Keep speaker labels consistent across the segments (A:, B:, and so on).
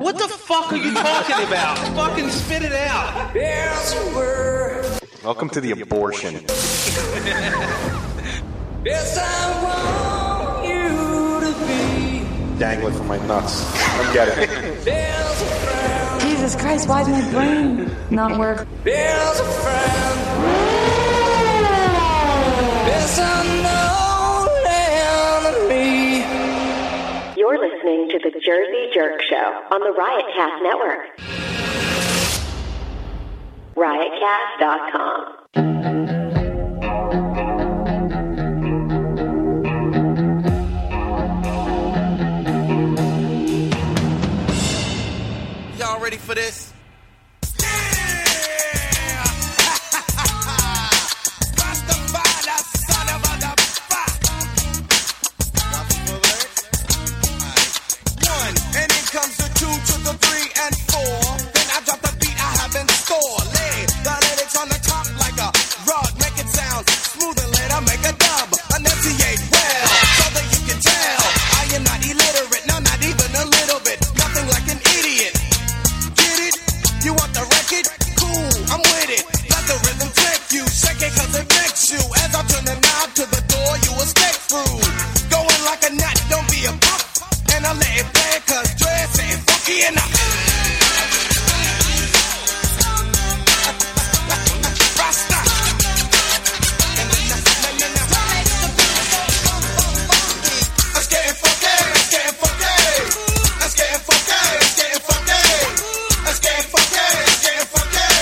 A: What, the, fuck are you talking about? Fucking spit it out.
B: Bears were.
C: Welcome to the abortion.
B: Yes, I want you to be.
C: Dangling from my nuts. I get it.
B: Bears a friend.
D: Jesus Christ, why is my brain not work?
B: Bears a friend. Bears unknown enemy.
E: You're listening to the Jersey Jerk Show on the Riotcast Network. Riotcast.com.
F: Y'all ready for this? One, and then comes the two to the three and four. Then I drop the beat I have in store. Lay the lyrics on the top like a rug. Make it sound smooth and later make a dub. Enunciate well, so that you can tell. I am not illiterate, no, not even a little bit. Nothing like an idiot. Get it? You want the record? Cool, I'm with it. Let the rhythm take you. Shake it cause it makes you. As I turn the knob to the door, you escape through. Going like a nut, don't be a pop. And I let it play cause dress ain't funky enough. Rasta. Let's get funky, let's get funky. Let's get funky, let's get funky. Let's get funky, let's get funky.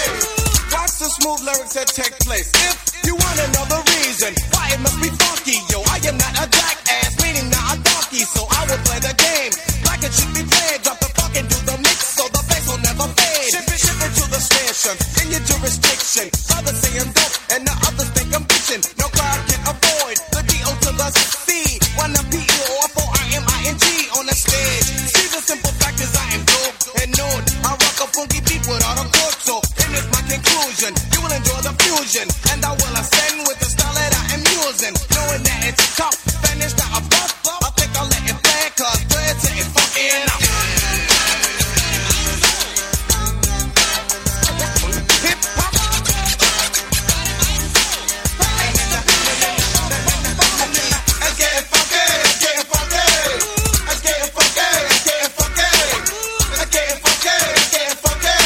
F: Watch the smooth lyrics that take place. If you want another reason why it must be funky, yo, I am not a jackass, meaning not a donkey, so I will play the game like it should be played. Drop the fuck and do the mix, so the bass will never fade. Ship it, ship it to the station in your jurisdiction. Others say I'm dope, and the others think I'm bitching. No crowd can avoid the D.O. to the C. When I'm P.E. or for R.M.I.N.G. on the stage. See the simple fact is I am dope and known. I rock a funky beat without a chord, so and it's my conclusion. You will enjoy the fusion, and I will ascend with the style that I am using. Knowing that it's tough, finish that I'm rough. I think I'll let it play, cause dreads ain't funky enough. Hip hop. Let's get funky, let's get funky. Let's get funky, let's get funky. Let's get funky, let's get funky.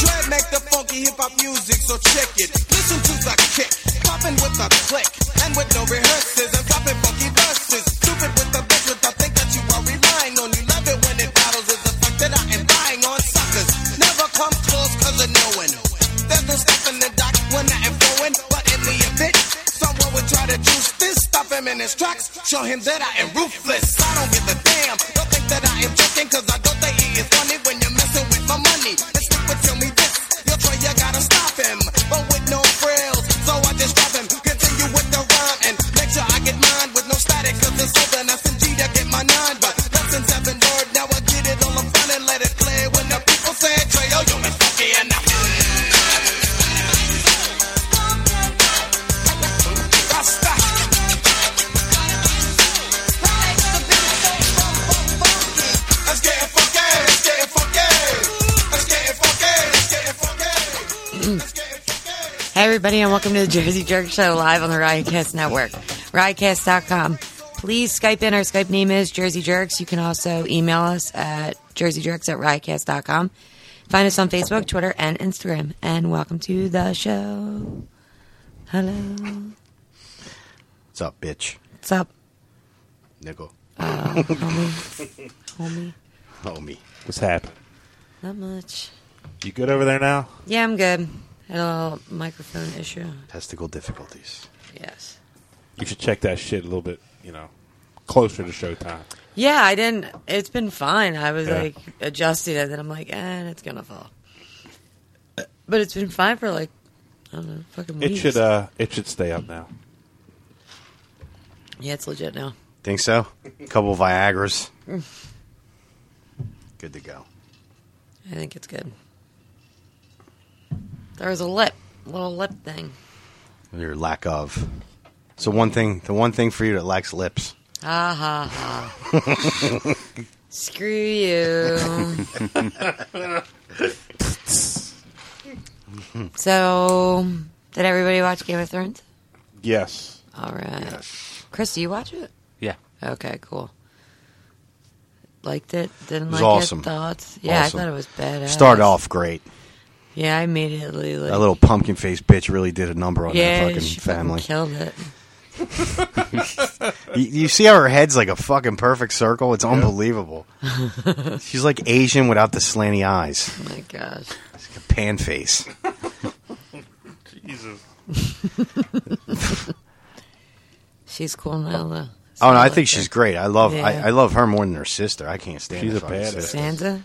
F: Dread make the funky hip hop music, so check it. Listen to the kick, popping with a click, and with no rehearsals, and dropping funky verses. Stupid with the bitch, with the think that you are relying on. You love it when it battles, is the fact that I am buying on suckers. Never come close, cause of knowing. There's no stopping the doc when I am going, but in the event, someone would try to juice this. Stop him in his tracks, show him that I am ruthless. I don't give a damn, don't think that I am joking, cause I don't think it is funny when you're messing with my money. It's people tell me this, you'll try, you gotta stop him, but with no frills, so I just drop him. Continue with the rhyme and make sure I get mine with no static, cause it's something SMG to get my nine. But lessons have been learned, now I get it all in front and let it play when the people say, Trey, oh, you're funky enough. Rasta. Let's get funky, let's get funky. Let's get funky, let's get funky. Let's get funky.
G: Hey, everybody, and welcome to the Jersey Jerk Show live on the Riotcast Network, riotcast.com. Please Skype in. Our Skype name is Jersey Jerks. You can also email us at jerseyjerks at riotcast.com. Find us on Facebook, Twitter, and Instagram. And welcome to the show. Hello.
H: What's up, bitch?
G: What's up,
H: Nickel.
G: homie? homie?
H: Homie.
I: What's happening?
G: Not much.
I: You good over there now?
G: Yeah, I'm good. Had a little microphone issue.
H: Testicle difficulties.
G: Yes.
I: You should check that shit a little bit, you know, closer to showtime.
G: Yeah, I didn't. It's been fine. I was
I: Yeah.
G: like adjusting it, then I'm like, eh, it's gonna fall. But it's been fine for like I don't know, fucking
I: It
G: weeks.
I: should uh it should stay up now.
G: yeah, it's legit now.
H: Think so? couple Viagras.
G: Mm.
H: Good to go.
G: I think it's good. There was a lip, little lip thing.
H: Your lack of. So one thing, the one thing for you that lacks lips.
G: Ah ha ha. Screw you. so, did everybody watch Game of Thrones?
I: Yes.
G: All right. Chris, do you watch it?
A: Yeah.
G: Okay, cool. Liked it? Didn't
H: It was
G: like
H: awesome.
G: it? Thoughts? Yeah,
H: Awesome.
G: I thought it was badass.
H: Started off great.
G: Yeah, I immediately like.
H: That little pumpkin face bitch really did a number on
G: yeah,
H: that fucking
G: she
H: family.
G: killed it.
H: You, you see how her head's like a fucking perfect circle? It's unbelievable. She's like Asian without the slanty eyes.
G: Oh my gosh.
H: It's like a pan face.
I: Jesus.
G: She's cool now, though.
H: Oh no, I
G: like
H: think she's great. I love
G: Yeah.
H: I, I love her more than her sister. I can't stand
I: She's
H: her
I: a
H: fucking
I: badass.
G: her.
H: sister.
G: Sansa?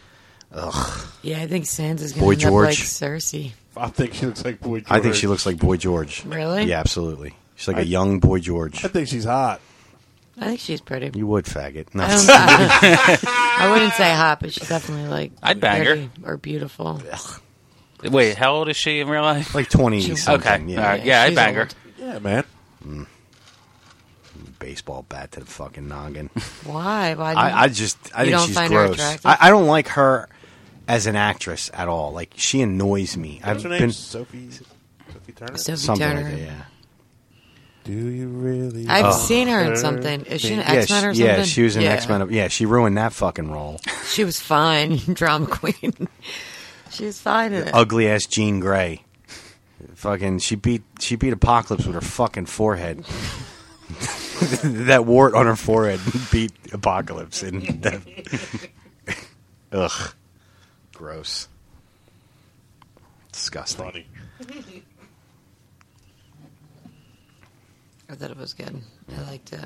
G: Ugh. Yeah, I think Sansa's going
H: Boy
G: to end up
H: George.
G: like Cersei.
I: I think she looks like Boy George.
H: I think she looks like Boy George.
G: Really?
H: Yeah, absolutely. She's like a
I: I-
H: young Boy George.
I: I think she's hot.
G: I think she's pretty.
H: You would faggot. No.
G: I, don't, I, I wouldn't say hot, but she's definitely like
A: I'd bang her.
G: pretty or beautiful.
A: Wait, how old is she in real life?
H: like twenty something.
A: Okay.
H: Yeah.
A: All right. yeah, I'd
G: she's
A: bang her.
G: old.
I: Yeah, man.
H: Baseball bat to the fucking noggin.
G: Why? Why?
H: I, I just I
G: You
H: think
G: don't
H: she's
G: find her
H: gross.
G: attractive?
H: I, I don't like her as an actress at all. Like she annoys me. I've
I: What's her name?
H: been
I: Sophie. Sophie Turner.
G: Sophie
H: something
G: Turner.
H: like that, yeah.
I: Do you really?
G: I've seen her in something. Is she an
H: yeah,
G: X Men
H: she,
G: or something?
H: yeah, she was an
G: Yeah.
H: X Men. Yeah, she ruined that fucking role.
G: She was fine, drama queen. she was fine in it.
H: Ugly ass Jean Grey. Fucking, she beat she beat Apocalypse with her fucking forehead. that wart on her forehead beat Apocalypse, and that, ugh, gross, disgusting.
I: funny.
G: I thought it was good. I liked it.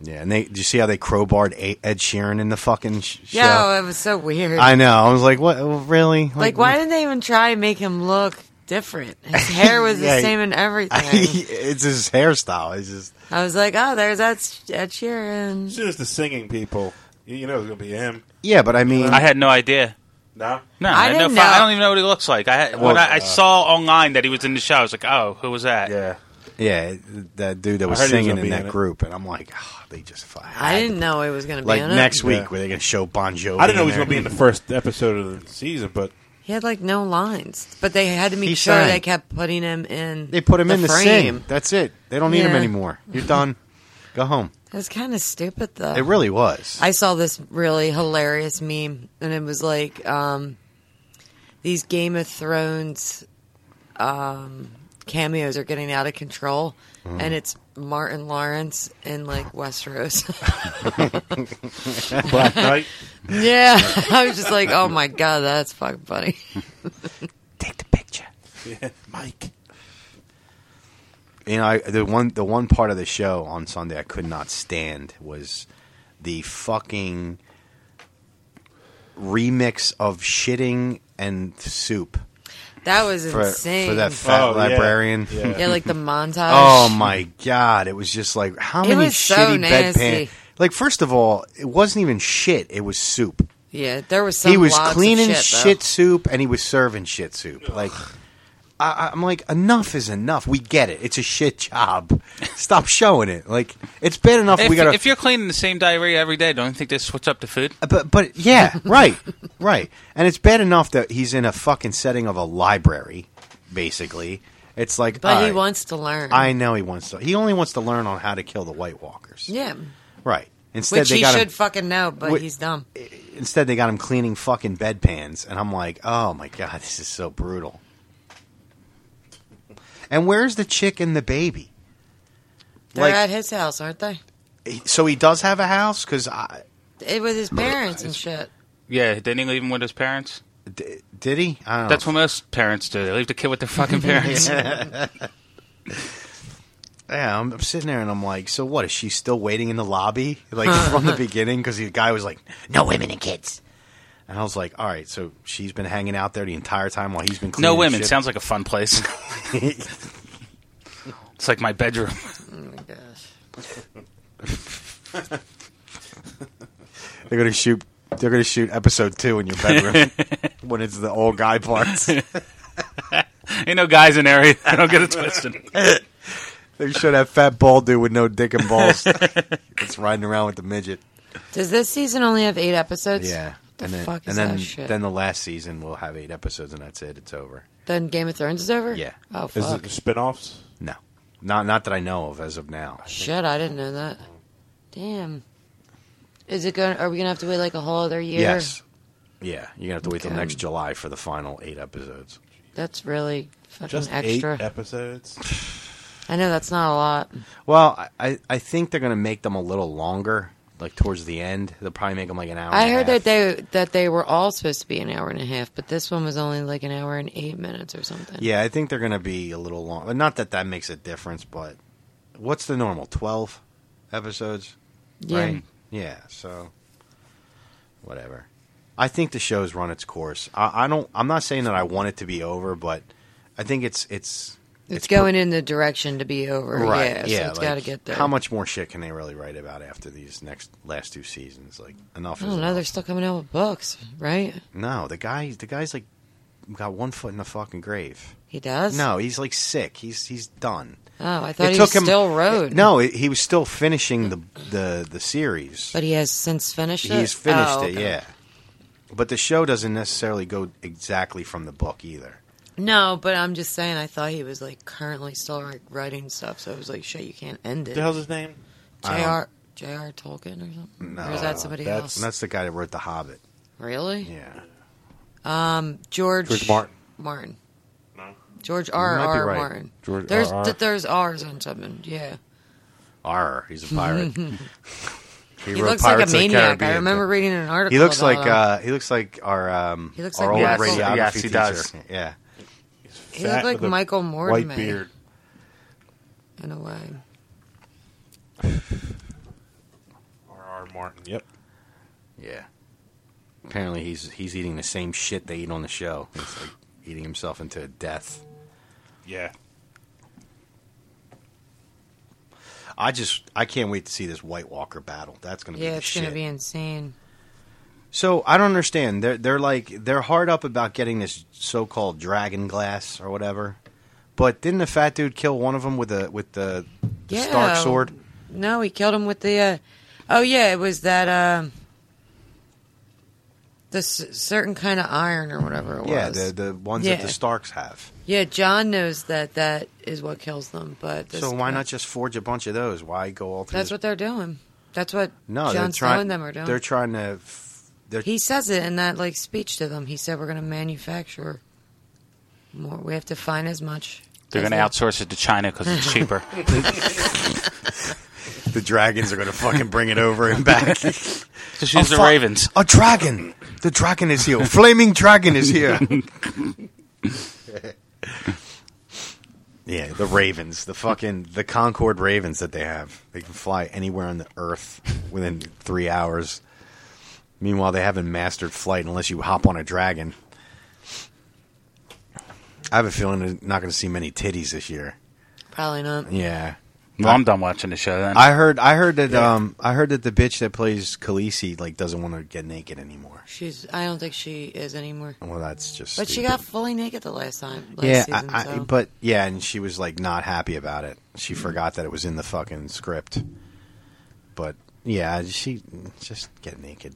H: Yeah, and they, did you see how they crowbarred A- Ed Sheeran in the fucking sh- show?
G: Yeah, oh, it was so weird.
H: I know. I was like, what? well, Really?
G: like, why didn't they even try and make him look different? His hair was
H: Yeah,
G: the same in everything.
H: it's his hairstyle. It's just
G: I was like, oh, there's that Sh- Ed Sheeran.
I: It's just the singing people. You, you know it's gonna be him.
H: yeah, but I mean,
A: I had no idea.
I: Nah.
A: No,
G: I
A: I, had no
G: didn't
A: fu- I
G: know.
A: don't even know what he looks like. I had,
H: Well, uh,
A: when I, I saw online that he was in the show, I was like, "Oh, who was that?"
I: Yeah.
H: yeah, that dude that was
I: heard he was
H: singing
I: gonna
H: in
I: be
H: that
I: in it.
H: group, and I'm like, ah, they just fucking.
G: I didn't know it was going to be
H: Like
G: on it.
H: next week,
I: Yeah.
H: where they gonna show Bon Jovi.
I: I didn't know he was
H: there.
I: gonna be in the first episode of the season, but
G: He had like no lines, but they had to make
H: He
G: sure
H: sang.
G: they kept putting him in.
H: They put him in the
G: frame.
H: same. That's it. They don't need him
G: Yeah.
H: anymore. You're done. Go home.
G: It was kind of stupid though.
H: It really was.
G: I saw this really hilarious meme, and it was like um, these Game of Thrones um, cameos are getting out of control,
H: Mm-hmm.
G: and it's Martin Lawrence in like Westeros.
I: Black Knight.
G: yeah, I was just like, oh my god, that's fucking funny.
H: Take the picture.
I: Yeah, Mike.
H: you know, I, the one the one part of the show on Sunday I could not stand was the fucking remix of shitting and soup
G: That was
H: for,
G: insane.
H: for that fat
I: Oh, yeah.
H: librarian.
I: Yeah.
G: yeah, like the montage.
H: Oh my god! It was just like how
G: It
H: many
G: was so
H: shitty
G: nasty.
H: bedpan. Like first of all, it wasn't even shit. It was soup.
G: yeah, there was some.
H: he was
G: lots of
H: cleaning
G: shit, though.
H: soup and he was serving shit soup. Like I, I- I'm like, enough is enough. We get it. It's a shit job. Stop showing it. Like it's bad enough.
A: If,
H: we gotta.
A: if you're cleaning the same diarrhea every day, don't you think they switch up the food?
H: but but yeah, right, right. And it's bad enough that he's in a fucking setting of a library. Basically, it's like.
G: But he
H: alright,
G: wants to learn.
H: I know he wants to. He only wants to learn on how to kill the White Walkers.
G: yeah.
H: Right. Instead,
G: Which
H: they
G: he
H: got him-
G: should fucking know, but
H: Wait-
G: he's dumb.
H: instead they got him cleaning fucking bedpans and i'm like oh my god this is so brutal and where's the chick and the baby
G: They're
H: like-
G: at his house, aren't they?
H: so he does have a house because i
G: It was his parents and shit.
A: Yeah, didn't he leave him with his parents?
H: d- did he i don't
A: That's
H: know
A: what most parents do. They leave the kid with their fucking parents.
H: yeah I'm, I'm sitting there and i'm like so what is she still waiting in the lobby like from the beginning because the guy was like no women and kids and i was like all right so she's been hanging out there the entire time while he's been cleaning
A: No women
H: shit.
A: sounds like a fun place. it's like my bedroom.
H: They're gonna shoot. They're gonna shoot episode two in your bedroom when it's the old guy parts.
A: Ain't no guys in there. I don't get it twisted.
H: they should have fat bald dude with no dick and balls. it's riding around with the midget.
G: Does this season only have eight episodes?
H: Yeah.
G: The
H: and then,
G: fuck is
H: and then,
G: that shit?
H: then the last season will have eight episodes, and that's it. It's over.
G: Then Game of Thrones is over.
H: Yeah.
G: Oh
I: Is
G: fuck.
I: it spin-offs?
H: No, not not that I know of as of now.
G: Shit, I didn't know that. Damn. Is it going? to Are we gonna have to wait like a whole other year?
H: Yes. Yeah, you're gonna have to wait till
G: Okay.
H: next July for the final eight episodes.
G: That's really fucking
I: Just
G: extra.
I: eight episodes.
G: I know that's not a lot.
H: Well, I- I I think they're gonna make them a little longer, like towards the end. They'll probably make them like an hour.
G: I
H: and a
G: heard
H: half.
G: that they that they were all supposed to be an hour and a half, but this one was only like an hour and eight minutes or something.
H: Yeah, I think they're gonna be a little long. Not that that makes a difference, but what's the normal twelve episodes?
G: Yeah.
H: Right? Yeah. So whatever. I think the show's run its course. I, I don't. I'm not saying that I want it to be over, but I think it's it's
G: It's, going in the direction to be over.
H: Right.
G: Yeah, so it's
H: like,
G: got to get there.
H: How much more shit can they really write about after these next last two seasons? Like enough
G: I
H: is
G: don't know.
H: enough.
G: They're still coming out with books, right?
H: No, the guy, the guy's like got one foot in the fucking grave.
G: He does.
H: No, he's like sick. He's he's done.
G: Oh, I thought he still wrote.
H: No, it, he was still finishing the the the series.
G: but he has since finished it.
H: he's finished
G: Oh,
H: it,
G: okay.
H: yeah. But the show doesn't necessarily go exactly from the book either.
G: No, but I'm just saying. I thought he was like currently still like, writing stuff, so I was like, shit, you can't end it.
I: The hell's his name?
G: J.R. J.R. Tolkien or something?
H: No,
G: or is that somebody
I: that's-
G: else?
H: And that's the guy that wrote The Hobbit.
G: really?
H: Yeah,
G: George,
I: George Martin.
G: Martin.
I: No.
G: George R.
H: might be
G: R.
H: right.
G: Martin.
I: George
G: there's
I: R.R..
G: th- there's R's on something. Yeah.
H: R. He's a pirate. he
G: He
H: wrote
G: looks like a
H: Pirates of the
G: maniac. I
H: Caribbean.
G: remember reading an article.
H: He looks
G: about
H: like
G: him.
H: uh, he looks like our um,
G: He looks
H: our
G: like
H: old
G: Michael-
H: radiography
C: Yes, he
H: teacher.
C: does.
H: Yeah,
G: He looked
I: Fat
G: like
I: with a
G: Michael
I: White
G: Mortimer.
I: beard.
H: uh,
G: in a way.
I: R.R. Martin. Yep.
H: yeah. Apparently, he's he's eating the same shit they eat on the show. He's like eating himself into death.
I: Yeah.
H: I just I can't wait to see this White Walker battle. That's gonna be
G: Yeah,
H: the
G: it's
H: shit.
G: gonna be insane.
H: So I don't understand. They're they're like they're hard up about getting this so-called dragon glass or whatever. But didn't the fat dude kill one of them with the with the, the
G: Yeah.
H: Stark sword?
G: No, he killed him with the. Uh, oh yeah, it was that. Um, the s- certain kind of iron or whatever it
H: Yeah,
G: was.
H: the the ones that
G: Yeah.
H: the Starks have.
G: yeah, John knows that that is what kills them, but this
H: So why
G: guy-
H: not just forge a bunch of those? Why go all through?
G: That's
H: this-
G: what they're doing. That's what
H: no,
G: John
H: they're trying.
G: and them are doing.
H: They're trying to. f- They're
G: he says it in that like speech to them. He said, "We're going to manufacture more. We have to find as much."
J: They're
G: as
J: going to
G: they-
J: outsource it to China because it's cheaper.
H: the dragons are going to fucking bring it over and back.
J: Just use the
H: fu-
J: Ravens.
H: a dragon. The dragon is here. Flaming dragon is here. yeah, the ravens, the fucking the Concord ravens that they have. They can fly anywhere on the earth within 3 hours. Meanwhile, they haven't mastered flight unless you hop on a dragon. I have a feeling they're not going to see many titties this year.
G: Probably not.
H: Yeah.
J: Well, I'm done watching the show then.
H: I heard I heard that um I heard that the bitch that plays Khaleesi like doesn't want to get naked anymore.
G: She's. I don't think she is anymore.
H: Well, that's just
G: But she
H: stupid.
G: got fully naked the last time. Last
H: yeah,
G: season,
H: I, I,
G: so.
H: but yeah, and she was like not happy about it. She forgot that it was in the fucking script. But yeah, she just get naked.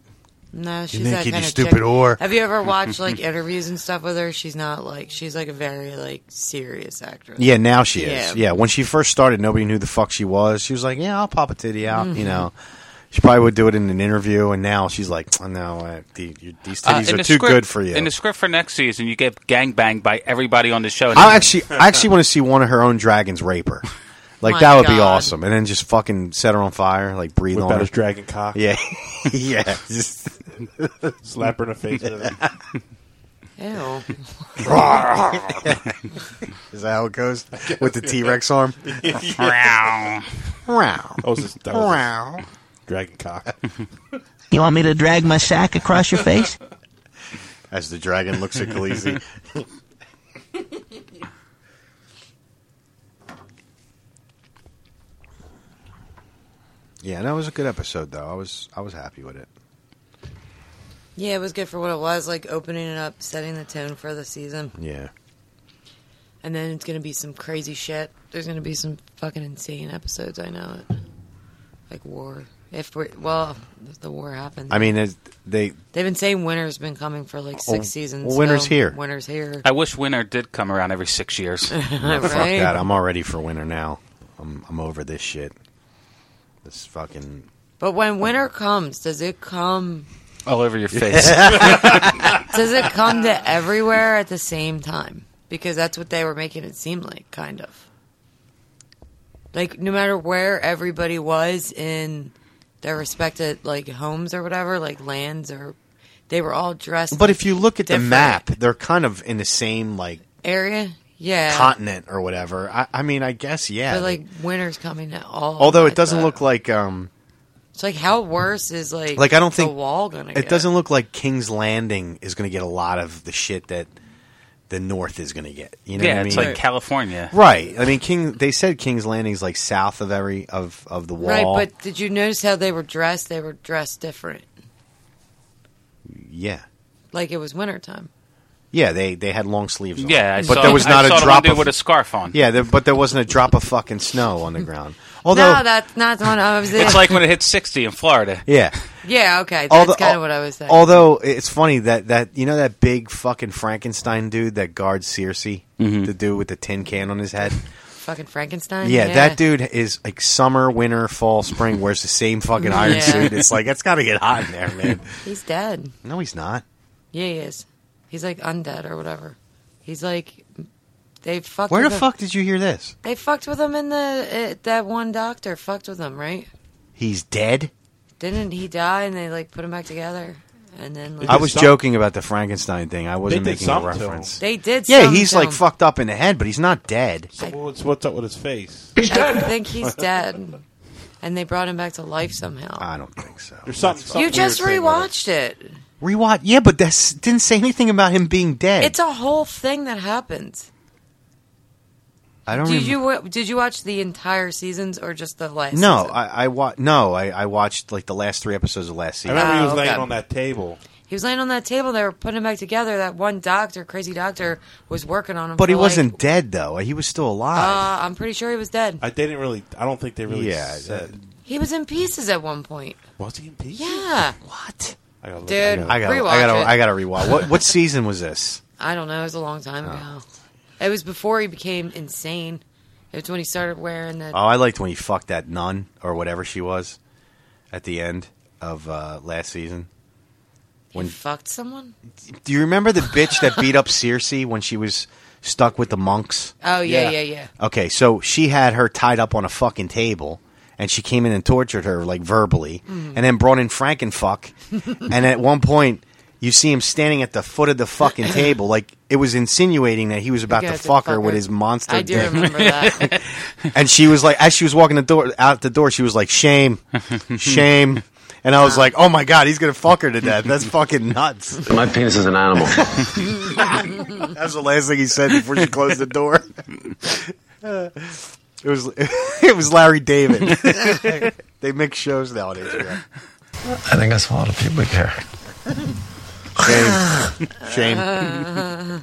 G: no, she's
H: naked,
G: that
H: you
G: kind of
H: stupid
G: chick.
H: whore.
G: Have you ever watched like interviews and stuff with her? She's not like she's like a very like serious actress.
H: Yeah, now she is.
G: Yeah.
H: Yeah, when she first started, nobody knew the fuck she was. She was like, "Yeah, I'll pop a titty out,"
G: Mm-hmm.
H: you know. She probably would do it in an interview, and now she's like, oh, "No, uh, the, you- these
J: Uh,
H: titties
J: in
H: are
J: the
H: too
J: script-
H: good for you."
J: In the script for next season, you get gangbanged by everybody on the show.
H: I actually, I actually want to see one of her own dragons rape her. Like
G: My
H: that would be
G: God.
H: awesome, and then just fucking set her on fire, like breathe
I: With
H: on
I: that
H: her.
I: as dragon cock.
H: yeah, yeah. Just
I: Slap her in the face. with it.
G: Ew.
H: Is that how it goes with the T Rex arm?
J: Meow.
H: Wow.
I: That was his, Oh, that was his
H: Wow.
I: dragon cock.
K: You want me to drag my sack across your face?
H: As the dragon looks at Khaleesi. yeah, that was a good episode though. I was I was happy with it.
G: Yeah, it was good for what it was, like opening it up, setting the tone for the season.
H: Yeah.
G: And then it's gonna be some crazy shit. There's gonna be some fucking insane episodes. I know it, like war. If we're well, if the war happens.
H: I mean, is- they
G: they've been saying winter's been coming for like six
H: Oh,
G: seasons.
H: well, winter's
G: so
H: here.
G: Winter's here.
J: I wish winter did come around every six years.
H: Yeah, Fuck
G: Right?
H: that. I'm already for winter now. I'm I'm over this shit. This fucking
G: But when winter comes, does it come?
J: All over your face.
G: Does it come to everywhere at the same time? Because that's what they were making it seem like, kind of. Like no matter where everybody was in their respected like homes or whatever, like lands or they were all dressed.
H: But if you look at the
G: different
H: map, they're kind of in the same like
G: area, yeah,
H: continent or whatever. I, I mean, I guess yeah.
G: But like winter's coming to all.
H: although
G: of
H: it doesn't
G: but-
H: look like um
G: It's like how worse is like
H: like I don't
G: the
H: think
G: wall gonna.
H: it
G: get?
H: doesn't look like King's Landing is going to get a lot of the shit that the North is going to get. You know
J: yeah,
H: what I
J: it's
H: mean?
J: like California.
H: Right. I mean, King. They said King's Landing's like south of every of of the wall.
G: Right, but did you notice how they were dressed? They were dressed different.
H: yeah,
G: Like it was wintertime.
H: yeah. They they had long sleeves. on.
J: Yeah, I
H: but
J: saw-
H: there was
J: I
H: not
J: saw
H: a
J: the
H: drop
J: one dude
H: of
J: with a scarf on.
H: Yeah, there, but there wasn't a drop of fucking snow on the ground. Although,
G: No, that's not what I was.
J: It's like when it hits 60 in Florida.
H: yeah.
G: yeah, okay, that's
H: Although-
G: kind of what I was saying.
H: Although it's funny that that you know that big fucking Frankenstein dude that guards Circe, the dude with the tin can on his head.
G: Fucking Frankenstein.
H: Yeah, that dude is like summer, winter, fall, spring wears the same fucking iron
G: Yeah.
H: suit. It's like it's got to get hot in there, man.
G: He's dead.
H: No, he's not.
G: Yeah, he is. He's like undead or whatever. He's like they fucked.
H: Where the
G: with him.
H: fuck did you hear this?
G: They fucked with him in the uh, that one doctor fucked with him, right?
H: He's dead.
G: Didn't he die? And they like put him back together, and then like,
H: I was
I: some-
H: joking about the Frankenstein thing. I wasn't
I: did
H: making a
I: something to him.
H: reference.
G: They did.
H: Yeah,
G: some
H: he's
G: to
H: like
G: him.
H: fucked up in the head, but he's not dead.
I: So what's, what's up with his face?
G: I think he's dead, and they brought him back to life somehow.
H: I don't think so.
I: There's something. something
G: you just
I: weird thing with it.
G: rewatched it.
H: Rewatch. Yeah, but that didn't say anything about him being dead.
G: It's a whole thing that happens.
H: I don't.
G: Did
H: remem-
G: you wa- did you watch the entire seasons or just the last?
H: No,
G: season?
H: I, I wa- No, I, I watched like the last three episodes of last
I: I
H: season.
I: remember he was
G: Oh,
I: laying
G: okay.
I: on that table.
G: he was laying on that table. They were putting him back together. That one doctor, crazy doctor, was working on him.
H: But he
G: for,
H: wasn't
G: Like,
H: dead though. He was still alive.
G: uh, I'm pretty sure he was dead.
I: I they didn't really. I don't think they really.
H: Yeah,
I: said.
G: He was in pieces at one point.
I: was he in peace?
G: Yeah,
H: what?
I: I gotta look
G: Dude.
I: it up.
H: I got.
G: Rewatch
H: I got.
G: it.
H: I got to rewatch. What What season was this?
G: I don't know. It was a long
H: Oh.
G: time ago. It was before he became insane. It was when he started wearing the
H: Oh, I liked when he fucked that nun or whatever she was at the end of uh, last season.
G: He fucked someone.
H: Do you remember the bitch that beat up Circe when she was stuck with the monks?
G: Oh yeah, yeah,
I: Yeah.
G: yeah.
H: Okay, so she had her tied up on a fucking table, and she came in and tortured her like verbally,
G: Mm-hmm.
H: and then brought in Frankenfuck, and at one point you see him standing at the foot of the fucking table, like it was insinuating that he was about
G: You
H: to
G: guys
H: fuck
G: are
H: her with
G: fuckers.
H: his monster
G: I do
H: dick.
G: remember that.
H: And she was like, as she was walking the door out the door, she was like, "Shame, shame." And I was like, "Oh my god, he's gonna fuck her to death. That's fucking nuts."
L: My penis is an animal.
H: That's the last thing he said before she closed the door. it was it was Larry David. they make shows nowadays. Yeah.
L: I think I saw a lot of pubic hair.
H: Shame, shame.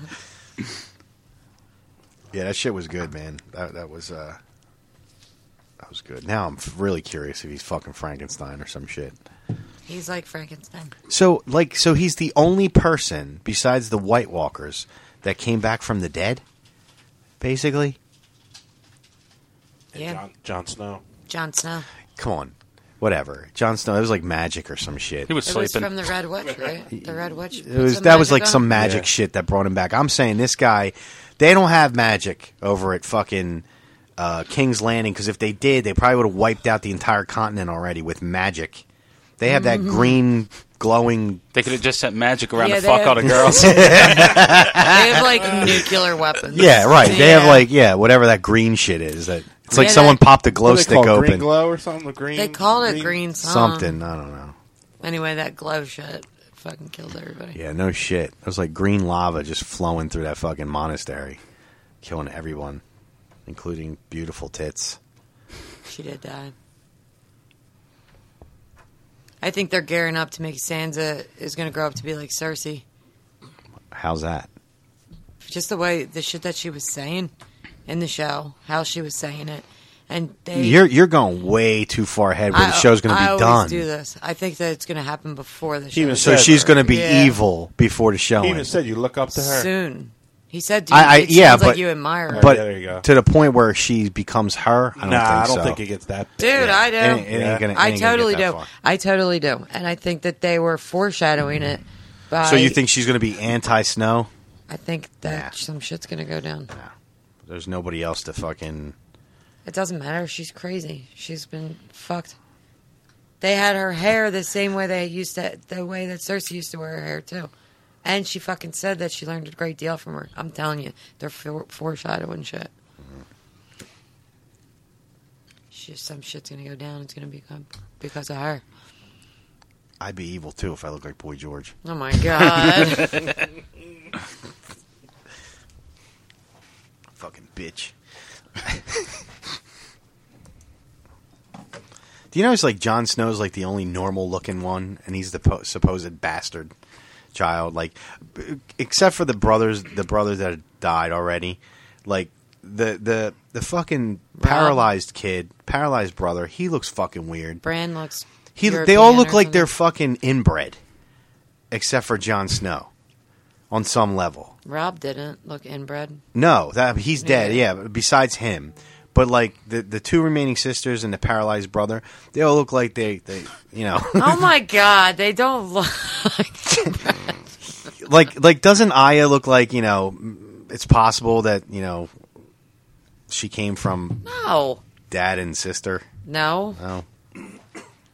H: yeah, that shit was good, man. That that was uh, that was good. Now I'm really curious if he's fucking Frankenstein or some shit.
G: He's like Frankenstein.
H: So like, so he's the only person besides the White Walkers that came back from the dead, basically.
G: Yeah, John,
I: John, John Snow.
G: Snow.
H: Come on, whatever. Jon Snow. It was like magic or some shit.
J: He was
G: It was
J: sleeping.
G: from the Red Witch, right? The Red Witch.
H: It was that was like some magic shit that brought him back. I'm saying this guy, they don't have magic over at fucking uh, King's Landing because if they did, they probably would have wiped out the entire continent already with magic. They have that green glowing.
J: They could have just sent magic around
G: Yeah,
J: to
G: they
J: fuck
G: have-
J: all the girls.
G: They have like nuclear weapons.
H: Yeah, right. They have
G: Yeah.
H: like yeah, whatever that green shit is. That it's like
G: Yeah,
H: someone
G: that-
H: popped a glow
I: What do they
H: stick
I: call it,
H: open.
I: Green glow or something. The green.
G: They call it green song.
H: Something I don't know.
G: Anyway, that glow shit fucking killed everybody.
H: Yeah, no shit. It was like green lava just flowing through that fucking monastery, killing everyone, including beautiful tits.
G: She did die. I think they're gearing up to make Sansa is going to grow up to be like Cersei.
H: How's that?
G: Just the way the shit that she was saying in the show, how she was saying it, And they,
H: You're you're going way too far ahead where the
G: I-
H: show's going to
G: I
H: be
G: always
H: done.
G: do this. I think that it's going to happen before the show.
I: even
H: So
I: said
H: she's
I: that.
H: going to be
G: Yeah.
H: evil before the show.
I: He
H: ends.
I: even said you look up to her.
G: soon. He said, "Dude,
H: I, I
G: it
H: yeah,
G: sounds
H: but
G: like you admire her."
H: but
I: Yeah, there you go.
H: to the point where she becomes her. I don't
I: Nah,
H: think
I: I don't
H: so.
I: think it gets that.
G: Dude, I do.
H: It ain't- it ain't Yeah. gonna- it
G: I
H: ain't gonna
G: totally
H: get that
G: do.
H: far.
G: I totally do. And I think that they were foreshadowing it. By,
H: So you think she's going to be anti-snow?
G: I think that some shit's gonna go down.
H: There's nobody else to fucking.
G: It doesn't matter. She's crazy. She's been fucked. They had her hair the same way they used to, the way that Cersei used to wear her hair too, and she fucking said that she learned a great deal from her. I'm telling you, they're for- foreshadowing shit. Shit, some shit's gonna go down. It's gonna be good because of her.
H: I'd be evil too if I look like Boy George.
G: Oh my god.
H: fucking bitch. Do you notice like Jon Snow's like the only normal looking one, and he's the po- supposed bastard child, like b- except for the brothers, the brother that had died already, like the the the fucking paralyzed kid, paralyzed brother, he looks fucking weird.
G: Bran looks.
H: He they all
G: European
H: look
G: or
H: like they're fucking inbred, except for Jon Snow, on some level.
G: something. Rob didn't look inbred.
H: No, that he's dead.
G: Yeah.
H: Yeah. but besides him, but like the the two remaining sisters and the paralyzed brother, they all look like they they you know
G: oh my god, they don't look.
H: like like doesn't Aya look like you know it's possible that you know she came from
G: No,
H: dad and sister,
G: no.
H: no,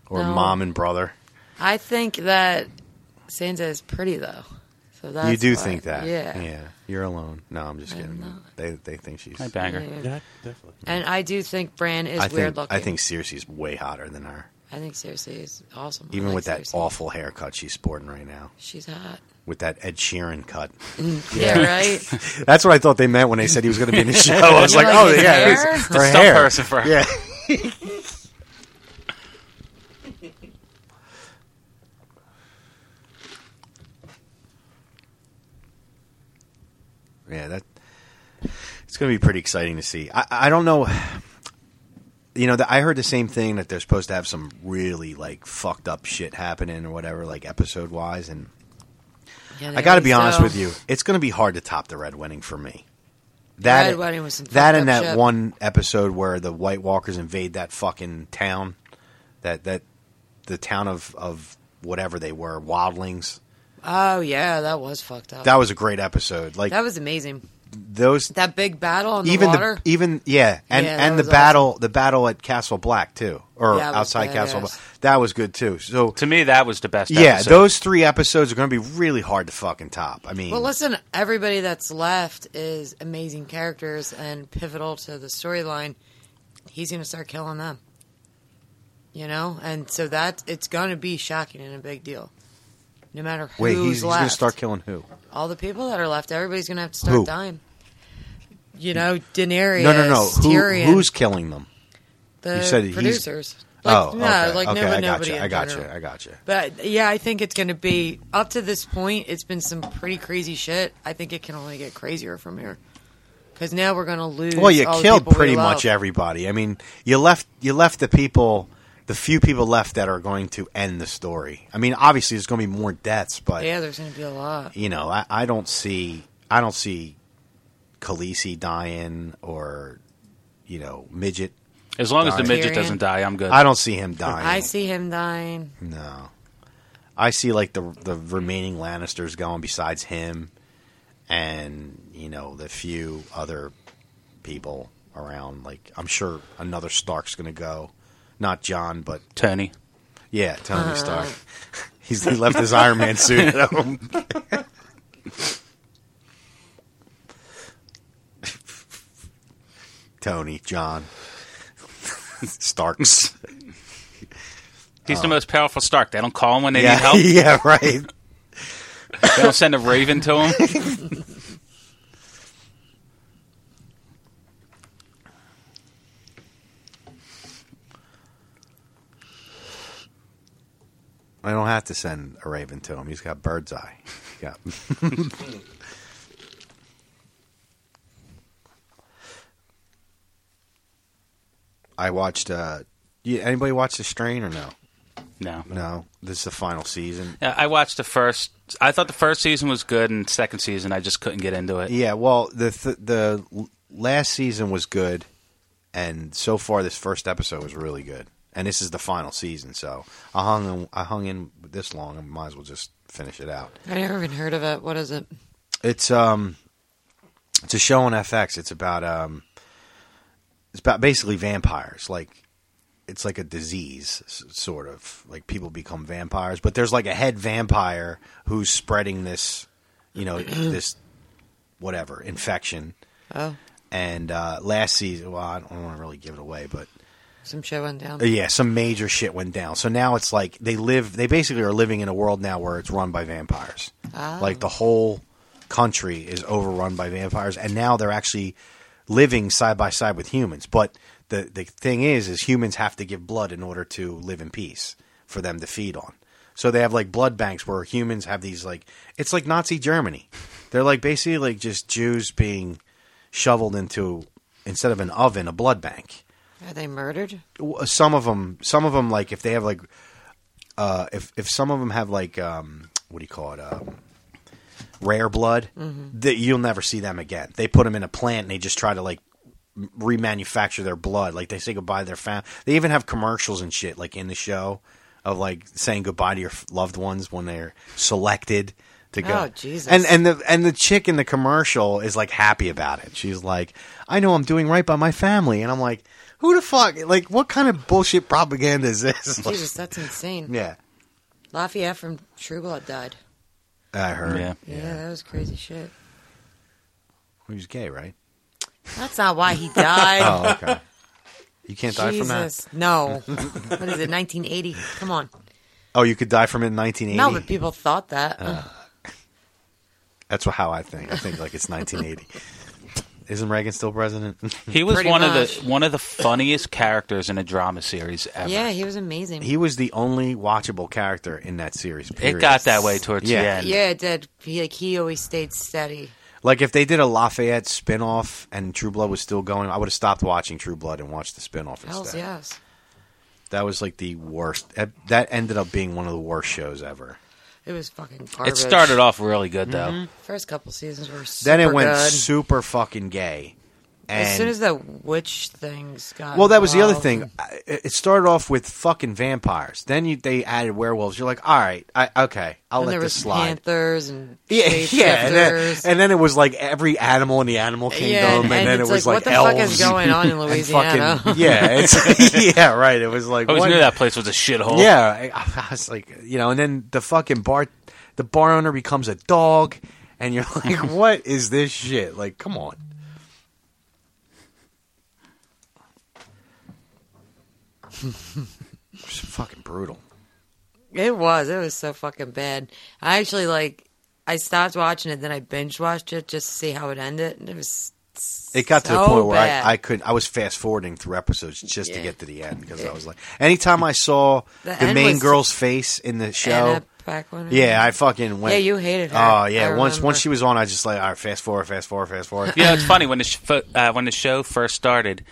H: or
G: No.
H: mom and brother.
G: I think that Sansa is pretty though. So that's
H: you do
G: why-
H: think that,
G: yeah.
H: yeah. You're alone. No, I'm just kidding. They they think she's
J: I bang her.
G: Yeah. And I do think Bran is
H: I
G: weird
H: think
G: looking.
H: I think Cersei's way hotter than her,
G: I think Cersei is awesome. I
H: even
G: like
H: with that
G: Cersei.
H: awful haircut she's sporting right now.
G: She's hot.
H: with that Ed Sheeran cut.
G: Yeah, right.
H: That's what I thought they meant when they said he was going to be in the show. I was
G: You
H: like,
G: like
H: oh
G: his
H: yeah,
G: hair?
H: it's
G: It's
H: her
J: the stunt
H: hair.
J: person for her.
H: Yeah. yeah, that it's going to be pretty exciting to see. I, I don't know. You know, I heard the same thing that they're supposed to have some really like fucked up shit happening or whatever, like episode wise, and
G: Yeah,
H: I
G: they
H: got to
G: always
H: be honest
G: do.
H: with you. It's going to be hard to top the red wedding for me.
G: Red Wedding was some
H: that
G: fucked
H: and
G: up
H: that
G: shit.
H: one episode where the White Walkers invade that fucking town, that that the town of of whatever they were, wildlings.
G: Oh yeah, that was fucked up.
H: That was a great episode. Like
G: Oh. that was amazing.
H: those,
G: That big battle on
H: even
G: the water.
H: even yeah, and
G: Yeah, that
H: and the
G: was
H: battle the battle at Castle Black too, or
G: That was
H: outside Castle
G: badass.
H: Black. That was good too. So
J: To me, that was the best.
H: yeah,
J: episode.
H: those three episodes are going to be really hard to fucking top. I mean,
G: Well, listen, everybody that's left is amazing characters and pivotal to the storyline. He's going to start killing them. You know? And so that it's going to be shocking and a big deal. No matter who's
H: wait, he's, he's
G: left.
H: going to start killing who?
G: All the people that are left, everybody's going to have to start
H: Who?
G: dying. You know, Daenerys,
H: No, no, no. Who,
G: Tyrion,
H: who's killing them?
G: the
H: you said he's-
G: producers. Like, no,
H: oh, okay.
G: like
H: okay,
G: no,
H: I got
G: nobody
H: you.
G: in
H: I got you.
G: general.
H: I got you.
G: But yeah, I think it's going to be up to this point. It's been some pretty crazy shit. I think it can only get crazier from here because now we're going to lose.
H: Well, you
G: all the
H: killed
G: people we
H: pretty
G: love.
H: much everybody. I mean, you left you left the people, the few people left that are going to end the story. I mean, obviously there's going to be more deaths, but
G: Yeah, there's going to be a lot.
H: you know, I, I don't see I don't see Khaleesi dying or you know midget.
J: As long as the
H: Dying.
J: midget
G: Tyrion.
J: doesn't die, I'm good.
H: I don't see him dying.
G: I see him dying.
H: No, I see like the the remaining Lannisters going besides him, and you know the few other people around. Like I'm sure another Stark's going to go, not John, but
J: Tony.
H: yeah, Tony Stark. He's he left his Iron Man suit at home. Tony, John, Starks.
J: He's the most powerful Stark. They don't call him when they
H: Oh. yeah,
J: need help.
H: yeah, right.
J: They don't send a raven to him.
H: I don't have to send a raven to him. He's got bird's eye. Yeah. I watched. Uh, yeah, anybody watch The Strain or no?
J: No,
H: no. This is the final season.
J: Yeah, I watched the first. I thought the first season was good, and second season I just couldn't get into it.
H: Yeah, well, the th- the l- last season was good, and so far this first episode was really good, and this is the final season, so I hung in, I hung in this long, and might as well just finish it out.
G: I never even heard of it. What is it?
H: It's um, it's a show on FX. It's about um, it's about basically vampires. Like, it's like a disease, s- sort of. Like people become vampires, but there's like a head vampire who's spreading this, you know, this whatever infection.
G: Oh,
H: And uh, last season, well, I don't want to really give it away, but
G: some shit went down.
H: Uh, yeah, some major shit went down. So now it's like they live, they basically are living in a world now where it's run by vampires.
G: Ah.
H: Like the whole country is overrun by vampires, and now they're actually living side by side with humans. But the the thing is, is humans have to give blood in order to live in peace for them to feed on. So they have like blood banks where humans have these like it's like Nazi Germany. They're like basically like just Jews being shoveled into instead of an oven, a blood bank
G: Are they murdered?
H: w- some of them some of them like if they have like uh if if some of them have like um what do you call it um rare blood
G: Mm-hmm.
B: Mhm.
H: that you'll never see them again they put them in a plant and they just try to like m- remanufacture their blood like they say goodbye to their family they even have commercials and shit like in the show of like saying goodbye to your f- loved ones when they're selected to go
G: Oh, Jesus.
H: and and the and the chick in the commercial is like happy about it she's like i know i'm doing right by my family and i'm like who the fuck like what kind of bullshit propaganda is this Like,
G: Jesus, that's insane.
H: yeah
G: Lafayette from True Blood died.
H: i heard yeah.
G: Yeah, that was crazy shit.
H: he was gay right
G: That's not why he died.
H: oh okay you can't die from that
G: Jesus, no. what is it? 1980? Come on.
H: oh you could die from it in 1980
G: No, but people thought that.
H: Uh, that's what, how i think i think like it's 1980 isn't reagan still president
J: He was
G: Pretty
J: one
G: much.
J: of the one of the funniest characters in a drama series ever.
G: yeah, he was amazing.
H: he was the only watchable character in that series period.
J: got that way towards the
H: Yeah.
J: end.
G: yeah, it did. He, like he always stayed steady.
H: Like if they did a Lafayette spinoff and True Blood was still going, I would have stopped watching True Blood and watched the spinoff instead.
G: Hells yes.
H: That was like the worst. that- That ended up being one of the worst shows ever.
G: It was fucking garbage.
J: It started off really good though.
G: Mhm. First couple seasons were super
H: then it went
G: good.
H: super fucking gay. And
G: as soon as the witch things got
H: well, that was the other
G: involved,
H: thing. I- It started off with fucking vampires. Then you, they added werewolves. You're like, all right, I, okay, I'll
G: and
H: let
G: there
H: this
G: was
H: slide.
G: Panthers and
H: Yeah, yeah, and then,
G: shapeshifters.
H: and then it was like every animal in the animal kingdom,
G: Yeah, and-
H: and,
G: and
H: then it
G: it's
H: was
G: like,
H: like,
G: what the fuck
H: elves
G: is going on in
H: and
G: Louisiana?
H: fucking- yeah, it's, yeah, right. It was like
J: I always
H: what-
J: knew that place was a shithole.
H: Yeah, I, I was like, you know, and then the fucking bar, the bar owner becomes a dog, and you're like, what is this shit? Like, come on. It's fucking brutal.
G: It was. It was so fucking bad. I actually like. I stopped watching it, then I binge watched it just to see how it ended, and it was.
H: It got to the
G: so
H: point where
G: bad.
H: I, I could I was fast forwarding through episodes just to
G: Yeah.
H: get to the end because I was like, anytime I saw
G: The
H: the,
G: end
H: main
G: was-
H: girl's face in the show,
G: Anna Paquin or
H: yeah,
G: whatever.
H: I fucking went.
G: Yeah, you hated her.
H: Oh yeah,
G: I
H: once
G: remember.
H: once she was on, I just like, all right, fast forward, fast forward, fast forward.
J: Yeah, it's funny when the sh- fo- uh, when the show first started.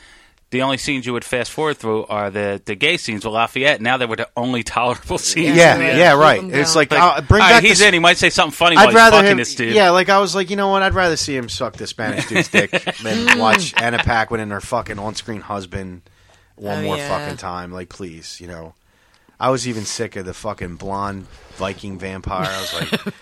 J: The only scenes you would fast forward through are the, the gay scenes with Lafayette. Now they were the only tolerable scenes.
H: Yeah,
J: in the end.
H: yeah, right. It's like, uh, bring
J: all
H: back
J: he's
H: this-
J: in. He might say something funny. I'd rather fucking this dude.
H: Yeah, like I was like, you know what? I'd rather see him suck the Spanish dude's dick than watch Anna Paquin and her fucking on-screen husband one
G: Oh,
H: more
G: yeah.
H: fucking time. Like, please, you know. I was even sick of the fucking blonde Viking vampire. I was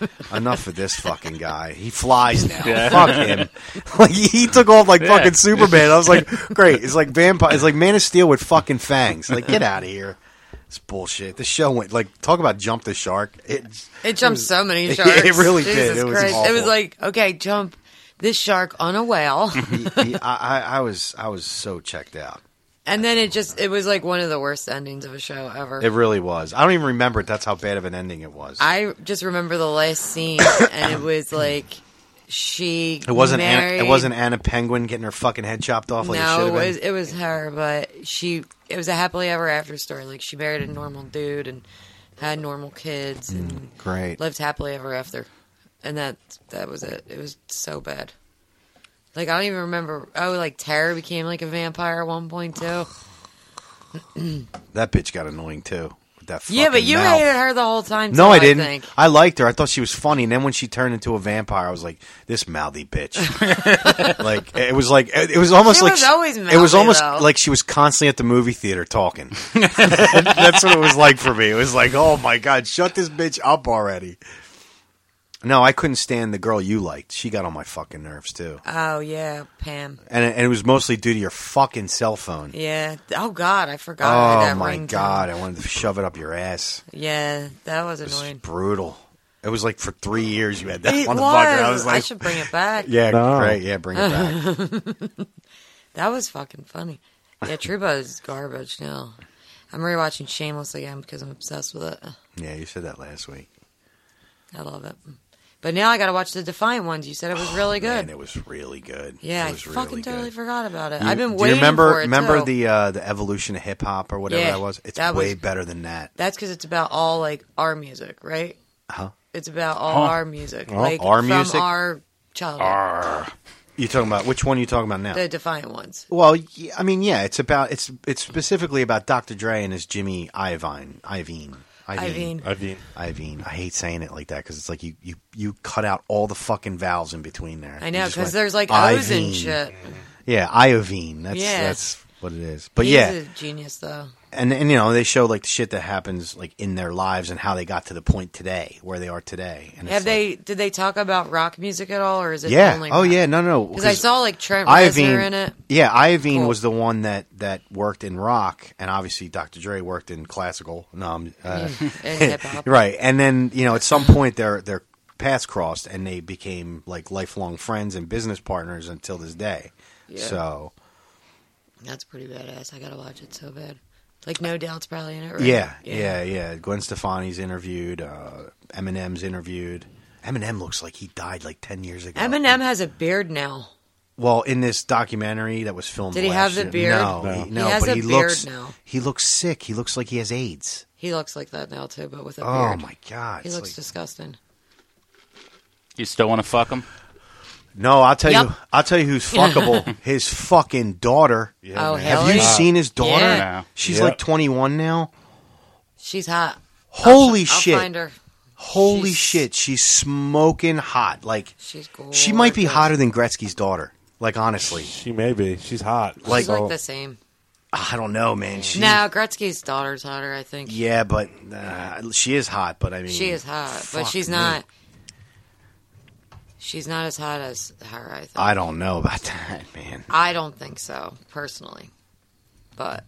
H: like, enough of this fucking guy. He flies now.
B: Yeah.
H: Fuck him. Like he took off like
B: Yeah.
H: fucking Superman. I was like, great. It's like vampire. It's like Man of Steel with fucking fangs. Like get out of here. It's bullshit. The show went like talk about jump the shark. It
G: It jumped
H: was-
G: so many
H: it
G: sharks.
H: really did.
G: Jesus
H: It was
G: Christ. It was
H: awful.
G: like, okay, jump this shark on a whale,
H: He- he- I, I, I was I was so checked out.
G: and then it just it was like one of the worst endings of a show ever.
H: It really was. I don't even remember. it. That's how bad of an ending it was.
G: I just remember the last scene, and it was like she.
H: It wasn't.
G: married.
H: Anna, it wasn't Anna Penguin getting her fucking head chopped off like
G: no,
H: it
G: it
H: should
G: was
H: have been.
G: it was her, but she it was a happily ever after story. Like she married a normal dude and had normal kids and
H: Mm, Great.
G: lived happily ever after, and that that was it. It was so bad. Like I don't even remember. Oh, like Tara became like a vampire at one point too.
H: That bitch got annoying too. With that
G: yeah, but
H: fucking
G: you
H: mouth.
G: hated her the whole time.
H: No,
G: too,
H: I didn't. I,
G: think.
H: liked her. I thought she was funny. And then when she turned into a vampire, I was like, "This mouthy bitch." like it was like it was almost
G: She
H: like
G: was always
H: it was
G: mouthy,
H: almost
G: though.
H: like she was constantly at the movie theater talking. That's what it was like for me. It was like, "Oh my god, shut this bitch up already." No, I couldn't stand the girl you liked. She got on my fucking nerves too,
G: Oh yeah, Pam.
H: and it, and it was mostly due to your fucking cell phone.
G: Yeah. Oh God, I forgot.
H: oh
G: that
H: my
G: ringtone.
H: god, I wanted to shove it up your ass.
G: Yeah, that was
H: It was
G: annoying.
H: brutal. It was like for three years you had that
G: It
H: one.
G: was.
H: I was like,
G: I should bring it back.
H: Yeah, great. Yeah, bring it back.
G: that was fucking funny. Yeah, Truba is garbage now. I'm rewatching Shameless again because I'm obsessed with it.
H: yeah, you said that last week.
G: I love it. But now I got to watch the Defiant ones. You said it was really good.
H: And Oh, it was really good.
G: yeah,
H: it
G: I
H: was
G: fucking
H: really
G: totally
H: good.
G: forgot about it.
H: You-
G: I've been
H: do
G: waiting
H: you remember
G: for it.
H: remember
G: too.
H: the uh, the evolution of hip hop or whatever
G: Yeah,
H: that was? It's
G: that was-
H: way better than that.
G: That's because it's about all like our music, right?
H: Huh?
G: It's about all
H: Huh.
G: our music,
H: Oh,
G: like
H: our
G: from
H: music?
G: our childhood,
H: You talking about which one? You talking about now?
G: the Defiant ones.
H: well, yeah, I mean, yeah, it's about it's it's specifically about Dr. Dre and his Jimmy Iovine, Ivine.
G: Iovine.
H: Ivine. Ivine. I hate saying it like that because it's like you, you, you cut out all the fucking vowels in between there.
G: I
H: You
G: know
H: just
G: because
H: went,
G: there's like O's and
H: "Ivine."
G: shit.
H: Yeah, Iovine. That's
G: Yeah.
H: that's what it is. But
G: He's
H: yeah,
G: a genius though.
H: and and you know they show like the shit that happens like in their lives and how they got to the point today where they are today. And
G: Have they? Did they talk about rock music at all, or is it?
H: yeah.
G: Only
H: oh yeah. No no.
G: Because I saw like Trent Reznor
H: Iovine
G: in it.
H: Yeah, Iovine was the one that that worked in rock, and obviously Dr. Dre worked in classical. No, I'm, uh,
G: And hip-hop.
H: right. And then you know at some point their their paths crossed, and they became like lifelong friends and business partners until this day.
G: Yeah.
H: So
G: That's pretty badass. I gotta watch it so bad. Like no doubt's probably in it. Right?
H: Yeah, yeah, yeah, Gwen Stefani's interviewed. Uh, Eminem's interviewed. Eminem looks like he died like ten years ago.
G: Eminem has a beard now.
H: Well, in this documentary that was filmed,
G: Did he
H: last
G: have the
H: year-
G: beard?
H: No,
G: No.
H: he, no,
G: He has
H: but
G: a
H: he
G: beard
H: looks.
G: now.
H: He looks sick. He looks like he has AIDS.
G: He looks like that now too, but with a
H: Oh,
G: beard.
H: my God,
G: He
H: it's
G: looks
H: like-
G: disgusting.
J: You still want to fuck him?
H: No, I'll tell you.
J: Yep.
H: I'll tell you who's fuckable. his fucking daughter.
G: Yeah, Oh, man.
H: have
G: hell
H: you
G: yeah.
H: seen his daughter?
G: Yeah.
H: She's
G: Yeah.
H: like twenty one now.
G: She's hot.
H: Holy
G: I'll,
H: shit!
G: I'll find her.
H: Holy shit, she's smoking hot. Like
G: she's
H: She might be hotter than Gretzky's daughter. Like honestly, she may be. She's hot.
G: She's like,
I: oh,
G: the same.
H: I don't know, man. She's,
G: No, Gretzky's daughter's hotter, I think.
H: Yeah, but uh, she is hot. But I mean,
G: she is hot, but
H: fuck
G: she's
H: me.
G: not. She's not as hot as her. I think.
H: I don't know about that, man.
G: I don't think so, personally. But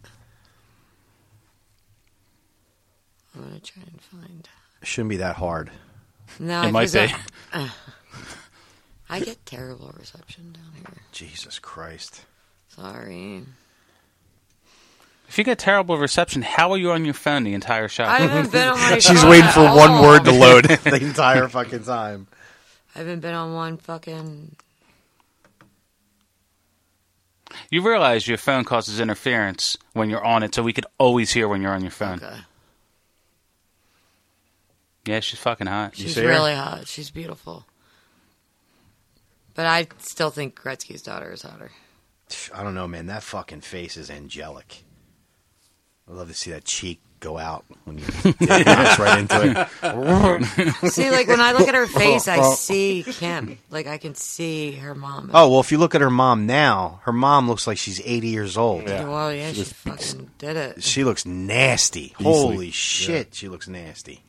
G: I'm gonna try and find.
H: Shouldn't be that hard.
G: No, I presume- I get terrible reception down here.
H: Jesus Christ!
G: Sorry.
J: If you get terrible reception, how are you on your phone the entire show?
G: I haven't been on my
H: Uh, She's waiting for
G: Oh.
H: one word to load the entire
J: fucking.
H: fucking time.
G: I haven't been on one fucking.
J: You realize your phone causes interference when you're on it, so we could always hear when you're on your phone.
G: uh,
J: Yeah, she's fucking hot.
G: She's really hot. She's beautiful. But I still think Gretzky's daughter is hotter.
H: I don't know, man. That fucking face is angelic. I love to see that cheek go out when you bounce right into it.
G: see, like when I look at her face, I see Kim. Like I can see her mom.
H: Oh well, if you look at her mom now, her mom looks like she's eighty years old.
G: Well, yeah, she, fucking did it.
H: She looks nasty.
G: Beastly.
H: Holy shit, she looks nasty.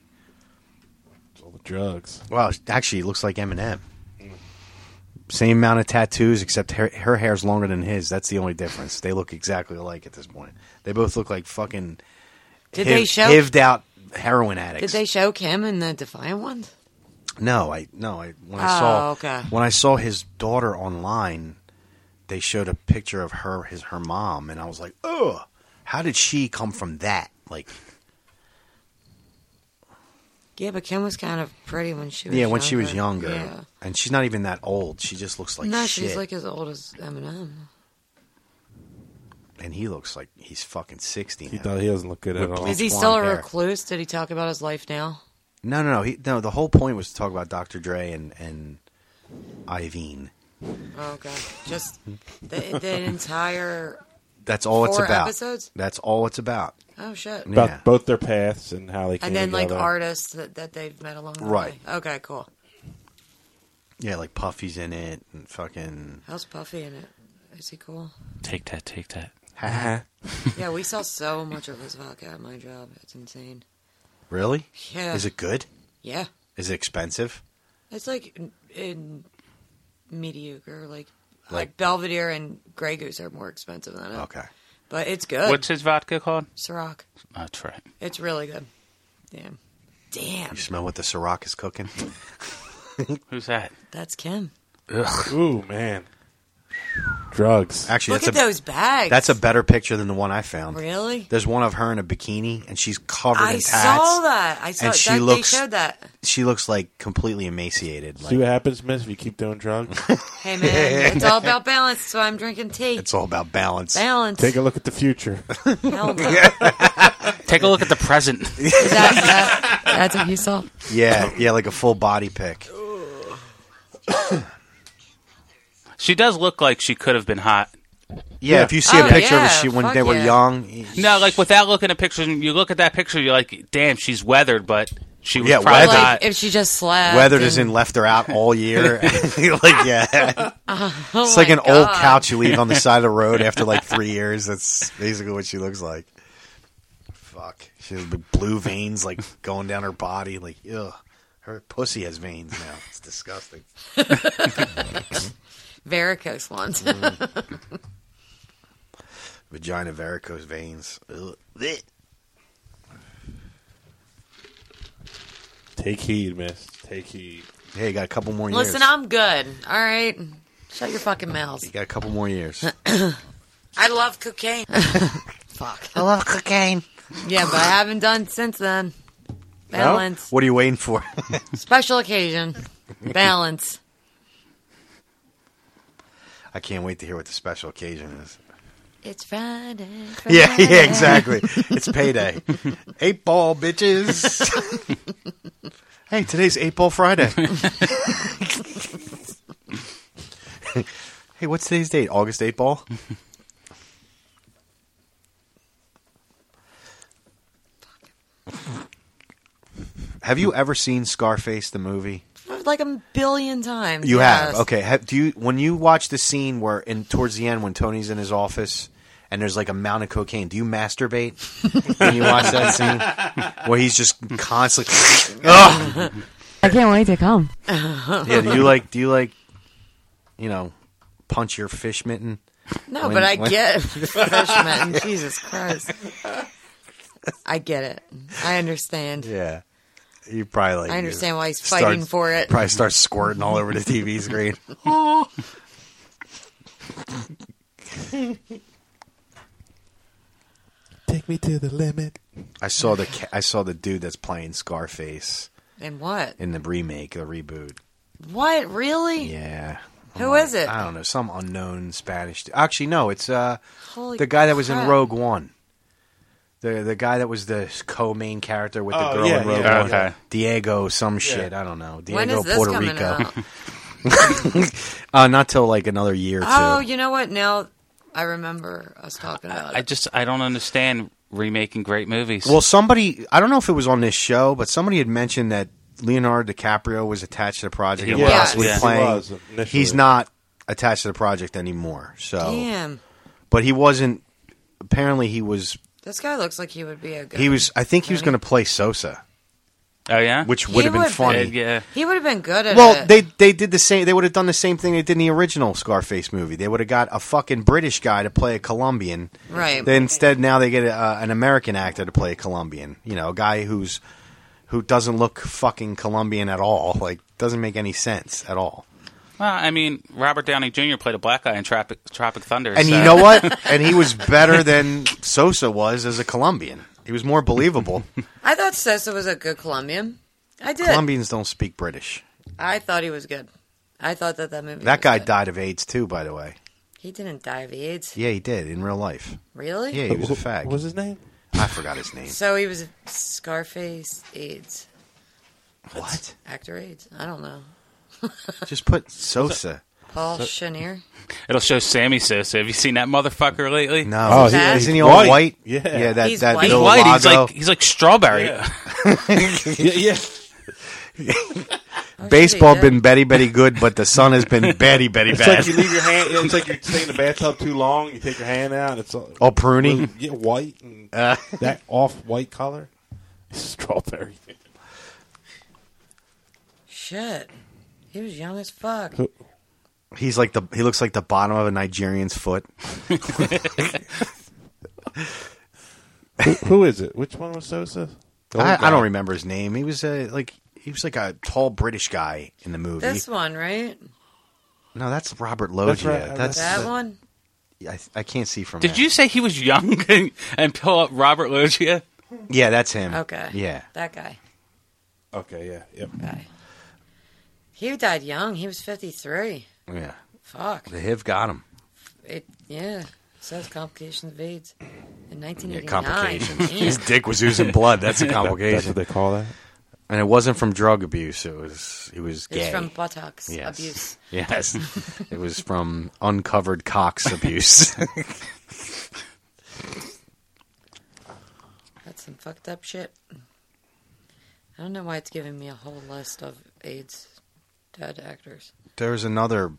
I: oh,
H: All the drugs. Wow, actually, it looks like Eminem. Same amount of tattoos, except her, her hair's longer than his. That's the only difference. They look exactly alike at this point. They both look like fucking
G: Did
H: hiv-
G: they show-
H: hived out heroin addicts.
G: Did they show Kim in the Defiant ones?
H: No, I no, I when I
G: Oh,
H: saw
G: okay.
H: when I saw his daughter online, they showed a picture of her his her mom, and I was like, ugh, how did she come from that? Like,
G: Yeah, but Kim was kind of pretty when she was
H: yeah, when she was younger,
G: Yeah.
H: and she's not even that old. She just looks like
G: no,
H: shit,
G: she's like as old as Eminem.
H: and he looks like he's fucking sixty. He
I: does- he doesn't look good at all.
G: Is he still a recluse? Did he talk about his life now?
H: No, no, no. He, no, the whole point was to talk about Dr. Dre and and Iveen.
G: Oh god, just the, the entire
H: That's all it's
G: Four
H: about.
G: episodes?
H: That's all it's about.
G: Oh shit.
I: About
H: Yeah.
I: both their paths and how they came
G: and then like
I: together.
G: artists that, that they've met along the
H: Right.
G: way. Okay, cool.
H: Yeah, like Puffy's in it and fucking
G: How's Puffy in it? Is he cool?
J: Take that, take that.
G: yeah, we saw so much of his vodka at my job. It's insane.
H: Really?
G: Yeah.
H: Is it good?
G: Yeah,
H: Is it expensive?
G: it's like in, in mediocre. Like
H: Like-
G: like Belvedere and Grey Goose are more expensive than it.
H: Okay.
G: but it's good.
J: What's his vodka called? Oh,
G: Ciroc?
J: That's right.
G: It's really good. Damn, damn,
H: You smell what the Ciroc is cooking?
J: Who's that?
G: that's Kim.
I: Ooh man, drugs.
H: Actually,
G: Look
H: that's
G: at
H: a
G: those bags.
H: that's a better picture than the one I found.
G: Really?
H: There's one of her in a bikini and she's covered
G: I
H: in tats.
G: saw that. I saw
H: and
G: that.
H: she
G: they
H: looks-
G: showed that.
H: She looks like completely emaciated.
I: See
H: Like
I: what happens, Miss, if you keep doing drugs.
G: Hey man, it's all about balance. So I'm drinking tea.
H: it's all about balance.
G: balance.
I: Take a look at the future.
G: Hell no.
J: Take a look at the present.
G: Is that- that- that's what you saw.
H: Yeah, yeah, like a full body pick.
J: she does look like she could have been hot.
H: Yeah, if you see a
G: Oh,
H: picture of her
G: yeah,
H: she when
G: fuck
H: they were
G: yeah.
H: young,
J: No, like without looking at pictures, and you look at that picture, you're like, damn, she's weathered, but she was
H: Yeah,
J: probably
H: weathered.
J: not.
G: Like if she just slept.
H: weathered is
G: and-
H: in left her out all year. like yeah,
G: Oh
H: it's like
G: my
H: an old
G: God.
H: couch you leave on the side of the road after like three years. That's basically what she looks like. Fuck, she has big blue veins like going down her body. Like ugh, her pussy has veins now. It's disgusting.
G: Varicose ones.
H: Mm, Vagina varicose veins. Ugh. Blech.
I: Take heed, Miss. Take heed.
H: Hey, you got a couple more years.
G: Listen, I'm good. All right. Shut your fucking mouths.
H: You got a couple more years.
G: I love cocaine. Fuck.
H: I love cocaine.
G: Yeah, but I haven't done since then. Balance.
H: What are you waiting for?
G: Special occasion. Balance.
H: I can't wait to hear what the special occasion is.
G: It's Friday.
H: Yeah, yeah, exactly. It's payday. Eight ball, bitches. hey, today's Eight Ball Friday. hey, what's today's date? August Eight Ball? Have you ever seen Scarface the movie?
G: Like a billion times.
H: You
G: yes.
H: have okay. Have, do you when you watch the scene where in towards the end when Tony's in his office and there's like a mountain of cocaine? Do you masturbate when you watch that scene where he's just constantly? Ugh.
D: I can't wait to come.
H: Yeah. Do you like? Do you like? You know, punch your fish mitten.
G: No,
H: When-
G: but I
H: when-
G: get freshman. Jesus Christ. I get it. I understand.
H: Yeah. You probably like.
G: I understand why he's fighting
H: start-
G: for it.
H: Probably start squirting all over the TV screen.
I: Take me to the limit.
H: I saw the ca- I saw the dude that's playing Scarface
G: And what?
H: in the remake, the reboot.
G: What? Really?
H: Yeah.
G: Who is it?
H: I don't know, some unknown Spanish. Actually, no, it's uh
G: Holy
H: the guy that was in
G: crap.
H: Rogue One. The the guy that was the co-main character with the
I: Oh,
H: girl
I: yeah,
H: in Rogue
I: yeah,
H: One,
J: yeah.
H: Diego, some shit. I don't know. Diego,
G: When is this
H: Puerto
G: coming
H: Rico.
G: out?
H: Uh, not till like another year or two.
G: Oh, you know what? Now I remember us talking about
J: I
G: it.
J: just, I don't understand remaking great movies.
H: Well, somebody I don't know if it was on this show, but somebody had mentioned that Leonardo DiCaprio was attached to the project.
J: He
H: and
J: was,
H: possibly
J: yeah. He
H: playing.
I: was initially.
H: He's not attached to the project anymore. So,
G: Damn,
H: but he wasn't. Apparently, he was
G: this guy looks like he would be a good.
H: He was. I think he was
G: Really?
H: going to play Sosa,
J: oh yeah,
H: which
G: He
H: would have been
G: would've
J: Uh,
H: funny.
J: yeah.
G: He would have been good at
H: Well,
G: it.
H: they they did the same. They would have done the same thing they did in the original Scarface movie. They would have got a fucking British guy to play a Colombian.
G: Right.
H: They, instead, now they get a, uh, an American actor to play a Colombian. You know, a guy who's who doesn't look fucking Colombian at all. Like, doesn't make any sense at all.
J: Well, I mean, Robert Downey Jr. played a black guy in Tropic, Tropic Thunder.
H: And
J: so-
H: you know what? and he was better than Sosa was as a Colombian. He was more believable.
G: I thought Sosa was a good Colombian. I did.
H: Colombians don't speak British.
G: I thought he was good. I thought that that movie.
H: That
G: was
H: guy
G: good.
H: died of AIDS too, by the way.
G: He didn't die of AIDS.
H: Yeah, he did in real life.
G: Really?
H: Yeah, he was a fag.
I: What's his name?
H: I forgot his name.
G: So he was Scarface AIDS
H: What?
G: actor AIDS. I don't know.
H: Just put Sosa.
G: Paul Chenier.
J: It'll show Sammy Sosa. Have you seen that motherfucker lately?
H: No. Oh, Is he- that- isn't he all white? white? Yeah. Yeah, that-
J: he's
H: that
J: white. He's,
H: Bill
J: white. he's
H: Lago.
J: like he's like strawberry.
H: Yeah, Baseball been betty betty good, but the sun has been betty betty
I: It's
H: bad.
I: like you leave your hand. It's like you stay in the bathtub too long. You take your hand out. It's all,
H: All Oh, pruny?
I: Yeah, white and
H: Uh.
I: that off white color. Strawberry.
G: Shit. He was young as fuck.
H: He's like the he looks like the bottom of a Nigerian's foot.
I: who, who is it? Which one was Sosa? The old
H: I, I
I: guy.
H: don't remember his name. He was a like he was like a tall British guy in the movie.
G: This one, right?
H: no, that's Robert Loggia.
I: right.
H: That's,
G: that one?
H: I, I can't see from.
J: Did
H: that.
J: you say he was young and, and pull up Robert Loggia?
H: Yeah, that's him.
G: Okay.
H: Yeah.
G: That guy.
I: Okay. Yeah. Yep.
G: He died young. He was 53.
H: Yeah.
G: Fuck.
H: The HIV got him.
G: It, yeah. Says complications of AIDS in 1989.
H: Yeah, complications.
G: Damn.
H: His dick was oozing blood. That's a complication.
I: That's what they call that.
H: And it wasn't from drug abuse. It was it was
G: It was
H: gay.
G: from buttocks
H: Yes.
G: abuse.
H: Yes. it was from uncovered cocks abuse.
G: That's some fucked up shit. I don't know why it's giving me a whole list of AIDS dead actors.
H: There's another.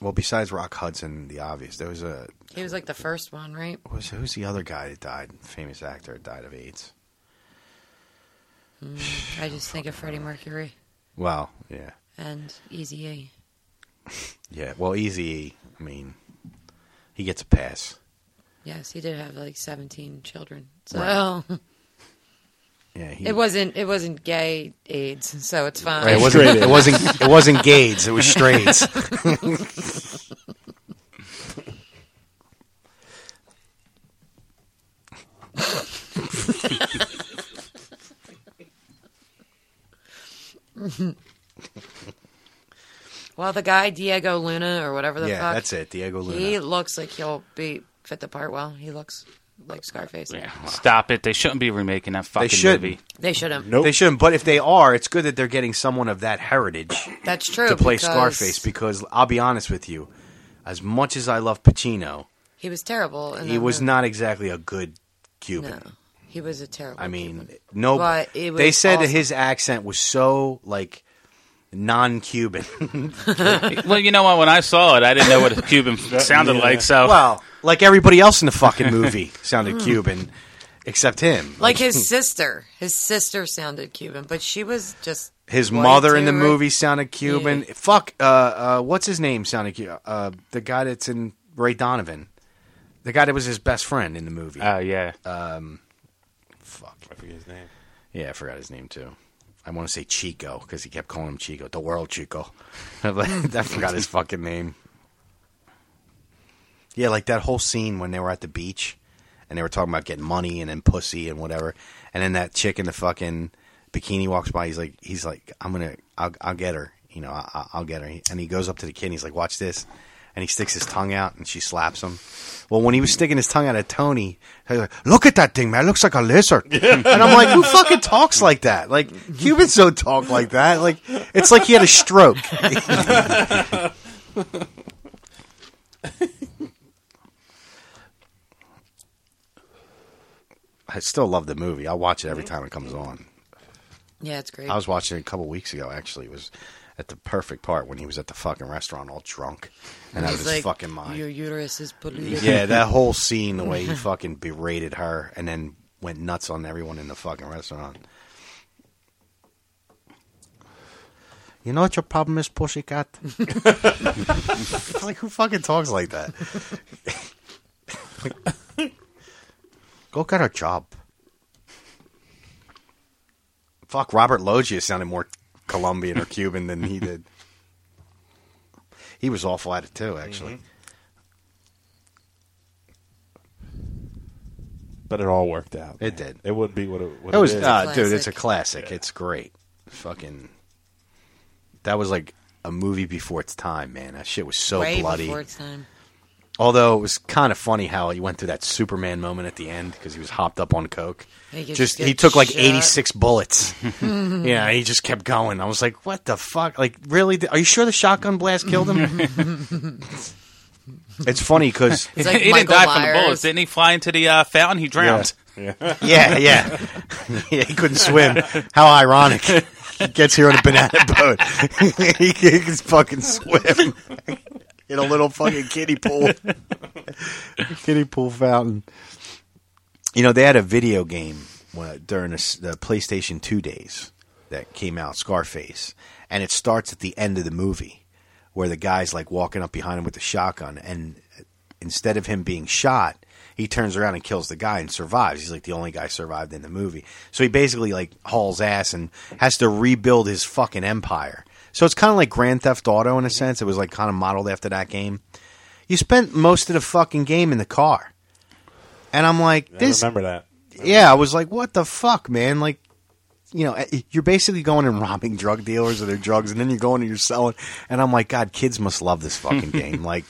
H: Well, besides Rock Hudson, the obvious, there was a
G: He was like the first one, right?
H: was who's the other guy that died? Famous actor that died of AIDS.
G: Mm, I just think of Freddie Mercury
H: Well, yeah,
G: and Easy A.
H: yeah. Well, Easy, I mean, he gets a pass.
G: Yes, he did have like 17 children. So
H: Right. Yeah, he,
G: it wasn't it wasn't gay AIDS, so it's fine.
H: Right, it wasn't. It wasn't. It wasn't Gades. It was Straits.
G: well, the guy Diego Luna or whatever the
H: Yeah,
G: fuck.
H: that's it, Diego Luna.
G: He looks like he'll be fit the part well. He looks like Scarface.
J: Stop it! They shouldn't be remaking that fucking
H: shouldn't.
J: movie.
G: They shouldn't.
H: They shouldn't. But if they are, it's good that they're getting someone of that heritage.
G: That's true,
H: To play
G: because-
H: Scarface, because I'll be honest with you, as much as I love Pacino,
G: He was terrible. in
H: he
G: that
H: was
G: movie.
H: not exactly a good Cuban.
G: No, he was a terrible.
H: I mean, no.
G: But it was
H: they said that
G: awesome.
H: his accent was so like non-Cuban.
J: well, you know what? When I saw it, I didn't know what a Cuban sounded like. So
H: well, like everybody else in the fucking movie sounded Cuban, except him.
G: Mm. like his sister. His sister sounded Cuban, but she was just
H: His
G: white
H: mother in
G: too,
H: the
G: right?
H: movie sounded Cuban. Fuck, uh, uh, what's his name sounded Cuban? Uh, the guy that's in Ray Donovan. The guy that was his best friend in the movie.
J: Oh, yeah.
H: Um, fuck.
I: I forget his name.
H: Yeah, I forgot his name too. I want to say Chico because he kept calling him Chico. The world Chico. I forgot his fucking name. Yeah, like that whole scene when they were at the beach and they were talking about getting money and then pussy and whatever. And then that chick in the fucking bikini walks by. He's like, he's like, I'm gonna, I'll, I'll get her. You know, I, I- I'll get her. And he goes up to the kid. and He's like, watch this. And he sticks his tongue out and she slaps him. Well, when he was sticking his tongue out at Tony, he was like, look at that thing, man. It looks like a lizard. And I'm like, who fucking talks like that? Like, Cubans don't talk like that. Like, it's like he had a stroke. I still love the movie. I'll watch it every time it comes on.
G: Yeah, it's great.
H: I was watching it a couple weeks ago. Actually, it was at the perfect part when he was at the fucking restaurant all drunk and out of
G: He's
H: his
G: like,
H: fucking mind.
G: Your uterus is polluted.
H: Yeah, that whole scene, the way he fucking berated her and then went nuts on everyone in the fucking restaurant. You know what your problem is, pussycat? like, who fucking talks like that? Go get a job. Fuck, Robert Loggia sounded more Colombian or Cuban than he did. He was awful at it, too, actually.
I: But it all worked out.
H: It did.
I: It wouldn't be what it, what
H: It was,
I: is.
H: uh, dude. It's a classic. It's great. Fucking. That was like a movie before its time, man. That shit was so
G: Way
H: bloody.
G: before its time.
H: Although it was kind of funny how he went through that Superman moment at the end because he was hopped up on coke.
G: He could
H: just he
G: get
H: took like
G: shot.
H: eighty six bullets. yeah, he just kept going. I was like, "What the fuck? Like, really? Are you sure the shotgun blast killed him?" it's funny because
J: he didn't die from the bullets. Didn't he fly into the uh, fountain? He drowned.
H: Yeah, yeah, yeah. Yeah, he couldn't swim. How ironic. He gets here on a banana boat. he can just fucking swim in a little fucking kiddie pool. kiddie pool fountain. You know, they had a video game uh, during this- the PlayStation 2 days that came out, Scarface, and it starts at the end of the movie where the guy's like walking up behind him with a shotgun, and instead of him being shot, he turns around and kills the guy and survives. He's like the only guy survived in the movie. So he basically like hauls ass and has to rebuild his fucking empire. So it's kind of like Grand Theft Auto in a sense. It was like kind of modeled after that game. You spent most of the fucking game in the car. And I'm like, this
I: remember that.
H: yeah, I was like, what the fuck, man? Like, you know, eh, you're basically going and robbing drug dealers or their drugs, and then you're going and you're selling. And I'm like, God, kids must love this fucking game. Like,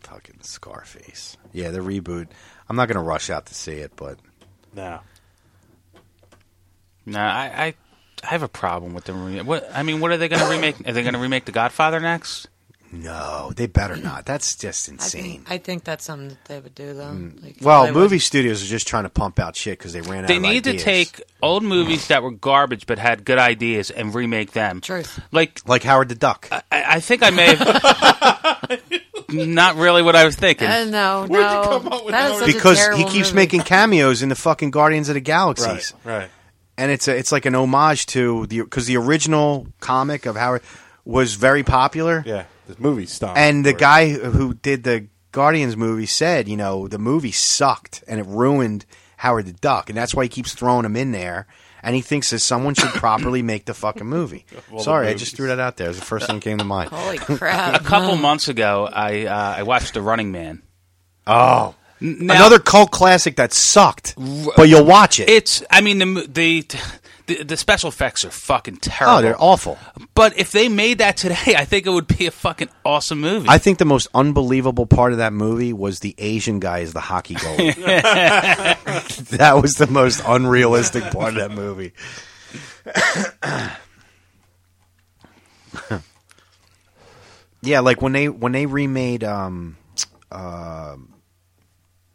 H: fucking Scarface. Yeah, the reboot. I'm not going to rush out to see it, but
I: No.
J: No, I, I, I have a problem with them. Re- what I mean, what are they going to remake? Are they going to remake The Godfather next?
H: no, they better not. That's just insane. Mm.
G: I think that's something that they would do though. Like,
H: Well,
G: they would-
H: movie studios are just trying to pump out shit because they ran out.
J: They
H: of
J: need to
H: ideas.
J: take old movies that were garbage but had good ideas and remake them. Truth. Like
H: like Howard the Duck.
J: I, I think I may have not really what I was thinking.
G: Uh, no, no. That is such a
H: because he
G: terrible
H: keeps
G: movie.
H: making cameos in the fucking Guardians of the Galaxies,
I: Right.
H: and it's a, it's like an homage to the because the original comic of Howard was very popular.
I: Yeah. The movie stopped.
H: And the guy who did the Guardians movie said, you know, the movie sucked and it ruined Howard the Duck, and that's why he keeps throwing him in there. And he thinks that someone should properly make the fucking movie.
J: all the
H: Sorry, I
J: movies.
H: just threw that out there. It was the first thing that came to mind.
G: Holy crap!
J: a couple months ago, I uh, I watched The Running Man.
H: Oh,
J: now-
H: another cult classic that sucked, but you'll watch it.
J: It's I mean the mo- the the, the special effects are fucking terrible.
H: Oh, they're awful.
J: But if they made that today, I think it would be a fucking awesome movie.
H: I think the most unbelievable part of that movie was the Asian guy is the hockey goalie. that was the most unrealistic part of that movie. yeah, like when they when they remade um, uh,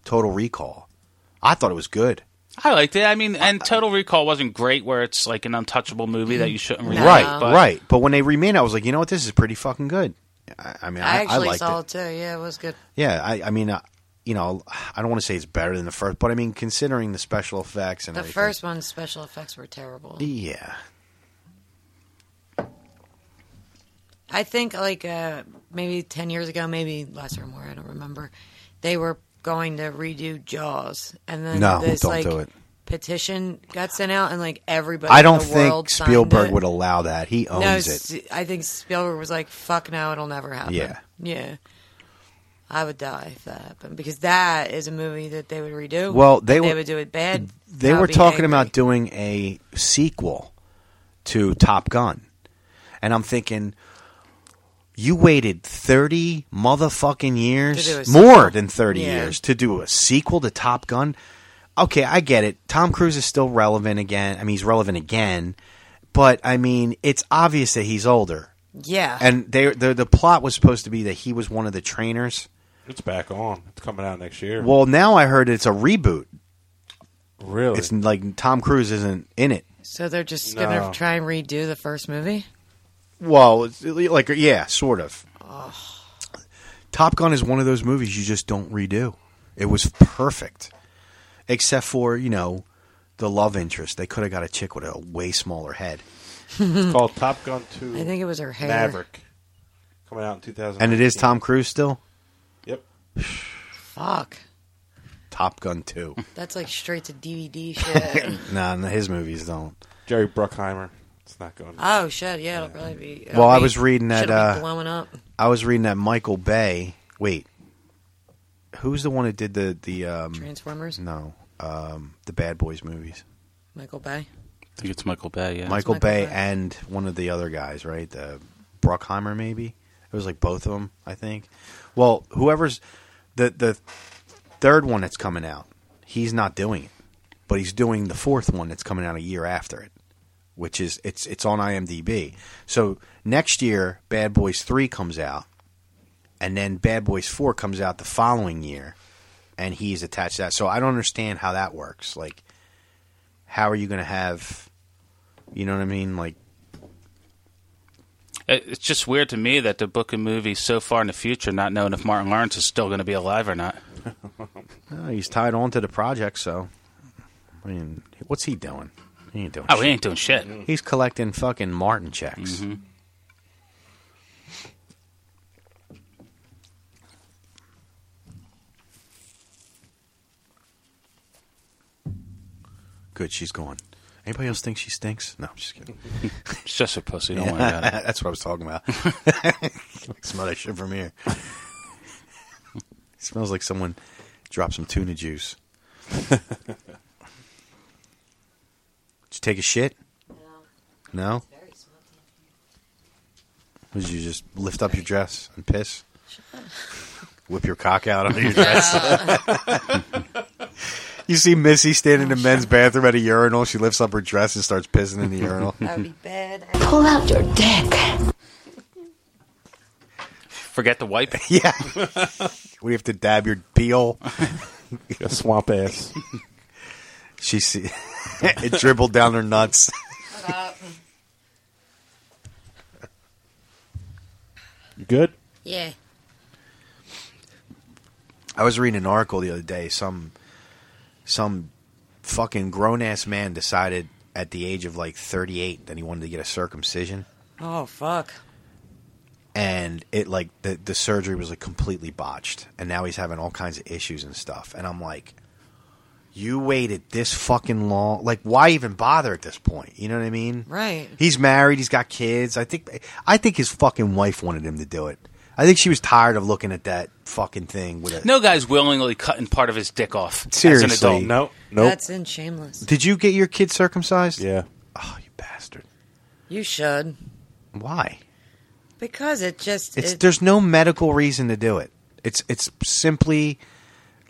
H: Total Recall, I thought it was good.
J: I liked it. I mean, and Total Recall wasn't great, where it's like an untouchable movie that you shouldn't remake.
H: Right,
J: but
H: right. But when they remade, it, I was like, you know what, this is pretty fucking good. I, I mean,
G: I
H: I, I,
G: actually
H: liked it.
G: saw it. too. Yeah, it was good.
H: Yeah, I, I mean, uh, you know, I don't want to say it's better than the first, but I mean, considering the special effects and
G: The
H: everything-
G: first one's special effects were terrible.
H: yeah,
G: I think like uh, maybe ten years ago, maybe less or more, I don't remember. They were going to redo Jaws, and then
H: No,
G: this
H: don't
G: like
H: do it.
G: petition got sent out, and like everybody.
H: I
G: in
H: don't
G: the
H: think
G: world signed
H: Spielberg
G: it.
H: would allow that. He
G: no,
H: owns it.
G: S- I think Spielberg was like, "Fuck no, it'll never happen."
H: Yeah.
G: yeah. I would die if that happened because that is a movie that they would redo.
H: Well, they were-
G: would do it bad.
H: They
G: I'd
H: were
G: be
H: talking
G: angry.
H: about doing a sequel to Top Gun, and I'm thinking. You waited 30 motherfucking
G: To do a
H: years,
G: sequel.
H: more than 30
G: Yeah.
H: years, to do a sequel to Top Gun. Okay, I get it. Tom Cruise is still relevant again. I mean, he's relevant again, but I mean, it's obvious that he's older.
G: yeah,
H: And they the the plot was supposed to be that he was one of the trainers.
I: It's back on. It's coming out next year.
H: Well, now I heard it's a reboot.
I: really?
H: It's like Tom Cruise isn't in it.
G: so they're just gonna
H: No.
G: try and redo the first movie.
H: Well, it's like yeah, sort of. Top Gun is one of those movies you just don't redo. It was perfect, except for you know the love interest. They could have got a chick with a way smaller head,
I: It's called Top Gun 2.
G: I think it was her hair.
I: Maverick. Coming out in 2000.
H: and it is Tom Cruise still.
I: Yep.
G: Fuck.
H: Top Gun two.
G: That's like straight to DVD shit.
H: nah, no, his movies don't.
I: Jerry Bruckheimer. It's not going.
G: oh shit, yeah, it'll probably be. it'll
H: Well, I
G: be-
H: was reading that,
G: shit'll
H: uh,
G: be blowing up.
H: I was reading that Michael Bay. Wait, who's the one that did the the um,
G: Transformers?
H: No, um, the Bad Boys movies.
G: Michael Bay.
J: I think it's Michael Bay. Yeah,
H: Michael, Bay, and one of the other guys, right? The Bruckheimer, maybe it was like both of them. I think. Well, whoever's the the third one that's coming out, he's not doing it, but he's doing the fourth one that's coming out a year after it, which is it's it's on IMDb. So next year, Bad Boys Three comes out, and then Bad Boys Four comes out the following year, and he's attached to that. So I don't understand how that works. Like, how are you going to have, you know what I mean? Like,
J: It- It's just weird to me that the book and movie so far in the future, not knowing if Martin Lawrence is still going to be alive or not.
H: oh, he's tied on to the project, so I mean, what's he doing? He ain't doing.
J: Oh, he Mm-hmm. ain't doing shit.
H: He's collecting fucking Martin checks. Good, she's gone. Anybody else think she stinks? No, I'm just kidding.
J: It's just a pussy. Don't worry about it.
H: That's what I was talking about. Smell that shit from here. smells like someone dropped some tuna juice. Did you take a shit? No. No? Did you just lift up your dress and piss? Whip your cock out under your dress. you see Missy standing in the men's bathroom at a urinal. She lifts up her dress and starts pissing in the urinal.
B: Pull out your dick.
J: Forget the wipe.
H: yeah. we have to dab your peel.
I: swamp ass.
H: She see it dribbled down her nuts.
I: You good?
G: Yeah.
H: I was reading an article the other day. Some some fucking grown ass man decided at the age of like thirty eight that he wanted to get a circumcision.
G: Oh fuck.
H: and it like the the surgery was like completely botched and now he's having all kinds of issues and stuff and I'm like you waited this fucking long like why even bother at this point you know what I mean
G: Right.
H: he's married he's got kids I think I think his fucking wife wanted him to do it I think she was tired of looking at that fucking thing with a
J: No guy's willingly cutting part of his dick off. As an
H: Seriously.
J: adult.
H: No,
G: That's in shameless.
H: Did you get your kid circumcised? Oh, Yeah.
G: You should.
H: Why?
G: Because it just
H: It's
G: it-
H: there's no medical reason to do it. It's it's simply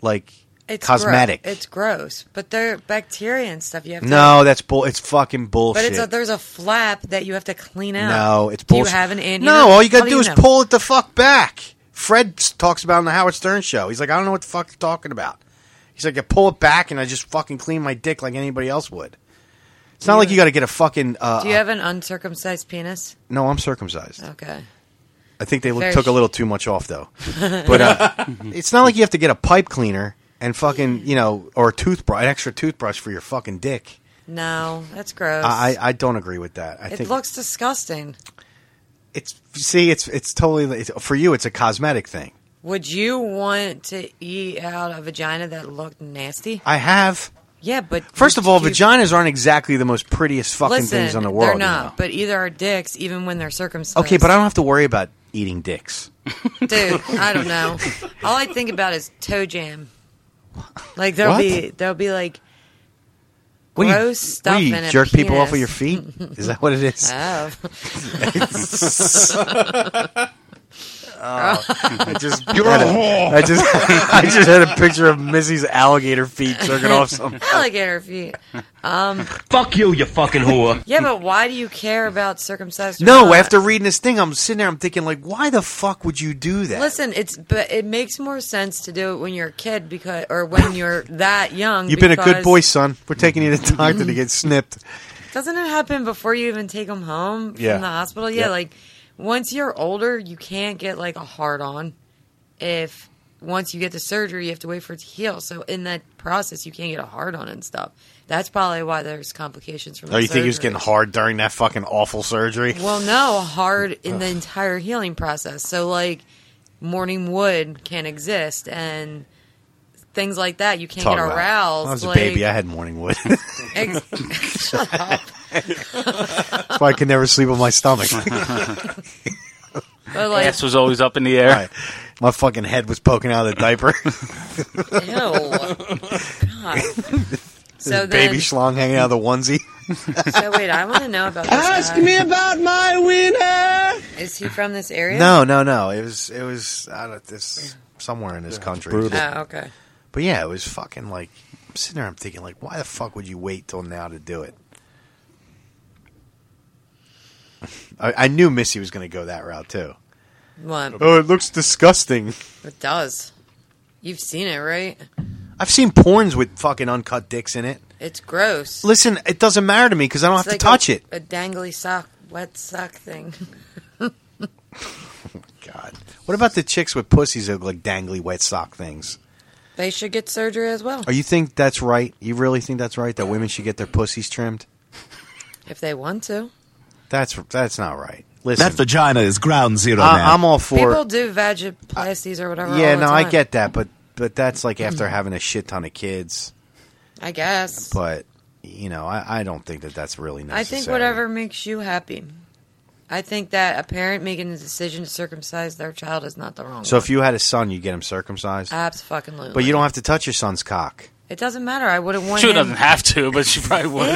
H: like
G: it's gro-
H: cosmetic.
G: it's gross, but they're bacteria and stuff. You have to
H: No, that's bull. It's fucking bullshit.
G: But it's a, there's a flap that you have to clean out.
H: No, it's
G: Do
H: bullshit.
G: you have an in?
H: No, all you gotta do, is
G: know?
H: pull it the fuck back. Fred s- talks about it on the Howard Stern show. He's like, I don't know what the fuck you're talking about. He's like, I pull it back and I just fucking clean my dick like anybody else would. It's not like you got to get a fucking. Uh,
G: Do you have an uncircumcised penis?
H: no, I'm circumcised.
G: Okay.
H: I think they
G: Very
H: took a
G: sh-
H: little too much off though. But uh, it's not like you have to get a pipe cleaner and fucking you know or a toothbrush, an extra toothbrush for your fucking dick.
G: No, that's gross.
H: I, I I don't agree with that. I
G: it
H: think
G: looks disgusting.
H: it's see it's it's totally it's, for you. It's a cosmetic thing.
G: Would you want to eat out a vagina that looked nasty?
H: I have.
G: Yeah, but
H: First of all,
G: you-
H: vaginas aren't exactly the most prettiest fucking
G: listen,
H: things on the world.
G: They're
H: you
G: not,
H: know?
G: but either are dicks, even when they're circumcised.
H: Okay, but I don't have to worry about eating dicks.
G: dude, I don't know. All I think about is toe jam. Like there'll
H: What?
G: be there'll be like
H: What do you,
G: gross stuff
H: what do you
G: in a
H: jerk people off with
G: penis.
H: your feet? Is that what it is?
G: Oh.
H: Oh, I just
B: You're a
H: had
B: whore.
H: I just I just had a picture of Missy's alligator feet jerking off some.
G: alligator feet. Um,
L: Fuck you, you fucking whore.
G: yeah, but why do you care about circumcised? or
H: No,
G: not?
H: after reading this thing, I'm sitting there, I'm thinking like, why the fuck would you do that?
G: Listen, it's but it makes more sense to do it when you're a kid because, or when you're that young.
H: You've been a good
G: because-
H: boy, son. We're taking you to doctor to get snipped.
G: Doesn't it happen before you even take them home
H: Yeah.
G: from the hospital? Yeah,
H: Yep.
G: like once you're older, you can't get like a hard on. If once you get the surgery, you have to wait for it to heal. So in that process, you can't get a hard on and stuff. That's probably why there's complications from.
H: Oh,
G: the
H: you think he was
G: surgery.
H: getting hard during that fucking awful surgery?
G: Well, no, hard in the entire healing process. So, like, morning wood can exist and things like that. You can't
H: Talk
G: get
H: about it.
G: aroused.
H: When I was
G: like,
H: a baby. I had morning wood.
G: Ex- Shut up.
H: That's why I could never sleep on my stomach.
G: But, like,
J: Ass was always up in the air.
H: Right. My fucking head was poking out of the diaper.
G: Ew. God. So
H: This baby
G: then-
H: schlong hanging out of the onesie.
G: So wait, I want to know about this.
B: Ask
G: guy.
B: me about my winner.
G: Is he from this area?
H: No, no, no. It was it was out of this somewhere in this country.
G: Oh, okay.
H: But yeah, it was fucking like I'm sitting there. I'm thinking like, why the fuck would you wait till now to do it? I, I knew Missy was going to go that route too.
G: What?
H: Oh, it looks disgusting.
G: It does. You've seen it, right?
H: I've seen porns with fucking uncut dicks in it.
G: It's gross.
H: Listen, it doesn't matter to me because I don't
G: It's
H: have
G: like
H: to touch
G: a-
H: it.
G: A dangly sock, wet sock thing.
H: God, what about the chicks with pussies that look like dangly wet sock things?
G: they should get surgery as well
H: Are you think that's right? You really think that's right that women should get their pussies trimmed?
G: if they want to.
H: That's that's not right.
M: That vagina is ground zero
N: Uh,
H: I-
M: now.
H: I'm all for.
G: People do vagoplasties or whatever.
H: yeah,
G: all the
H: no, I
G: time.
H: get that, but but that's like after having a shit ton of kids.
G: I guess.
H: But you know, I, I don't think that that's really necessary.
G: I think whatever makes you happy. I think that a parent making the decision to circumcise their child is not the wrong.
H: So if you had a son, you'd get him circumcised.
G: abs fucking loot,
H: But you don't have to touch your son's cock.
G: It doesn't matter. I wouldn't want.
J: She
G: him-
J: doesn't have to, but she probably
G: Ew!
J: would.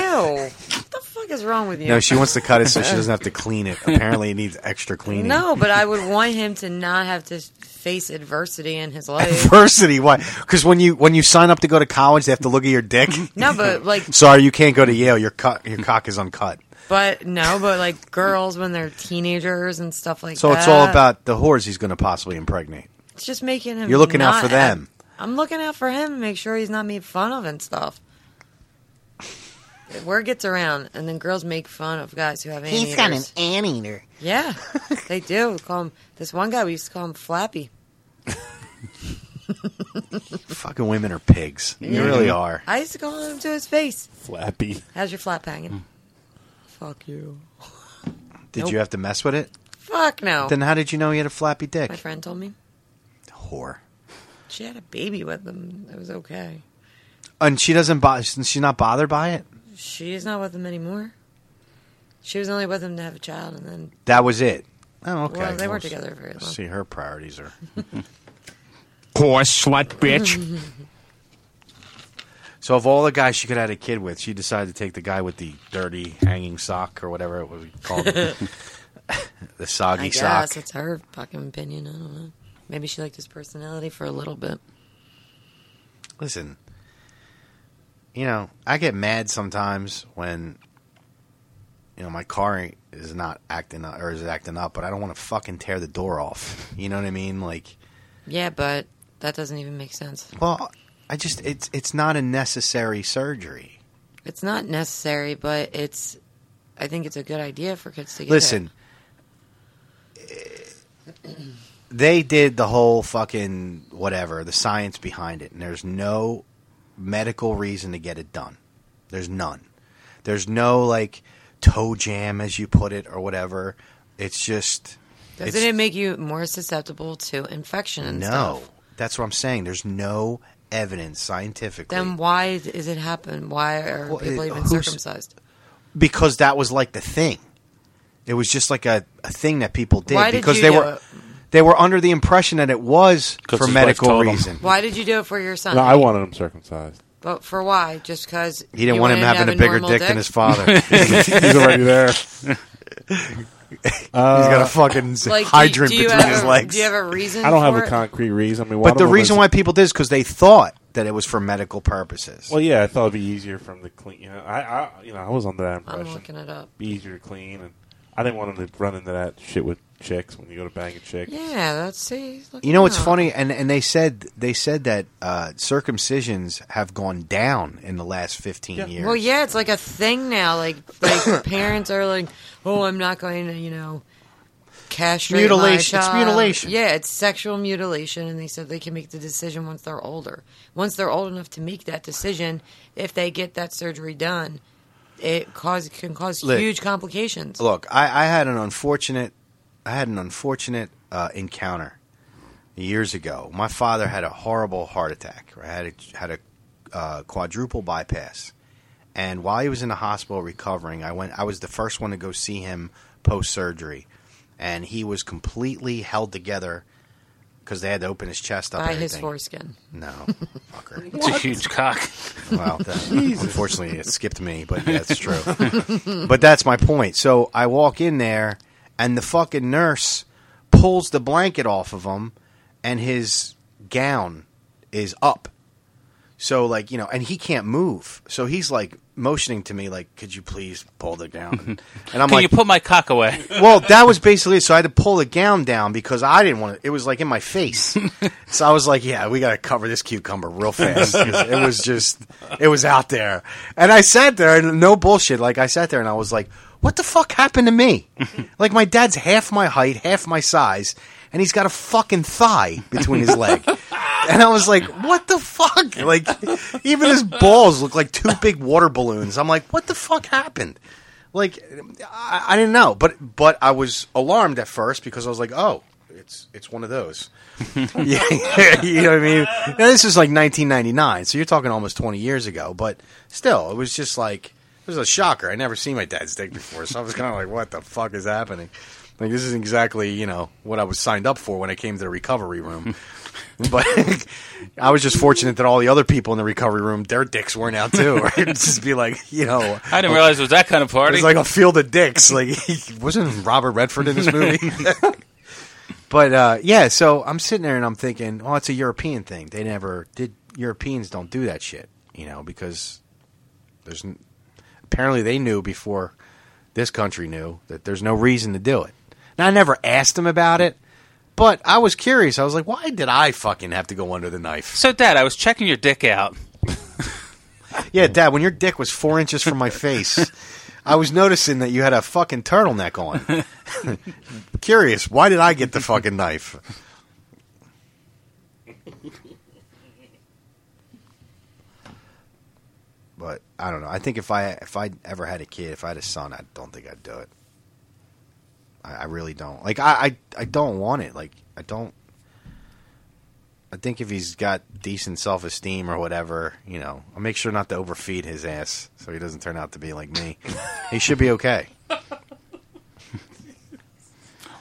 G: what the fuck is wrong with you?
H: No, she wants to cut it so she doesn't have to clean it. Apparently, it needs extra cleaning.
G: No, but I would want him to not have to face adversity in his life.
H: Adversity, why? Because when you when you sign up to go to college, they have to look at your dick.
G: No, but like,
H: Sorry, you can't go to Yale. Your co- your cock is uncut.
G: but no, but like girls when they're teenagers and stuff like
H: So
G: that.
H: it's all about the whores he's going to possibly impregnate.
G: It's just making him.
H: You're looking out
G: not
H: for
G: ab-
H: them.
G: I'm looking out for him to make sure he's not made fun of and stuff. Word gets around, and then girls make fun of guys who have anteaters.
M: He's got an anteater.
G: Yeah, they do. We call him this one guy. We used to call him Flappy.
H: Fucking women are pigs. They really are.
G: I used to call him to his face.
H: Flappy.
G: How's your flap
H: Mm.
G: hanging? Fuck you.
H: Did
G: Nope.
H: you have to mess with it?
G: Fuck no.
H: Then how did you know he had a flappy dick?
G: My friend told me
H: Whore.
G: she had a baby with him. It was okay.
H: And she doesn't bother. She's not bothered by it.
G: She's not with him anymore. She was only with him to have a child, and then
H: That was it. Oh, okay.
G: Well, they weren't
H: s-
G: together very long.
H: See, her priorities are.
M: Horse slut bitch.
H: so, of all the guys she could have had a kid with, she decided to take the guy with the dirty hanging sock or whatever it was called, the soggy
G: I
H: sock.
G: guess it's her fucking opinion. I don't know. Maybe she liked his personality for a little bit.
H: Listen, you know, I get mad sometimes when you know my car is not acting up or is acting up, but I don't want to fucking tear the door off. You know what I mean? Like,
G: Yeah, but that doesn't even make sense.
H: well, I just it's it's not a necessary surgery.
G: It's not necessary, but it's. I think it's a good idea for kids to get.
H: Listen, they did the whole fucking whatever, the science behind it, and there's no medical reason to get it done. There's none. There's no like toe jam, as you put it, or whatever. It's just
G: it. doesn't
H: it's-
G: it make you more susceptible to infection and
H: no.
G: stuff?
H: That's what I'm saying. There's no evidence scientifically
G: Then why is it happen? Why are
H: Well,
G: people
H: it-
G: even
H: who's-
G: circumcised?
H: because that was like the thing. It was just like a, a thing that people did
G: Why did
H: because
G: you
H: they
G: do
H: were they were under the impression that it was
I: 'Cause
H: for
I: his wife
H: medical
I: told him.
H: reason.
G: Why did you do it for your son?
I: No, I wanted him circumcised.
G: But for why? Just because
H: He didn't want him having a bigger dick, than his father.
I: He's already there.
H: He's
I: Uh,
H: got a fucking
G: Like, do-
H: hydrant
G: do you
H: between
G: have
H: his
G: a-
H: legs.
G: do you have a reason
I: I don't have
G: for
I: a
G: it?
I: concrete reason. I mean,
H: but the reason why people did is because they thought that it was for medical purposes.
I: Well, yeah, I thought it'd be easier from the clean. You know, I, I, you know, I was under that impression.
G: looking it up.
I: Be easier to clean, and I didn't want him to run into that shit with chicks when you go to bang a chick.
G: Yeah, that's see. look
H: You know what's
G: it up.
H: funny, and and they said they said that uh, circumcisions have gone down in the last fifteen years.
G: Well, yeah, it's like a thing now. Like, like parents are like, "Oh, I'm not going to, you know, castrate My
H: Mutilation- it's
G: child.
H: mutilation.
G: Yeah, it's sexual mutilation, and they said they can make the decision once they're older. Once they're old enough to make that decision, if they get that surgery done, it cause can cause
H: Look.
G: huge complications.
H: Look, I, I had an unfortunate, I had an unfortunate uh, encounter years ago. My father had a horrible heart attack. I had a, had a uh, quadruple bypass, and while he was in the hospital recovering, I went. I was the first one to go see him post surgery, and he was completely held together because they had to open his chest up. and
G: By his
H: everything.
G: foreskin.
H: No, fucker.
G: It's a
J: huge cock.
H: Wow. That, unfortunately, it skipped me, but yeah, it's true. but that's my point. So I walk in there, and the fucking nurse pulls the blanket off of him, and his gown is up. So like you know, and he can't move. So he's like motioning to me, like, "Could you please pull the gown?" And I'm
J: Can
H: like,
J: you put my cock away?
H: well, that was basically it. So I had to pull the gown down because I didn't want it. It was like in my face. so I was like, yeah, we got to cover this cucumber real fast. 'Cause it was just, it was out there. And I sat there and no bullshit. Like I sat there and I was like, what the fuck happened to me? like my dad's half my height, half my size, and he's got a fucking thigh between his leg. And I was like, what the fuck? Like, even his balls look like two big water balloons. I'm like, what the fuck happened? Like, I, I didn't know, but but I was alarmed at first because I was like, oh, it's it's one of those. yeah, you know what I mean. Now, this is like 1999, so you're talking almost 20 years ago, but still, it was just like it was a shocker. I never seen my dad's dick before, so I was kind of like, what the fuck is happening? Like this isn't exactly you know what I was signed up for when I came to the recovery room. But I was just fortunate that all the other people in the recovery room, their dicks weren't out too. Or it'd just be like, you know,
J: I didn't realize it was that kind of party.
H: it's like a field of dicks. Like wasn't Robert Redford in this movie? but uh, yeah, so I'm sitting there and I'm thinking, oh, it's a European thing. They never did. Europeans don't do that shit, you know, because there's n- apparently they knew before this country knew that there's no reason to do it. And I never asked them about it, but I was curious. I was like, why did I fucking have to go under the knife?
J: so, Dad, I was checking your dick out.
H: Yeah, Dad, when your dick was four inches from my face, I was noticing that you had a fucking turtleneck on. Curious, why did I get the fucking knife? But I don't know. I think if I if I ever had a kid, if I had a son, I don't think I'd do it. I, I really don't. Like I, I I don't want it. Like I don't. I think if he's got decent self esteem or whatever, you know, I'll make sure not to overfeed his ass so he doesn't turn out to be like me. he should be okay.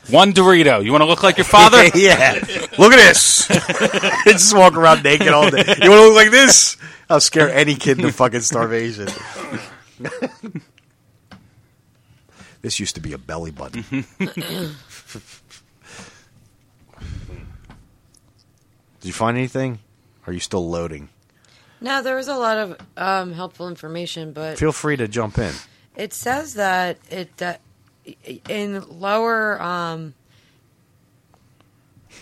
J: One Dorito. You want to look like your father?
H: yeah. Look at this. Just walk around naked all day. You want to look like this? I'll scare any kid into fucking starvation. this used to be a belly button. Did you find anything? Are you still loading?
G: No, there was a lot of um, helpful information, but
H: Feel free to jump in.
G: it says that it uh, in lower um,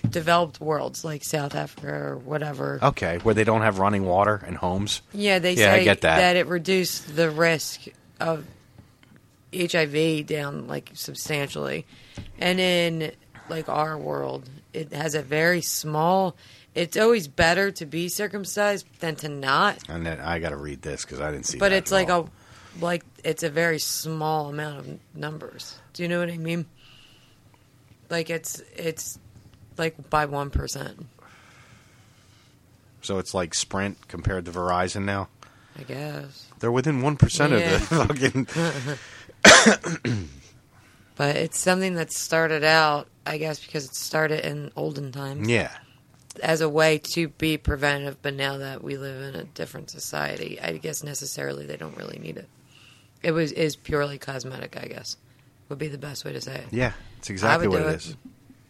G: developed worlds like South Africa or whatever.
H: Okay, where they don't have running water and homes.
G: Yeah, they
H: yeah,
G: say
H: I get that.
G: it reduced the risk of HIV down like substantially. And in like our world, it has a very small it's always better to be circumcised than to not.
H: and then I got to read this because I didn't see.
G: but
H: that
G: it's
H: at
G: like
H: all.
G: a like it's a very small amount of numbers. Do you know what I mean? Like it's it's like by 1%,
H: so it's like Sprint compared to Verizon now.
G: I guess.
H: They're within one percent
G: Yeah.
H: of the fucking.
G: But it's something that started out, I guess, because it started in olden times.
H: yeah,
G: As a way to be preventive, but now that we live in a different society, I guess necessarily they don't really need it. It was is purely cosmetic, I guess, would be the best way to say it.
H: yeah, it's
G: I
H: exactly
G: would
H: what
G: do
H: it is.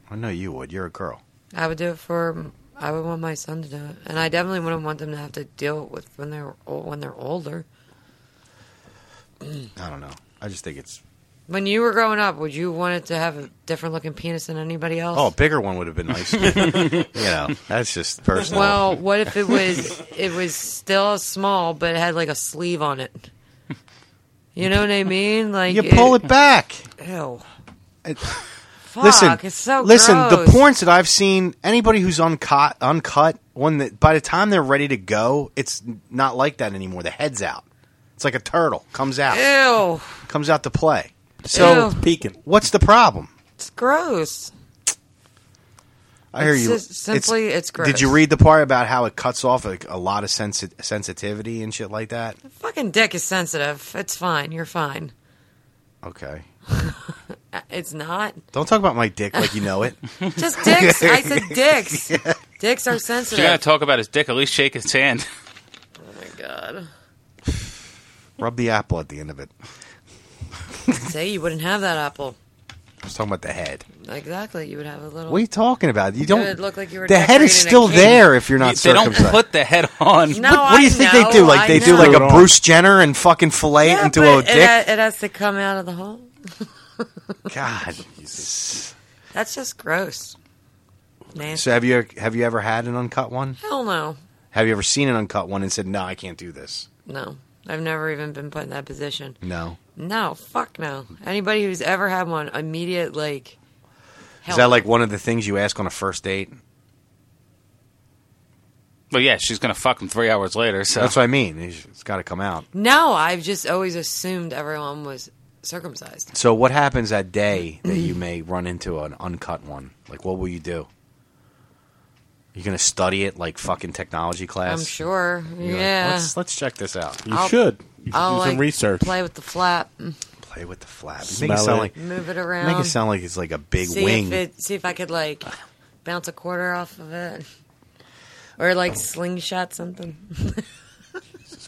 H: I know you would. You're a girl.
G: I would do it for. I would want my son to do it, and I definitely wouldn't want them to have to deal with when they're old, when they're older.
H: I don't know. I just think it's.
G: When you were growing up, would you want it to have a different looking penis than anybody else?
H: Oh, a bigger one would have been nice. you know, that's just personal.
G: Well, what if it was it was still small, but it had like a sleeve on it? You know what I mean? Like
H: You pull it back.
G: Ew. Fuck,
H: listen,
G: it's so
H: listen.
G: gross.
H: The porns that I've seen, anybody who's uncut, uncut, one that by the time they're ready to go, it's not like that anymore. The head's out. It's like a turtle comes out.
G: Ew.
H: Comes out to play.
G: So-
H: So
G: Ew.
H: peeking. What's the problem?
G: It's gross.
H: I hear
G: It's
H: you.
G: just simply- it's gross.
H: Did you read the part about how it cuts off a, a lot of sensi- sensitivity and shit like that?
G: Fucking dick is sensitive. It's fine. You're fine.
H: Okay.
G: Uh, It's not.
H: Don't talk about my dick like you know it.
G: Just dicks. I said dicks. Dicks are
J: If you're gonna
G: sensitive.
J: talk about his dick, at least shake his hand.
G: Oh my god.
H: Rub the apple at the end of it.
G: Say you wouldn't have that apple.
H: I was talking about the head.
G: Exactly. You would have a little.
H: What are you talking about? You
G: It
H: don't.
G: would look like you were
H: the head is
G: decorating a
H: still
G: cake.
H: there if you're not
J: they don't
H: circumcised.
J: put the head on.
G: No,
H: what, what do you
G: I
H: think
G: know,
H: they do? Like
G: I
H: they do
G: know.
H: like a Bruce Jenner and fucking fillet
G: Yeah,
H: into a
G: but it, uh,
H: dick.
G: ha- it has to come out of the hole.
H: God.
G: That's just gross. Man.
H: So have you have you ever had an uncut one?
G: Hell no.
H: Have you ever seen an uncut one and said, "No, I can't do this"?
G: No. I've never even been put in that position.
H: No.
G: No, fuck no. Anybody who's ever had one, immediate, like.
H: Is
G: help.
H: that like one of the things you ask on a first date?
J: But yeah, she's gonna fuck him three hours later. So
H: That's what I mean. It's- it's got to come out.
G: No, I've just always assumed everyone was circumcised.
H: So what happens that day that you may run into an uncut one? Like what will you do? You gonna study it like fucking technology class?
G: I'm sure.
H: You're like,
G: yeah.
H: let's let's check this out.
G: I'll- I'll,
H: do some
G: like,
H: research.
G: Play with the flap.
H: Play with the flap.
I: Smell
H: make it sound
I: it.
H: like
G: Move it
H: Make
G: around.
H: it sound like it's like a big
G: see
H: wing.
G: If it, see if I could like bounce a quarter off of it, or like slingshot something.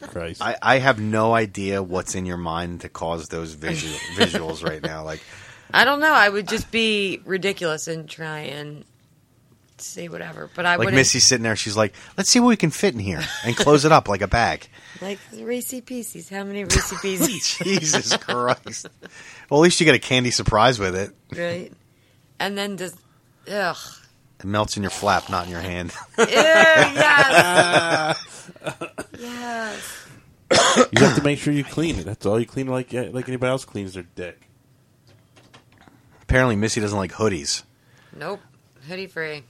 H: Christ. I, I have no idea what's in your mind to cause those visual, visuals right now. Like
G: I don't know. I would just be ridiculous and try and say whatever. But I
H: like
G: wouldn't
H: Missy's sitting there, she's like, "Let's see what we can fit in here," and close it up like a bag.
G: like racy pieces. How many racy pieces?
H: Jesus Christ! Well, at least you get a candy surprise with it.
G: right. And then does ugh.
H: It melts in your flap, not in your hand.
G: Ew, yes. yes.
I: You have to make sure you clean it. That's all you clean like yeah, like anybody else cleans their dick.
H: Apparently, Missy doesn't like hoodies.
G: Nope. Hoodie free.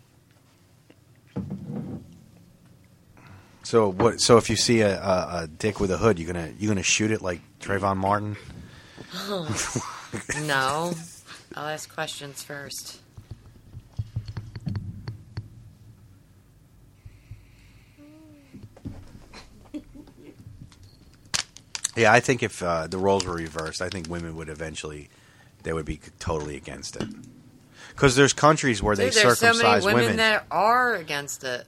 H: So what? So if you see a, a, a dick with a hood, you gonna you gonna shoot it like Trayvon Martin?
G: no. I'll ask questions first.
H: Yeah, I think if uh, the roles were reversed, I think women would eventually they would be totally against it. Because there's countries where they
G: Dude, there's so
H: circumcise
G: many women,
H: women.
G: that are against it.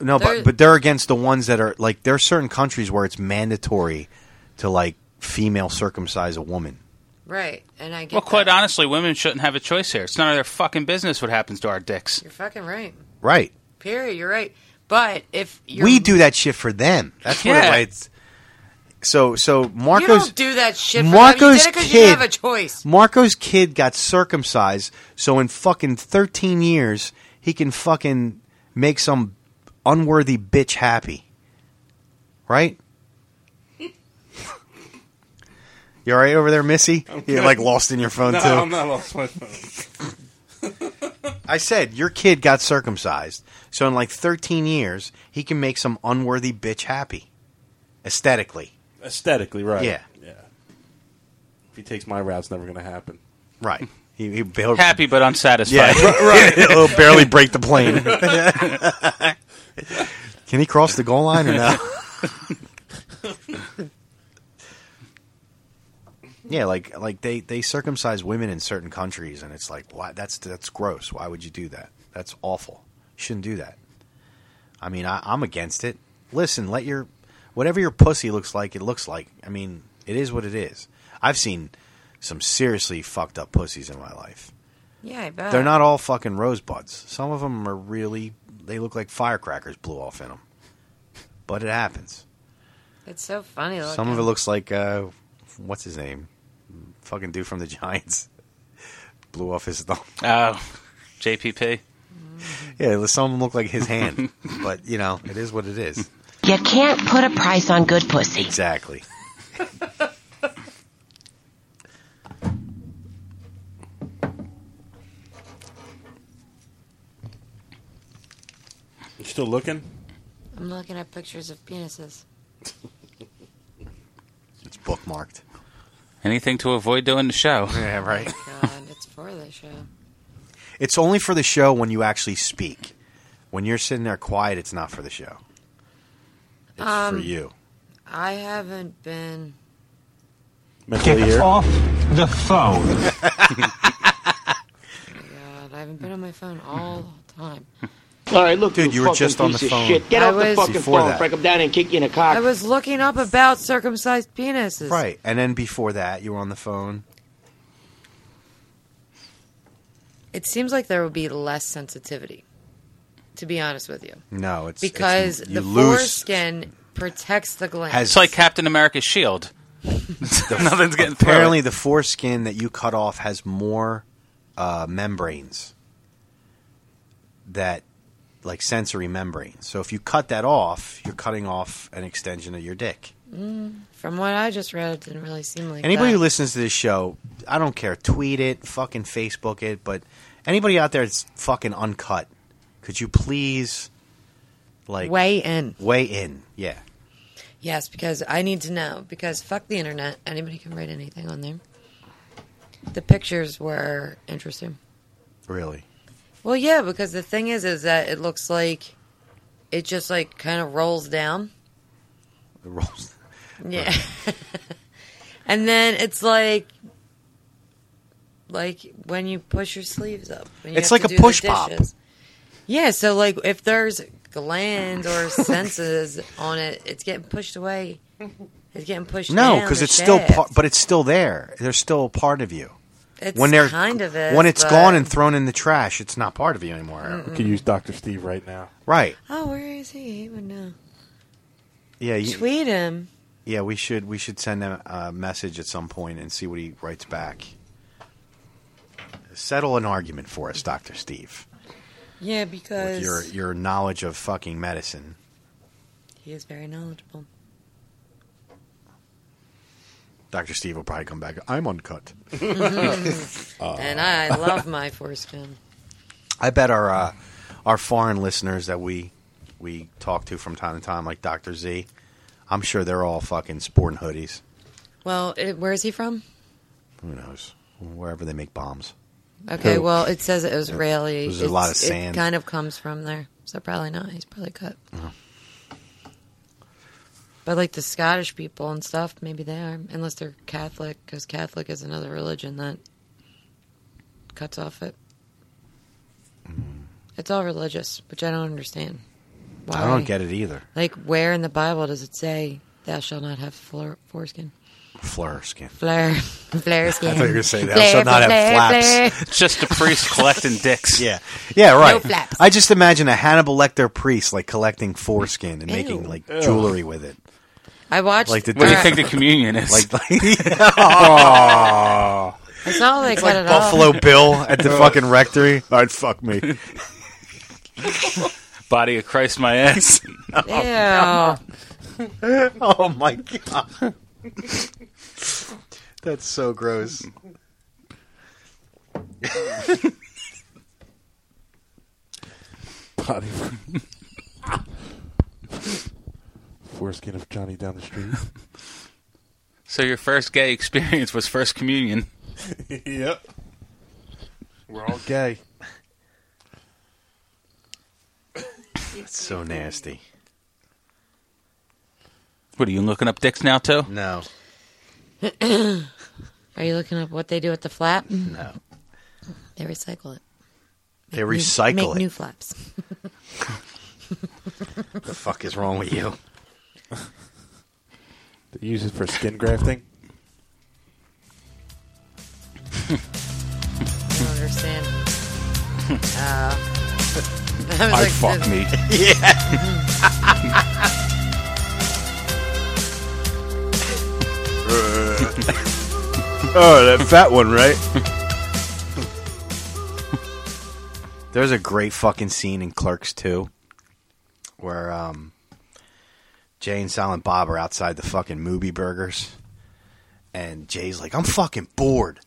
H: no,
G: there-
H: but but they're against the ones that are like there are certain countries where it's mandatory to like female circumcise a woman.
G: Right. And I get
J: Well, quite
G: that.
J: honestly, women shouldn't have a choice here. It's none of their fucking business what happens to our dicks.
G: You're fucking right.
H: Right.
G: Period. You're right. But if you're,
H: we do that shit for them. That's what
G: Yeah.
H: it, it's. So so
G: you
H: Marcos
G: don't do that shit. For them. You
H: Marco's
G: did it 'cause you
H: kid
G: didn't have a choice.
H: Marco's kid got circumcised, so in fucking 13 years, he can fucking make some unworthy bitch happy. Right? you all right over there, Missy? You're like lost in your phone,
I: no,
H: too.
I: I'm not lost my phone.
H: I said, your kid got circumcised, so in like 13 years, he can make some unworthy bitch happy. Aesthetically.
I: Aesthetically, right?
H: Yeah.
I: yeah. If he takes my route, it's never going to happen.
H: Right. He, he barely,
J: Happy but
H: yeah,
J: unsatisfied.
H: right. He'll barely break the plane. Can he cross the goal line or not? yeah, like like they they circumcise women in certain countries, and it's like, why? That's that's gross. Why would you do that? That's awful. You shouldn't do that. I mean, I, I'm against it. Listen, let your whatever your pussy looks like, it looks like. I mean, it is what it is. I've seen some seriously fucked up pussies in my life.
G: Yeah, I bet
H: They're not all fucking rosebuds. Some of them are really, they look like firecrackers blew off in them. But it happens.
G: It's so funny. Looking.
H: Some of it looks like, uh, what's his name? Fucking dude from the Giants. blew off his thumb.
J: Oh, JPP.
H: Yeah, some of them look like his hand. but, you know, it is what it is.
O: You can't put a price on good pussy.
H: Exactly.
I: You still looking?
G: I'm looking at pictures of penises.
H: It's bookmarked.
J: Anything to avoid doing the show.
H: Yeah, right.
G: God, it's for the show.
H: It's only for the show when you actually speak. When you're sitting there quiet, it's not for the show. It's
G: Um,
H: for you.
G: I haven't been.
I: Mentally here.
L: off the phone.
G: I've been on my phone all the time.
P: All right, look,
H: Dude, you were
P: fucking
H: just on
P: piece
H: the
P: of
H: phone.
P: Shit. Get
G: I
P: off the
G: was-
P: fucking
H: Before
P: phone,
H: that.
P: Frank. I'm down and kick you in the
G: I
P: cock.
G: was looking up about circumcised penises.
H: Right. And then before that, you were on the phone.
G: It seems like there will be less sensitivity, to be honest with you.
H: No, it's
G: because
J: it's- you
G: the
J: lose-
G: foreskin protects the gland.
J: it's like Captain America's shield. Nothing's getting through it.
H: Apparently, the foreskin that you cut off has more uh, membranes that, like sensory membranes. So if you cut that off, you're cutting off an extension of your dick.
G: Mm, from what I just read, it didn't really seem like
H: anybody
G: that.
H: who listens to this show, I don't care. Tweet it, fucking Facebook it, but anybody out there that's fucking uncut, could you please, like,
G: Weigh in.
H: Weigh in, yeah.
G: Yes, because I need to know. Because fuck the internet. Anybody can write anything on there. The pictures were interesting.
H: Really?
G: Well, yeah, because the thing is, is that it looks like it just like kind of rolls down.
H: It rolls.
G: Yeah. and then it's like, like when you push your sleeves up. when you
H: It's
G: have
H: like
G: to
H: a
G: do the
H: push pop.
G: dishes. Yeah. So like, if there's glands or senses on it, it's getting pushed away. It's getting pushed.
H: No,
G: because
H: because it's still part, but it's still there. There's still a part of you.
G: It's
H: when they're
G: kind of is,
H: when it's
G: but- Mm.
H: gone and thrown in the trash, it's not part of you anymore.
G: Mm-mm.
I: We could use Doctor Steve right now.
H: Right?
G: Oh, where is he? He would know.
H: Yeah. You,
G: Tweet him.
H: Yeah, we should we should send him a message at some point and see what he writes back. Settle an argument for us, Doctor Steve.
G: Yeah,
H: With
G: because
H: your your knowledge of fucking medicine.
G: he is very knowledgeable.
H: Doctor Steve will probably come back. I'm uncut. Uh.
G: and I love my foreskin.
H: I bet our uh, our foreign listeners that we we talk to from time to time, like Doctor Z, I'm sure they're all fucking sporting hoodies.
G: Well, it, where is he from?
H: Who knows? Wherever they make bombs.
G: Okay, well, it says it was Israeli.
H: There's a lot of
G: It's-
H: sand.
G: It kind of comes from there, so probably not. He's probably cut.
H: Oh.
G: But like the Scottish people and stuff, maybe they are, unless they're Catholic, because Catholic is another religion that cuts off it. It's all religious, which I don't understand.
H: Mm. I don't get it either.
G: Like, where in the Bible does it say, "Thou shalt not have flor- foreskin"?
H: Flare skin.
G: Flare, flare skin.
H: I thought you were going to say that.
G: Flare,
H: shall not
G: flare,
H: have
G: flare.
H: flaps.
J: It's just a priest collecting dicks.
H: Yeah. Yeah,
J: No
H: right.
J: flaps.
H: I just imagine a Hannibal Lecter priest like collecting foreskin and
G: Ew.
H: making like
J: Ew.
H: jewelry with it.
G: I watched.
H: Like the
J: What do you
H: Alright.
J: think the communion is?
H: Like, like Aw.
G: It's not like,
H: It's
G: cut
H: like
G: it
H: Buffalo
G: off.
H: Bill at the fucking rectory. All right, fuck me.
J: Body of Christ, my ass.
G: Yeah.
H: oh my god. That's so gross.
I: Body foreskin of Johnny down the street.
J: So your first gay experience was first communion.
I: yep. We're all gay.
H: That's so nasty.
J: What are you looking up dicks now too?
H: No.
G: Are you looking up what they do at the flap?
H: No.
G: They recycle it.
H: They recycle
G: new, make
H: it.
G: new flaps.
H: the fuck is wrong with you?
I: They use it for skin grafting.
G: I don't understand. Uh,
I: I fuck me.
G: yeah.
H: oh, that fat one, right? There's a great fucking scene in Clerks 2 where um, Jay and Silent Bob are outside the fucking movie burgers. And Jay's like, I'm fucking bored.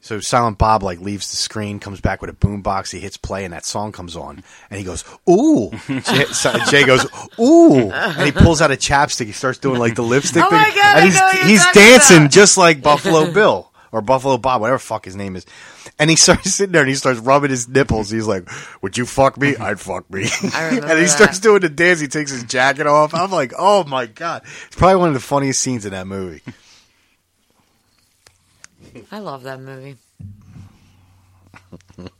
H: So Silent Bob like leaves the screen, comes back with a boombox. He hits play, and that song comes on. And he goes, "Ooh!" Jay, so Jay goes, "Ooh!" And he pulls out a chapstick. He starts doing like the lipstick
G: Oh
H: thing,
G: my God, I
H: and he's
G: know what you're
H: he's
G: talking
H: dancing just like Buffalo Bill or Buffalo Bob, whatever the fuck his name is. And he starts sitting there and he starts rubbing his nipples. He's like, "Would you fuck me? I'd fuck me." and he
C: that.
H: starts doing the dance. He takes his jacket off. I'm like, "Oh my god!" It's probably one of the funniest scenes in that movie.
G: I love that movie.
H: It's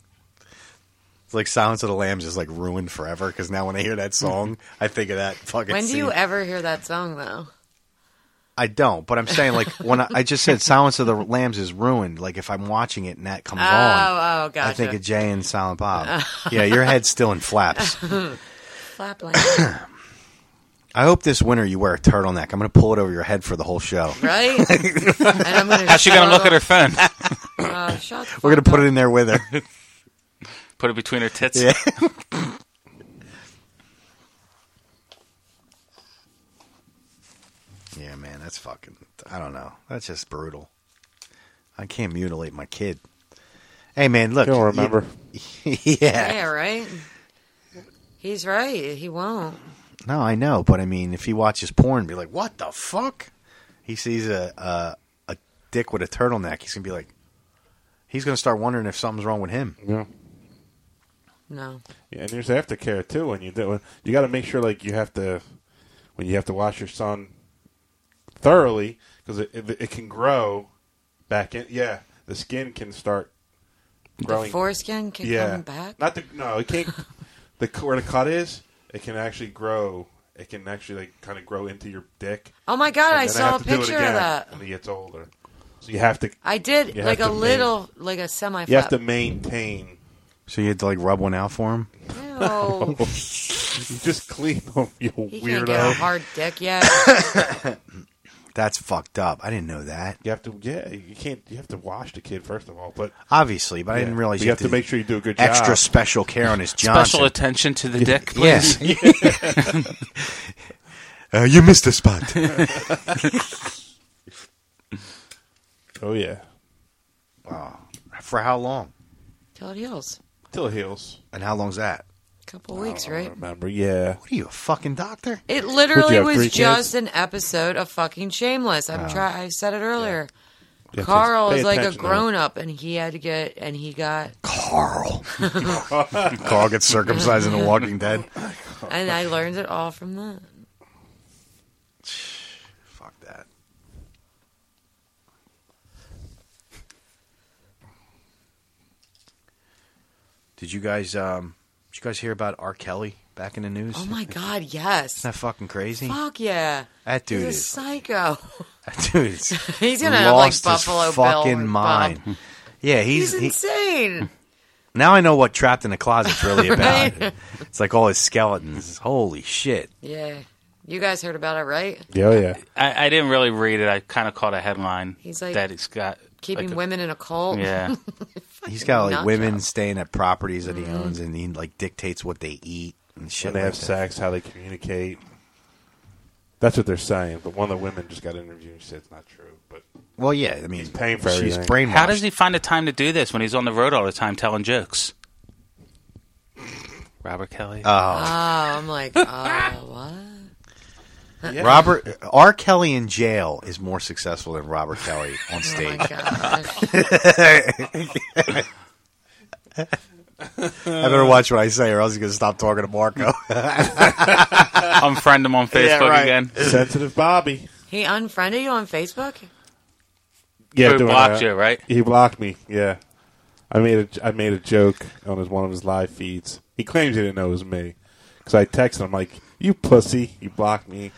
H: like Silence of the Lambs is like ruined forever because now when I hear that song, I think of that fucking.
G: When do you
H: scene.
G: ever hear that song though?
H: I don't, but I'm saying like when I, I just said Silence of the Lambs is ruined. Like if I'm watching it and that comes
G: Oh,
H: on,
G: oh, gotcha.
H: I think of Jay and Silent Bob. yeah, your head's still in flaps.
G: Flapland.
H: I hope this winter you wear a turtleneck. I'm going to pull it over your head for the whole show.
G: Right? And I'm gonna
J: How's she gonna look at her phone?
G: Oh, shut the
H: We're going to put it in there with her.
J: Put it between her tits.
H: Yeah. yeah, man, that's fucking. I don't know. That's just brutal. I can't mutilate my kid. Hey, man, look.
I: He'll remember.
H: yeah.
G: Yeah, right. He's right. He won't.
H: No, I know, but I mean, if he watches porn, be like, "What the fuck?" He sees a a, a dick with a turtleneck. He's gonna be like, he's gonna start wondering if something's wrong with him.
I: Yeah.
G: No.
I: Yeah, and there's aftercare too when you do it. You got to make sure like you have to when you have to wash your son thoroughly because it, it it can grow back in. Yeah, the skin can start growing.
G: foreskin can
I: yeah.
G: come back?
I: Not the no, it can't. the c- where the cut is, it can actually grow. It can actually like kind of grow into your dick.
G: Oh my God,
I: And
G: I
I: then
G: saw
I: have
G: a
I: to do it
G: picture of
I: again
G: that.
I: When he gets older, so you have to.
G: I did
I: you
G: like
I: have
G: a
I: to main-
G: little, like a semi.
I: you have to maintain
H: So you had to like rub one out for him.
G: No.
I: you just clean them, you
G: He can't get a
I: weirdo.
G: hard dick yet.
H: That's fucked up. I didn't know that.
I: You have to, yeah, you can't. You have to wash the kid first of all, but
H: Obviously, but I
I: Yeah.
H: didn't realize
I: But you have to make sure you do a good
H: extra
I: job.
H: special care on his
J: Special
H: Johnson.
J: attention to the dick,
H: Yes.
J: please.
H: Uh, you missed a spot.
I: oh yeah.
H: Wow. For how long?
G: Till it heals.
I: Till it heals.
H: And how long's that?
G: Couple weeks, right?
I: Remember, yeah.
H: What are you, a fucking doctor?
G: It
I: Oh, Would you
G: literally
I: have three
G: was
I: kids?
G: just an episode of fucking Shameless. I'm
I: Oh.
G: try. I said it earlier.
I: Yeah,
G: Carl
I: pay
G: is like a
I: attention now.
G: grown up, and he had to get, and he got.
H: Carl. Carl gets circumcised in The Walking Dead.
G: and I learned it all from that.
H: Fuck that. Did you guys um did you guys hear about R. Kelly back in the news?
G: Oh my god, yes.
H: Isn't that fucking crazy?
G: Fuck yeah.
H: That dude
G: He's a
H: is-
G: psycho.
H: That dude is
G: He's gonna have, like,
H: lost his
G: Buffalo Bill
H: fucking
G: with
H: mind. Yeah, he's,
G: He's,
H: he-
G: insane.
H: now I know what trapped in the closet's really about.
G: Right?
H: It's like all his skeletons. Holy shit.
G: yeah. You guys heard about it, right?
I: Yeah, oh, yeah.
J: I, I didn't really read it. I kind of caught a headline.
G: He's like
J: that he's got
G: Keeping
J: like a-
G: women in a cult.
J: Yeah.
H: He's got like
G: Knocked
H: women staying at properties that he
G: Mm-hmm.
H: owns, and he like dictates what they eat and shit.
I: When they
H: like
I: have
H: that.
I: sex, how they communicate. That's what they're saying. But one of the women just got interviewed. and She said it's not true. But
H: Well, yeah, I mean,
I: he's paying for
H: she's
I: everything.
H: brainwashed.
J: How does he find the time to do this when he's on the road all the time telling jokes? Robert Kelly.
G: Oh,
H: Oh,
G: I'm like, oh, what?
H: Robert R. Kelly in jail is more successful than Robert Kelly
G: Oh
H: on stage. I better watch what I say, or else he's gonna stop talking to Marco.
J: Unfriend him on Facebook again.
I: sensitive Bobby.
G: He unfriended you on Facebook?
J: Who
I: doing
J: blocked
I: that.
J: you, right?
I: He blocked me. Yeah, I made a I made a joke on his one of his live feeds. He claims he didn't know it was me because I texted him like, "You pussy, you blocked me."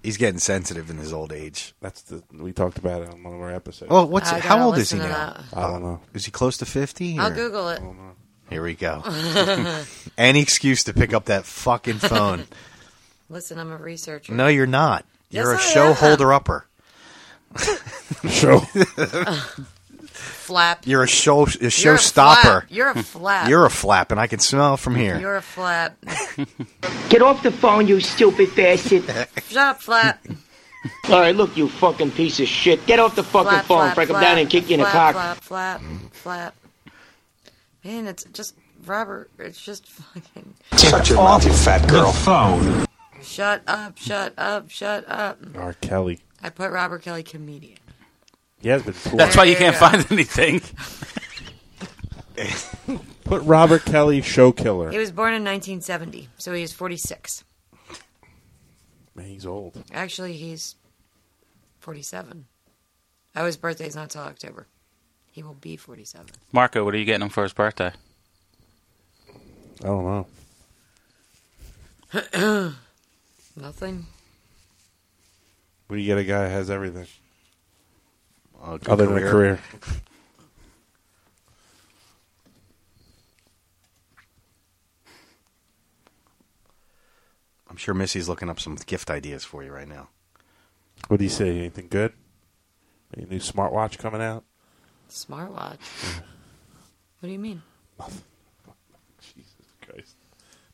H: He's getting sensitive in his old age.
I: That's the we talked about it on one of our episodes.
H: Well, what's
G: I
H: how
G: gotta
H: old is he
G: listen to
H: now?
I: I don't know.
H: Is he close to fifty?
G: I'll Google it.
H: Here we go. Any excuse to pick up that fucking phone.
G: Listen, I'm a researcher.
H: No, you're not.
G: Yes,
H: You're a
G: I
H: show
G: am.
H: holder upper.
I: show.
G: Flap.
H: You're a show a
G: You're
H: show
G: a
H: stopper.
G: flap. You're a flap.
H: You're a flap, and I can smell from here.
G: You're a flap.
P: Get off the phone, you stupid bastard.
G: Shut up, flap.
P: All right, look, you fucking piece of shit. Get off the fucking
G: flap,
P: phone,
G: flap,
P: break him
G: flap,
P: down, and kick you in the
G: flap,
P: cock.
G: Flap, flap, flap. Man, it's just Robert. It's just fucking.
C: Shut your mouth, you fat girl.
I: phone.
G: Shut up! Shut up! Shut up!
I: R. Kelly.
G: I put Robert Kelly comedian.
I: He has been. Cool.
J: That's why you
G: There you
J: can't
G: go.
J: find anything.
I: Put Robert Kelly show killer.
G: He was born in 1970, so he is 46.
I: Man, he's old.
G: Actually, he's 47. Oh, his birthday's not till October. He will be 47.
J: Marco, what are you getting him for his birthday?
I: I don't know.
G: Nothing.
I: What do you get a guy that has everything?
H: Uh, good
I: Other than a
H: career.
I: career.
H: I'm sure Missy's looking up some gift ideas for you right now.
I: What do you say? Anything good? Any new smartwatch coming out?
G: Smartwatch. What do you mean?
I: Christ.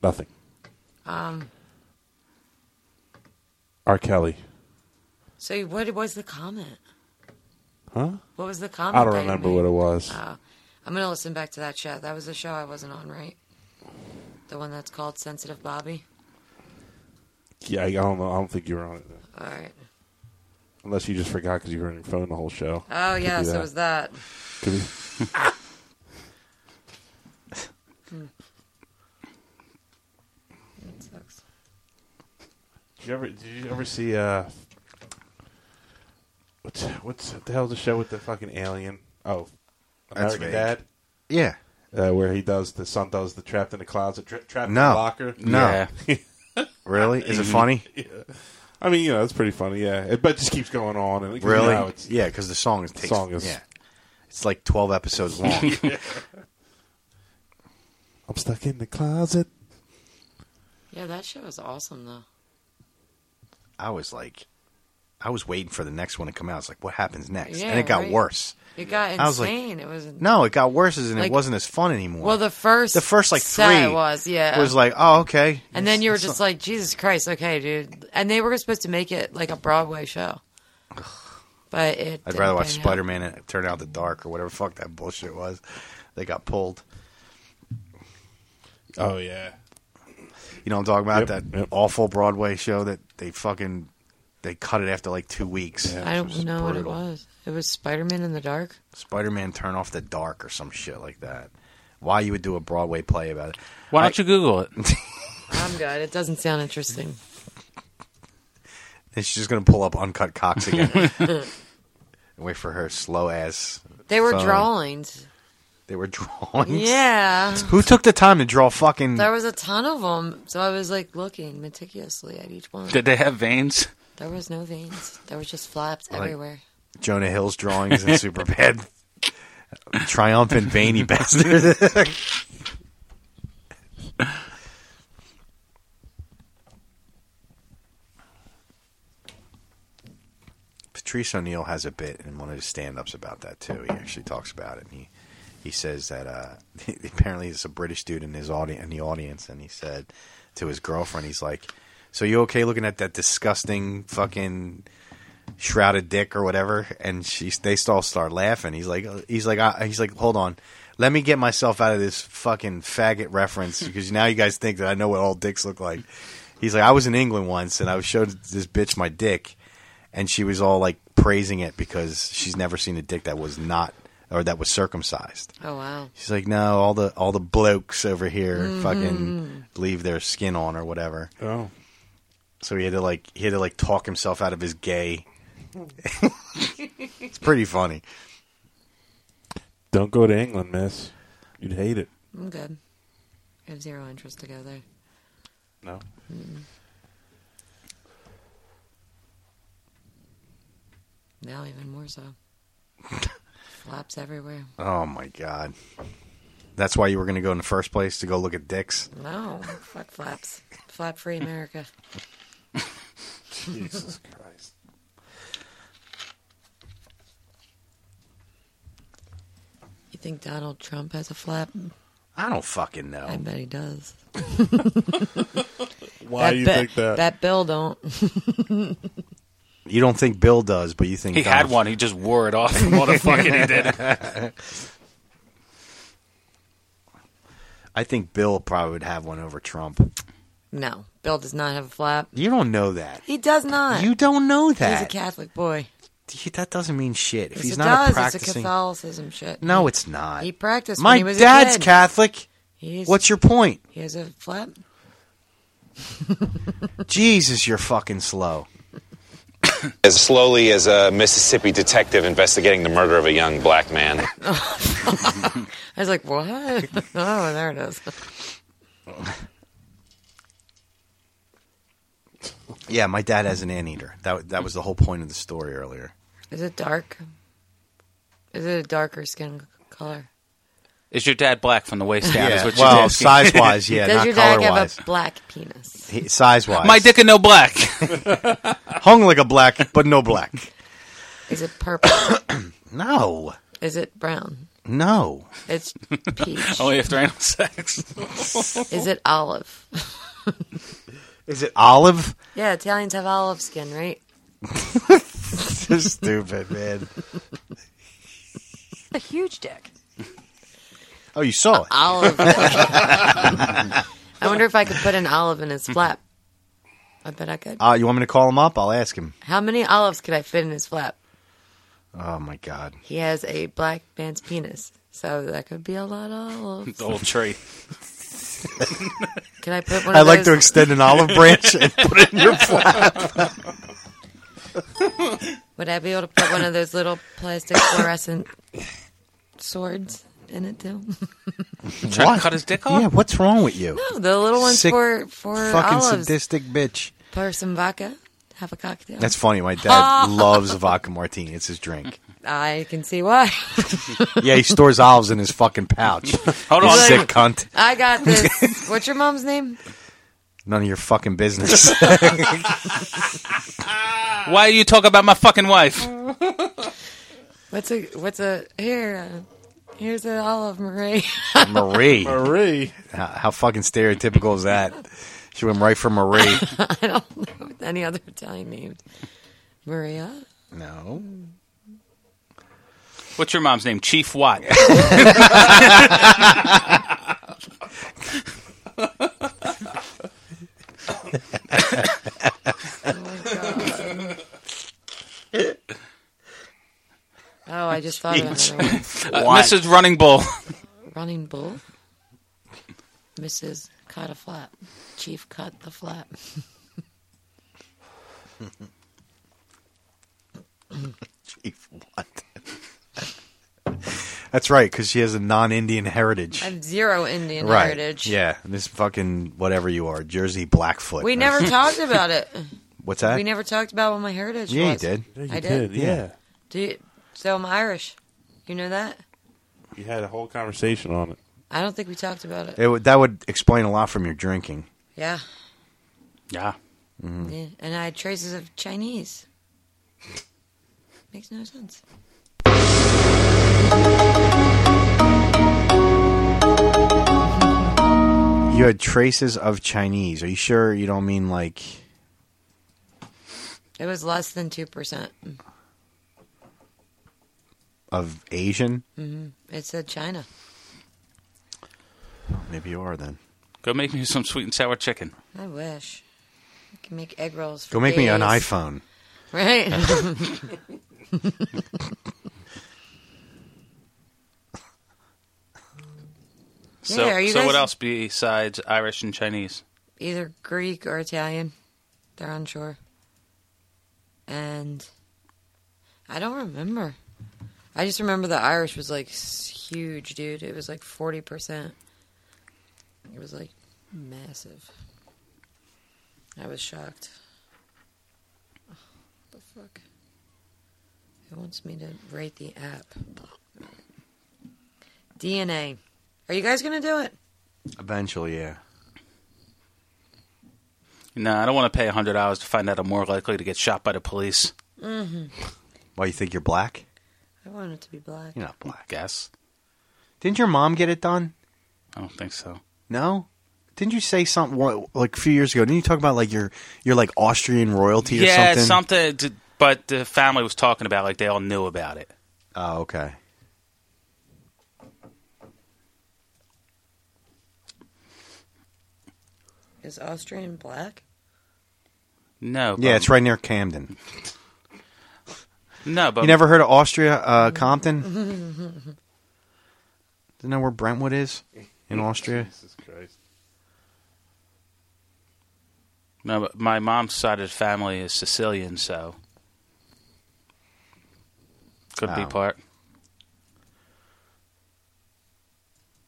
I: Nothing.
G: Um.
I: R. Kelly.
G: So what was the comment?
I: Huh?
G: What was the comment?
I: I don't
G: that you
I: remember
G: made?
I: what it was.
G: Oh. I'm gonna listen back to that show. That was a show I wasn't on, right? The one that's called Sensitive Bobby.
I: Yeah, I don't know. I don't think you were on it.
G: All right.
I: Unless you just forgot because you were on your phone the whole show.
G: Oh
I: Could be
G: yes, it was that.
I: Could be.
G: That sucks.
I: did you ever? Did you ever see? Uh, what's what's what the hell's the show with the fucking alien? Oh,
H: That's
I: American
H: vague.
I: Dad.
H: Yeah.
I: Uh, where he does the son does the trapped in the closet, tra- trapped in
H: No.
I: the locker.
H: No. Really? Is it funny?
I: Yeah. I mean, you know, it's pretty funny. Yeah, it, but it just keeps going on. And you
H: Really?
I: know, it's-
H: yeah, because the song is takes,
I: Song is-
H: yeah. It's like twelve episodes long.
I: I'm stuck in the closet.
G: Yeah, that show was awesome though.
H: I was like, I was waiting for the next one to come out. It's like, what happens next?
G: Yeah,
H: and it got
G: right.
H: worse.
G: It got
H: I was like,
G: insane. it was
H: No, it got worse, and
G: Like-
H: it wasn't as fun anymore.
G: well the first
H: the first like
G: set
H: three
G: was yeah
H: was like, oh okay,
G: And then you were just like, Jesus Christ, okay, dude. And they were supposed to make it like a Broadway show. But it.
H: I'd
G: didn't
H: rather watch
G: pan out.
H: Spider Man and Turn Out the Dark or whatever the fuck that bullshit was. They got pulled.
I: Oh yeah.
H: You know what I'm talking about? that awful Broadway show that they fucking they cut it after like two weeks.
G: I don't know what it was. It was Spider Man in the Dark.
H: Spider Man Turn Off the Dark or some shit like that. Why you would do a Broadway play about it.
J: Why don't you Google it?
G: I'm good. It doesn't sound interesting.
H: And she's just gonna pull up uncut cocks again. and wait for her slow ass.
G: They were
H: phone.
G: drawings.
H: They were drawings.
G: Yeah.
H: Who took the time to draw fucking?
G: There was a ton of them. So I was like looking meticulously at each one.
J: Did they have veins?
G: There was no veins. There was just flaps
H: Like-
G: everywhere.
H: Jonah Hill's drawings in Superbad. Triumphant, veiny bastard. Patrice O'Neill has a bit in one of his stand-ups about that too. He actually talks about it. And he he says that uh, apparently it's a British dude in his audi- in the audience, and he said to his girlfriend, he's like, "So you okay looking at that disgusting fucking shrouded dick or whatever?" And she they all start laughing. He's like, he's like, I, he's like, hold on. Let me get myself out of this fucking faggot reference because now you guys think that I know what all dicks look like. He's like, I was in England once and I showed this bitch my dick, and she was all like praising it because she's never seen a dick that was not or that was circumcised.
G: Oh, wow.
H: She's like, no, all the all the blokes over here
G: Mhm.
H: fucking leave their skin on or whatever.
I: Oh,
H: so he had to like he had to like talk himself out of his gay. it's pretty funny.
I: Don't go to England, miss. You'd hate it.
G: I'm good. I have zero interest to go there.
I: No.
G: Mm-mm. Now even more so. Flaps everywhere.
H: Oh my god, that's why you were going to go in the first place to go look at dicks.
G: No, fuck flaps. Flap free America.
I: Jesus Christ.
G: You think Donald Trump has a flap?
H: I don't fucking know.
G: I bet he does.
I: Why do you
G: bi-
I: think that?
G: That bill don't.
H: You don't think Bill does, but you think
J: He had
H: Donald-
J: one. He just wore it off. Motherfucking he did.
H: I think Bill probably would have one over Trump.
G: no, Bill does not have a flap.
H: You don't know that.
G: He does not.
H: You don't know
G: He's a
H: that.
G: Catholic boy.
H: He- that doesn't mean shit. If
G: Yes,
H: he's
G: it
H: not
G: does.
H: a
G: It's a
H: practicing,
G: Catholicism shit.
H: no, it's not.
G: He practiced
H: My
G: when he was
H: dad's
G: a kid.
H: Catholic.
G: He's-
H: What's your point?
G: He has a flap.
H: Jesus, you're fucking slow.
N: As slowly as a Mississippi detective investigating the murder of a young black man.
G: I was like, what? oh, there it is.
H: Yeah, my dad has an anteater. That that was the whole point of the story earlier.
G: Is it dark? Is it a darker skin color?
J: Is your dad black from the waist down?
H: Yeah,
J: Is what
H: well,
J: you're asking.
H: size-wise, yeah,
G: Does
H: Uh, not
G: your dad
H: color-wise.
G: have a black penis?
H: Size wise,
J: My dick and no black.
H: hung like a black, but no black.
G: Is it purple?
H: No,
G: Is it brown?
H: no.
G: It's peach.
H: Oh.
J: Only after anal sex.
G: Is it olive?
H: Is it olive?
G: Yeah, Italians have olive skin, right?
H: So stupid, man.
G: A huge dick.
H: Oh, you saw it.
G: Olive. dick. I wonder if I could put an olive in his flap. I bet I could.
H: Uh, you want me to call him up? I'll ask him.
G: How many olives could I fit in his flap?
H: Oh my god.
G: He has a black man's penis, so that could be a lot of olives.
J: the old tree.
G: Can I put one?
H: I'd
G: of
H: like to
G: those-
H: extend an olive branch and put it in your flap.
G: Would I be able to put one of those little plastic fluorescent swords in it too?
J: Trying to cut his dick off?
H: Yeah, what's wrong with you?
G: No, Oh, the little ones
H: Sick
G: for for
H: fucking
G: olives.
H: sadistic bitch.
G: Pour some vodka. Have a cocktail.
H: That's funny. My dad loves vodka martini. It's his drink.
G: I can see why.
H: Yeah, he stores olives in his fucking pouch.
J: Hold
H: you
J: on.
H: sick cunt.
G: I got this. What's your mom's name?
H: None of your fucking business.
J: Why do you talk about my fucking wife?
G: What's a what's a here? Uh, here's an olive Marie.
H: Marie.
I: Marie.
H: How, how fucking stereotypical is that? She went right for Marie.
G: I don't know any other Italian names. Maria.
H: No.
J: What's your mom's name? Chief Watt.
G: Oh, I just thought of
J: Jeez.
G: another one.
J: Uh, Mrs. Running Bull.
G: Running Bull. Mrs. Cut a Flap. Chief Cut the Flap.
H: Chief, what? That's right, because she has a non-Indian heritage.
G: I have zero Indian
H: right.
G: heritage.
H: Yeah, this fucking whatever you are, Jersey Blackfoot.
G: We never talked about it.
H: What's that?
G: We never talked about what my heritage
H: Yeah, you
G: was.
H: did. Yeah, you
G: I did.
I: did, yeah.
G: Do you, so I'm Irish. You know that?
I: You had a whole conversation on it.
G: I don't think we talked about it.
H: It would- that would explain a lot from your drinking.
G: Yeah.
J: Yeah.
H: Mhm.
G: yeah. And I had traces of Chinese. Makes no sense.
H: You had traces of Chinese. Are you sure you don't mean like?
G: It was less than 2%.
H: of Asian.
G: hmm It said China.
H: Maybe you are then.
J: Go make me some sweet and sour chicken.
G: I wish. I can make egg rolls. For
H: Go make me an
G: days.
H: iPhone.
G: Right.
J: So,
G: Yeah, are you
J: so what
G: guys-
J: else besides Irish and Chinese?
G: Either Greek or Italian. They're unsure. And I don't remember. I just remember the Irish was like s- huge, dude. It was like 40%. It was like massive. I was shocked. The fuck? It wants me to rate the app. DNA. Are you guys going to do it?
H: Eventually, yeah.
J: No, I don't want to pay hundred dollars to find out I'm more likely to get shot by the police.
G: Mm-hmm.
H: Why you think you're black?
G: I want it to be black.
H: You're not black.
J: Guess.
H: Didn't your mom get it done?
J: I don't think so.
H: No. Didn't you say something wha- like a few years ago? Didn't you talk about like your you're like Austrian royalty
J: yeah,
H: or something?
J: something. d but the family was talking about like they all knew about it.
H: oh, okay.
G: Is Austrian black?
J: No.
H: Yeah,
J: but-
H: it's right near Camden.
J: No, but
H: you never heard of Austria, uh, Compton? Isn't that where Brentwood is in Austria?
I: Jesus Christ.
J: No, but my mom's side of the family is Sicilian, so could be
H: Oh.
J: part.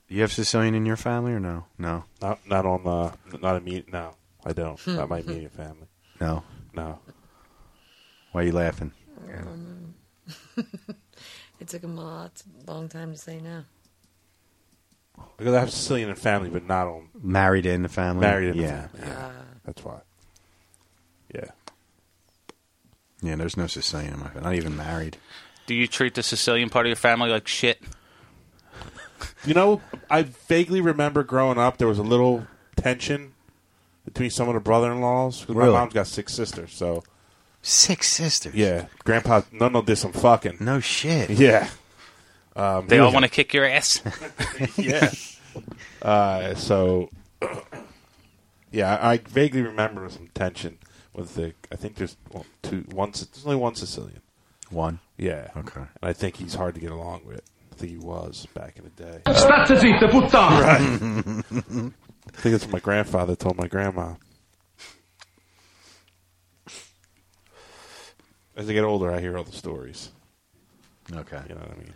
H: Do you have Sicilian in your family or no? No.
I: Not not on the not immediate. No, I don't. not my immediate family.
H: No.
I: No.
H: Why are you laughing?
G: It took him a lot, long time to say no.
I: Because I have Sicilian in family, but not on
H: Married in the family.
I: married. In
H: yeah.
I: the family.
G: Uh,
I: yeah. that's why. Yeah.
H: Yeah. There's no Sicilian in my family. Not even married.
J: Do you treat the Sicilian part of your family like shit?
I: You know, I vaguely remember growing up there was a little tension between some of the brother-in-laws. 'Cause
H: Really?
I: My mom's got six sisters, so
H: six sisters.
I: Yeah, grandpa none of did some fucking.
H: No shit.
I: Yeah, um,
J: They
I: he
J: all
I: was-
J: want to kick your ass.
I: yeah. Uh, so, yeah, I I vaguely remember some tension with the. I think there's one- two. One. Sic- There's only one Sicilian.
H: One.
I: Yeah.
H: Okay.
I: And I think he's hard to get along with. I think he was back in the day.
L: State zitte, puttana.
I: Right. I think it's what my grandfather told my grandma. As I get older, I hear all the stories.
H: Okay.
I: You know what I mean?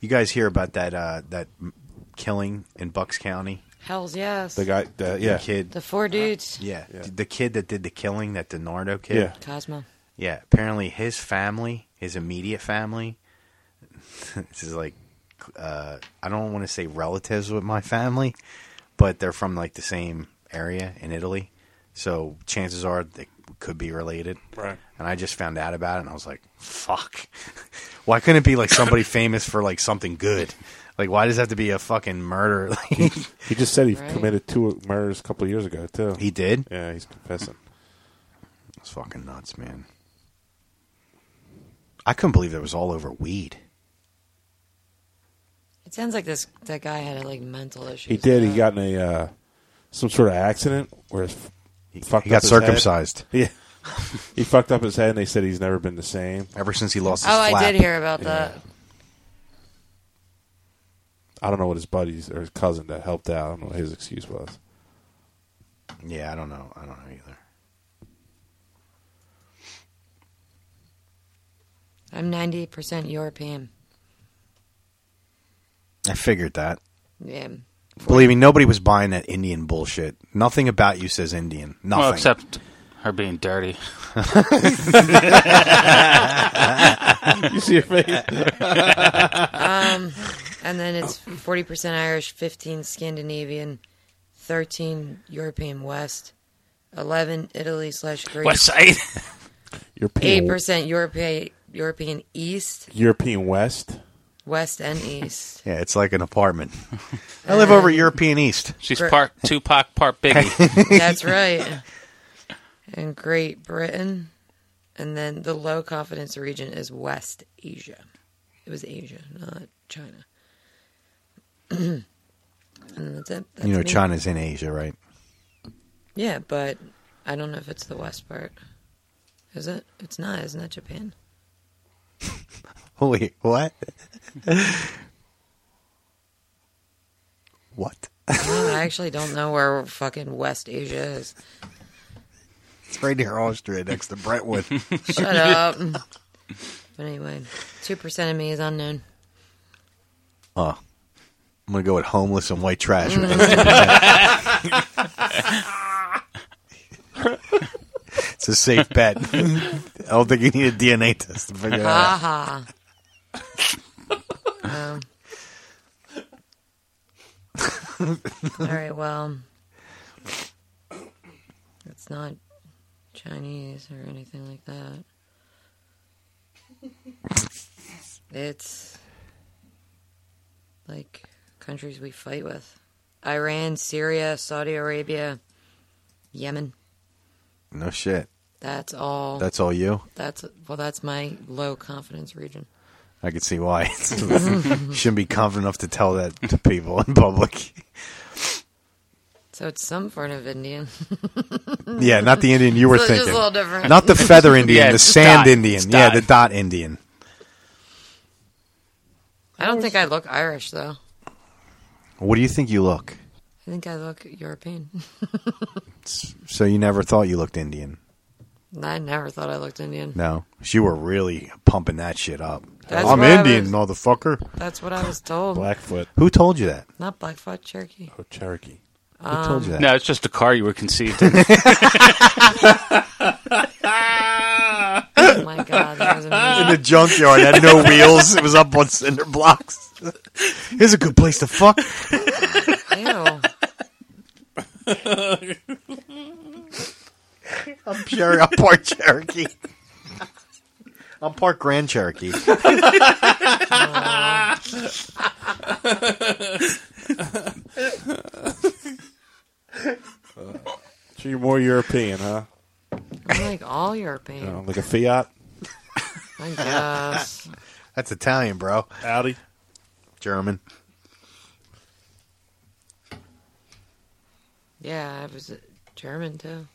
H: You guys hear about that uh, that m- killing in Bucks County?
G: Hells yes.
H: the kid.
G: The four dudes.
H: Yeah. The kid that did the killing, that DiNardo kid.
G: Yeah. Cosmo.
H: Yeah. Apparently, his family, his immediate family, this is like, uh, I don't want to say relatives with my family, but they're from like the same area in Italy. So chances are they could be related.
I: Right.
H: And I just found out about it and I was like, fuck. Why couldn't it be like somebody famous for like something good? Like, why does it have to be a fucking murder? Like,
I: He just said he
H: Right.
I: committed two murders a couple years ago too.
H: He did.
I: Yeah, he's confessing.
H: It's fucking nuts, man. I couldn't believe it was all over weed.
G: It sounds like this that guy had like mental issues.
I: He did. He got in a uh, some sort of accident where his f- fucked
H: he got
I: up his head.
H: circumcised.
I: Yeah, he fucked up his head, and they said he's never been the same
H: ever since he lost.
G: Oh, I did hear about that.
I: I don't know what his buddies or his cousin that helped out. I don't know what his excuse was.
H: Yeah, I don't know. I don't know either.
G: I'm 98% European.
H: I figured that.
G: Yeah.
H: Believe me, nobody was buying that Indian bullshit. Nothing about you says Indian. Nothing.
J: Well, except her being dirty.
I: You see her face?
G: Um, and then it's 40% Irish, 15 Scandinavian, 13 European West, 11 Italy slash Greece.
J: West side.
I: European
G: 8% European, European East,
I: European West.
G: West, and East.
H: yeah, it's like an apartment. I live over European East.
J: She's
G: Gr-
J: part Tupac, part Biggie.
G: That's right. And Great Britain. And then the low confidence region is West Asia. It was Asia, not China. and that's it. That's
H: you know,
G: me.
H: China's in Asia, right?
G: Yeah, but I don't know if it's the West part. Is it? It's not. Isn't that Japan?
H: Wait, what? what?
G: No, I actually don't know where fucking West Asia is.
H: It's right near Austria, next to Brentwood.
G: Shut up. But anyway, 2% of me is unknown.
H: Oh, I'm gonna go with homeless and white trash. it's a safe bet. I don't think you need a DNA test to figure that
G: Ha
H: out.
G: ha. Um, all right, well, it's not Chinese or anything like that. It's like countries we fight with Iran, Syria, Saudi Arabia, Yemen.
H: No shit.
G: That's all.
H: That's all you.
G: That's well. That's my low confidence region.
H: I can see why. Shouldn't be confident enough to tell that to people in public.
G: So it's some form of Indian.
H: Yeah, not the Indian you were
G: So it's just
H: thinking.
G: a little different.
H: Not the feather Indian,
J: Yeah,
H: the
J: it's
H: sand
J: dot.
H: Indian.
J: It's
H: Yeah,
J: dot.
H: the dot Indian.
G: I don't think I look Irish though.
H: What do you think you look?
G: I think I look European.
H: So you never thought you looked Indian?
G: I never thought I looked Indian.
H: No, 'Cause you were really pumping that shit up.
G: That's
H: I'm
G: what I
H: Indian,
G: was-
H: motherfucker.
G: That's what I was told.
I: Blackfoot.
H: Who told you that?
G: Not Blackfoot Cherokee.
I: Oh, Cherokee.
G: Who told you that?
J: No, it's just the car you were conceived in.
G: oh my god, that was amazing.
H: In the junkyard, it had no wheels. It was up on cinder blocks. Here's a good place to fuck. I'm Cherokee. I'm part Cherokee. I'm part Grand Cherokee.
I: So you're more European, huh?
G: I'm like all European.
I: Uh, like a Fiat.
G: My gosh.
H: That's Italian, bro.
I: Audi.
H: German.
G: Yeah, I was German too,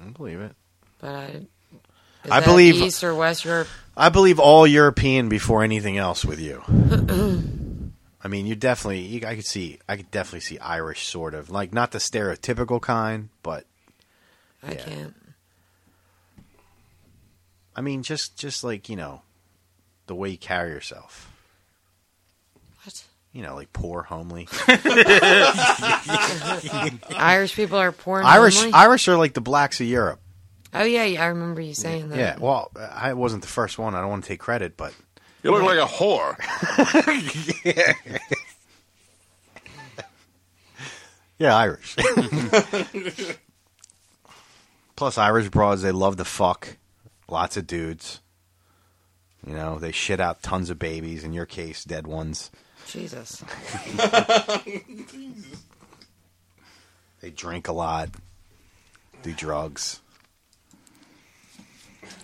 H: I believe it.
G: but I. Is
H: I
G: that
H: believe-
G: East or West Europe.
H: I believe all European before anything else with you. I mean, you definitely. You, I could see. I could definitely see Irish, sort of like not the stereotypical kind, but
G: I can't.
H: I mean, just just like you know, the way you carry yourself.
G: What?
H: You know, like poor, homely.
G: Irish people are poor. And
H: Irish
G: homely?
H: Irish are like the blacks of Europe.
G: Oh yeah, yeah, I remember you saying that.
H: Yeah. Well, I wasn't the first one. I don't want to take credit, but
Q: You look like a whore.
H: yeah, Irish. Plus, Irish broads, they love to fuck. Lots of dudes. You know, they shit out tons of babies, in your case, dead ones.
G: Jesus.
H: They drink a lot, do drugs.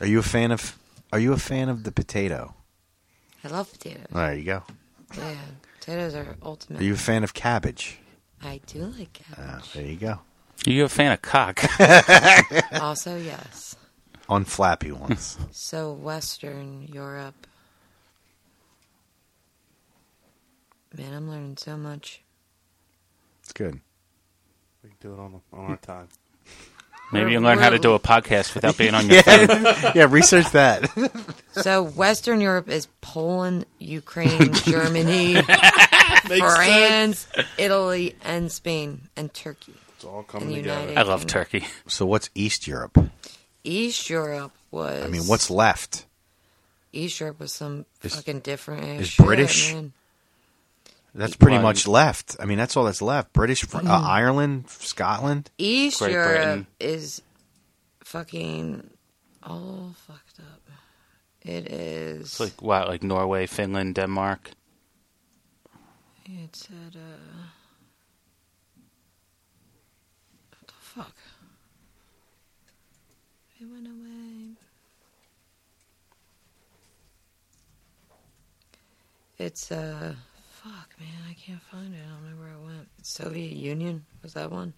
H: Are you a fan of Are you a fan of the potato?
G: I love potatoes.
H: There you go.
G: Yeah, potatoes are ultimate.
H: Are you a fan of cabbage?
G: I do like cabbage.
H: Uh, there you go.
J: you a fan of cock?
G: also, yes.
H: On flappy ones.
G: So Western Europe. Man, I'm learning so much.
H: It's good.
I: We can do it on, on our time.
J: Maybe you learn how to do a podcast without being on your
H: yeah.
J: phone.
H: yeah, research that.
G: So Western Europe is Poland, Ukraine, Germany, France, Italy, and Spain, and Turkey. It's
I: all
G: and the United
J: I love turkey.
H: So what's East Europe?
G: East Europe was.
H: I mean, what's left?
G: East Europe was some
H: Is-
G: fucking different. ass
H: is
G: shit,
H: British?
G: man.
H: That's pretty
J: Well,
H: much left. I mean, that's all that's left. British, fr- uh,
G: Mhm.
H: Ireland, Scotland.
G: East
H: Great
G: Europe
H: Britain.
G: is fucking all fucked up. It is.
J: It's like what, like Norway, Finland, Denmark.
G: It said, uh. What the fuck? It went away. It's, uh. Fuck, man, I can't find it. I don't know where it went. Soviet Union? Was that one?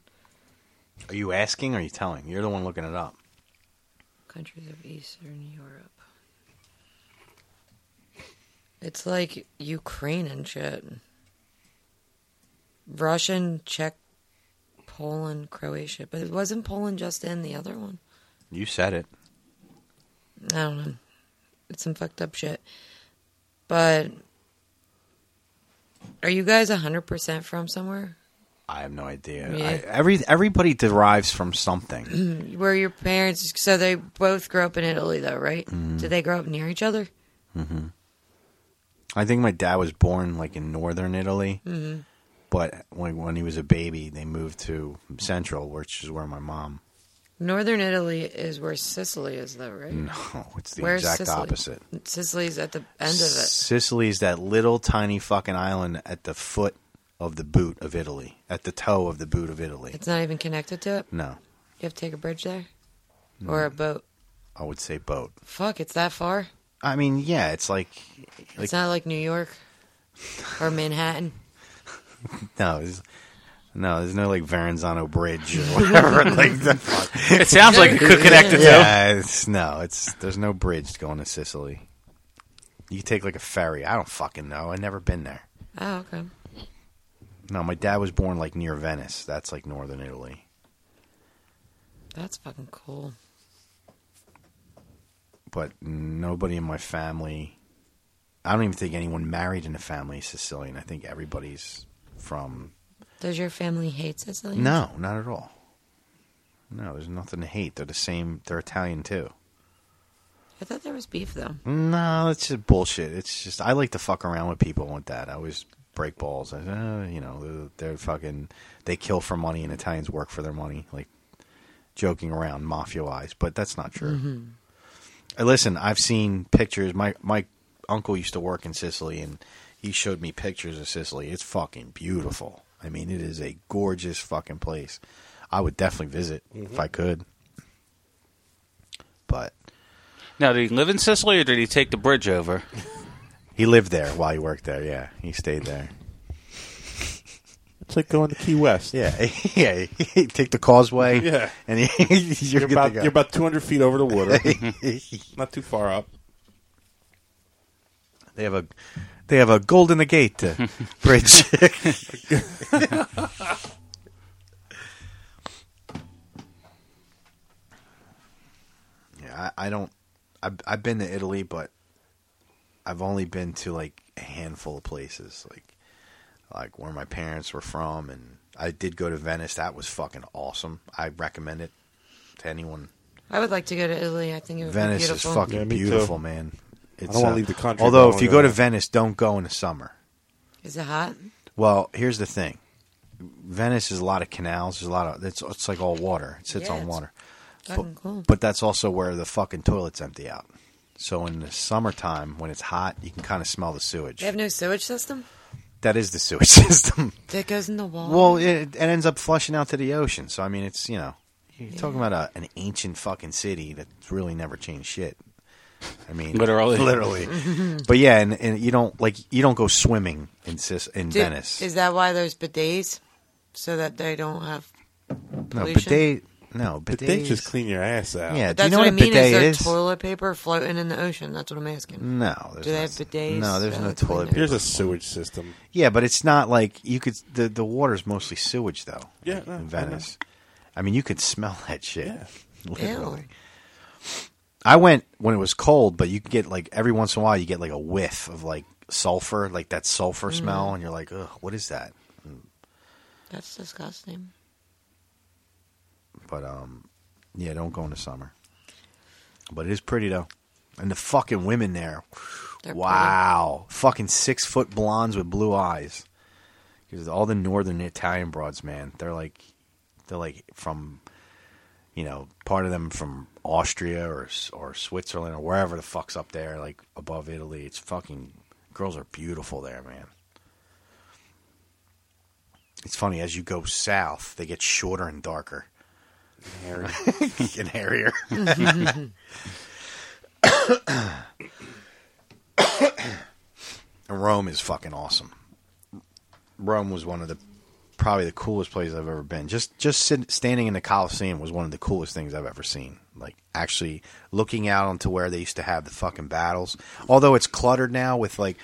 H: Are you asking? Or are you telling? You're the one looking it up.
G: Countries of Eastern Europe. It's like Ukraine and shit. Russian, Czech, Poland, Croatia. But it wasn't Poland just in the other one?
H: You said it.
G: I don't know. It's some fucked up shit. But are you guys 100% from somewhere?
H: I have no idea.
G: Yeah.
H: I, every everybody derives from something.
G: Where your parents. So they both grew up in Italy, though, right?
H: Mhm.
G: Did they grow up near each other?
H: hmm I think my dad was born like in northern Italy,
G: Mhm.
H: but when when he was a baby, they moved to central, which is where my mom.
G: Northern Italy is where Sicily is, though, right?
H: No, it's the
G: Where's
H: exact
G: Sicily?
H: opposite.
G: Sicily's at the end of it.
H: Sicily's that little tiny fucking island at the foot of the boot of Italy, at the toe of the boot of Italy.
G: It's not even connected to it.
H: No,
G: You have to take a bridge there or a boat.
H: I would say boat.
G: Fuck, it's that far.
H: I mean, yeah, it's like, like
G: it's not like New York or Manhattan.
H: no, it's, no, there's no like Verrazano Bridge or whatever. like the fuck.
J: It sounds like it could connect the two.
H: Yeah, it's, no, it's there's no bridge going to Sicily. You take like a ferry. I don't fucking know. I've never been there.
G: Oh, okay.
H: No, my dad was born like near Venice. That's like northern Italy.
G: That's fucking cool.
H: but nobody in my family I don't even think anyone married in the family is Sicilian. I think everybody's from.
G: Does your family hate Sicily?
H: No, not at all. No, there's nothing to hate. They're the same. They're Italian too.
G: I thought there was beef though.
H: No, it's just bullshit. It's just I like to fuck around with people with that. I always break balls. I, uh, you know, they're, they're fucking they kill for money and Italians work for their money, like joking around mafia wise. But that's not true.
B: Mhm.
H: Uh, Listen, I've seen pictures. My my uncle used to work in Sicily, and he showed me pictures of Sicily. It's fucking beautiful. I mean, it is a gorgeous fucking place. I would definitely visit if I could. But
J: Now, did he live in Sicily or did he take the bridge over?
H: he lived there while he worked there. Yeah, he stayed there.
I: It's like going to Key West.
H: Yeah, yeah. You take the causeway.
I: Yeah,
H: and you're,
I: you're
H: good to
I: about
H: go.
I: you're about 200 feet over the water, not too far up.
H: They have a they have a gold in the gate uh, bridge. yeah, I, I don't. I've, I've been to Italy, but I've only been to like a handful of places, like like where my parents were from, and I did go to Venice. That was fucking awesome. I recommend it to anyone
G: I would like to go to Italy. I think it would
H: Venice
G: be beautiful.
H: is fucking beautiful, man. uh,
I: I don't wanna leave the country, but I
H: Although,
I: wanna
H: if you
I: go
H: go to
I: there.
H: Venice, don't go in the summer.
G: Is it hot?
H: Well, here's the thing: Venice is a lot of canals. There's a lot of it's. It's like all water. It sits
G: Yeah,
H: on
G: it's
H: water.
G: fucking
H: but,
G: cool.
H: but that's also where the fucking toilets empty out. So in the summertime, when it's hot, you can kind of smell the sewage.
G: They have no sewage system
H: That is the sewage system.
G: that goes in the wall.
H: Well, it, it ends up flushing out to the ocean. So I mean, it's you know, you're
G: Yeah.
H: talking about a, an ancient fucking city that's really never changed shit. I mean,
J: Literally.
H: literally. but yeah, and, and you don't like you don't go swimming in Sis, in
G: Do-
H: Venice.
G: Is that why there's bidets? So that they don't have.
H: No,
G: pollution?
H: bidet. No, bidet.
I: Bidets just clean your ass out.
H: Yeah, do
G: That's
H: you know
G: what,
H: what,
G: I mean.
H: a bidet
G: is there
H: is?
G: toilet paper floating in the ocean? That's what I'm asking.
H: No, there's
G: Do they
H: no-
G: have bidets?
H: no, there's
G: that
H: no
G: are clean
H: toilet
G: up?
I: Here's a sewage system.
H: yeah, but it's not like you could. The the water's mostly sewage though.
I: Yeah,
H: like,
I: no,
H: in
I: I
H: Venice. I, mean, you could smell that shit. Literally.
G: Ew.
H: I went when it was cold, but you could get like every once in a while you get like a whiff of like sulfur, like that sulfur
G: Mhm.
H: smell, and you're like, ugh, what is that?
G: That's disgusting.
H: But um, yeah, don't go in the summer. But it is pretty though, and the fucking women there, wow, fucking six foot blondes with blue eyes. Because all the northern Italian broads, man, they're like, they're like from, you know, part of them from Austria or S- or Switzerland or wherever the fuck's up there, like above Italy. It's fucking girls are beautiful there, man. It's funny as you go south, they get shorter and darker.
I: Hairy.
H: and hairier. And Rome is fucking awesome. Rome was one of the probably the coolest places I've ever been. Just just sit, standing in the Colosseum was one of the coolest things I've ever seen. Like actually looking out onto where they used to have the fucking battles. Although it's cluttered now with like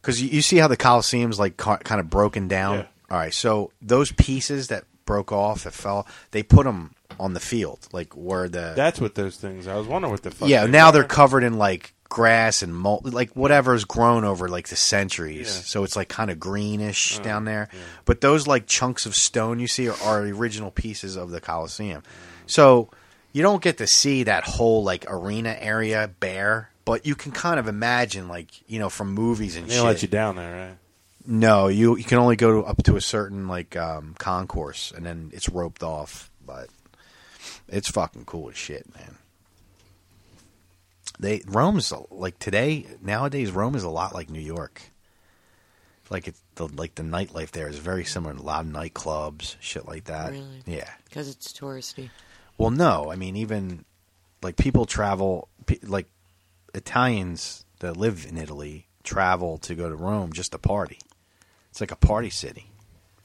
H: because you, you see how the Colosseum's like ca- kind of broken down. All right, so those pieces that broke off that fell, they put them on the field, like where the
I: That's what those things. I was wondering what the fuck.
H: yeah, now they're covered in like grass and mold, like whatever's grown over like the centuries.
I: Yeah. Oh,
H: So it's like kind of greenish down there. But those like chunks of stone you see are, are the original pieces of the
I: Mm.
H: Colosseum. So you don't get to see that whole like arena area bare, but you can kind of imagine like, you know, from movies and
I: They
H: shit.
I: don't let you down there, right?
H: No, you you can only go to, up to a certain like um, concourse, and then it's roped off. But it's fucking cool as shit, man. They Rome's a- like today nowadays Rome is a lot like New York. Like it's the like the nightlife there is very similar. to A lot of nightclubs, shit like that.
G: Really?
H: Yeah.
G: Because it's touristy.
H: Well, no, I mean even like people travel pe- like Italians that live in Italy travel to go to Rome just to party. It's like a party city.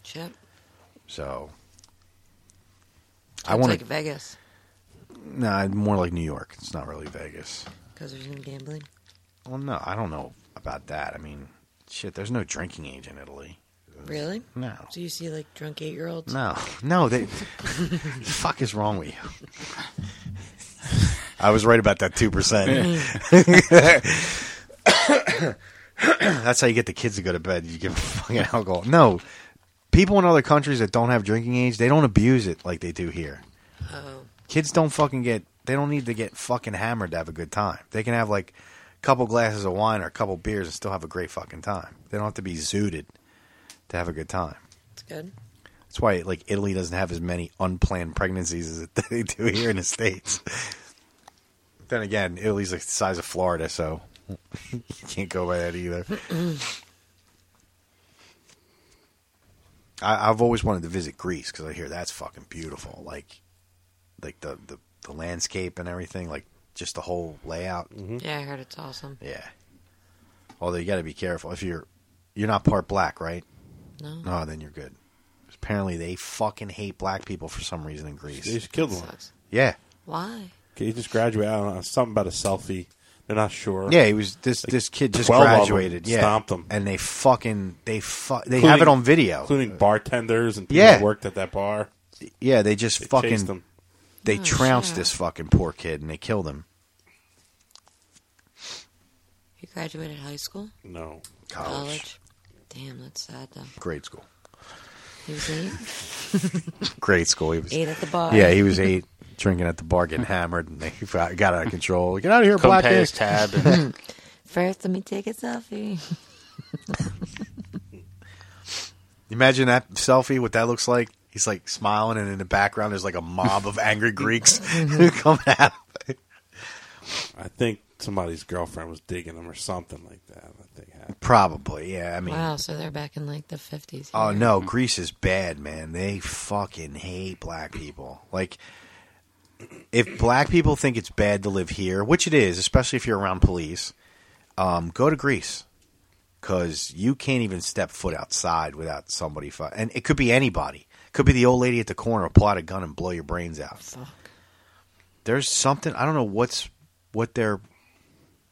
G: Chip.
H: So
G: It's
H: I want
G: like
H: to
G: Vegas
H: no, nah, more like New York. It's not really Vegas.
G: because there's no gambling.
H: Well, no, I don't know about that. I mean, shit, there's no drinking age in Italy.
G: Really?
H: No.
G: So you see like drunk eight year olds?
H: Mm. No, no, they. the fuck is wrong with you? I was right about that two percent. That's how you get the kids to go to bed. You give them fucking alcohol. No, people in other countries that don't have drinking age, they don't abuse it like they do here. Kids don't fucking get. They don't need to get fucking hammered to have a good time. They can have like a couple glasses of wine or a couple beers and still have a great fucking time. They don't have to be zooted to have a good time.
G: It's good.
H: That's why like Italy doesn't have as many unplanned pregnancies as they do here in the states. then again, Italy's like the size of Florida, so you can't go by that either. I, I've always wanted to visit Greece because I hear that's fucking beautiful. Like, like the, the, the landscape and everything, like just the whole layout.
G: Yeah, I heard it's awesome.
H: Yeah. Although you got to be careful if you're you're not part black, right?
G: No.
H: No, Oh, then you're good. Apparently, they fucking hate black people for some reason in Greece.
I: They just killed one.
H: Yeah.
G: Why?
I: Okay, he just graduated. I don't know something about a selfie. They're not sure.
H: Yeah, he was this this kid just
I: 12 of 'em
H: graduated. yeah,
I: stomped 'em.
H: and they fucking they fu- they
I: Including-
H: have it on video.
I: including bartenders and people
H: Uh, Yeah.
I: that worked at that bar.
H: Yeah, they just
I: They chased
H: fucking
I: him.
H: they
G: Oh,
H: trounced
G: shit.
H: this fucking poor kid and they killed him.
G: You graduated high school?
I: No,
G: College. Damn, that's sad though.
H: grade school,
G: He was eight.
H: grade school. He was
G: Eight at the bar.
H: Yeah, he was eight drinking at the bar, getting hammered, and they got got out of control. Get out of here,
J: Couldn't
H: black
J: pay his
H: dick.
J: tab and-
G: First, let me take a selfie.
H: Imagine that selfie, what that looks like. He's like smiling, and in the background, there's like a mob of angry Greeks coming at him.
I: I think somebody's girlfriend was digging him or something like that. I think happened.
H: Probably, yeah. I mean,
G: wow, so they're back in like the fifties.
H: Oh no, Greece is bad, man. They fucking hate black people. Like if black people think it's bad to live here, which it is, especially if you're around police, um, go to Greece cuz you can't even step foot outside without somebody fu- and it could be anybody. Could be the old lady at the corner pull out a gun and blow your brains out. There's something I don't know what's what their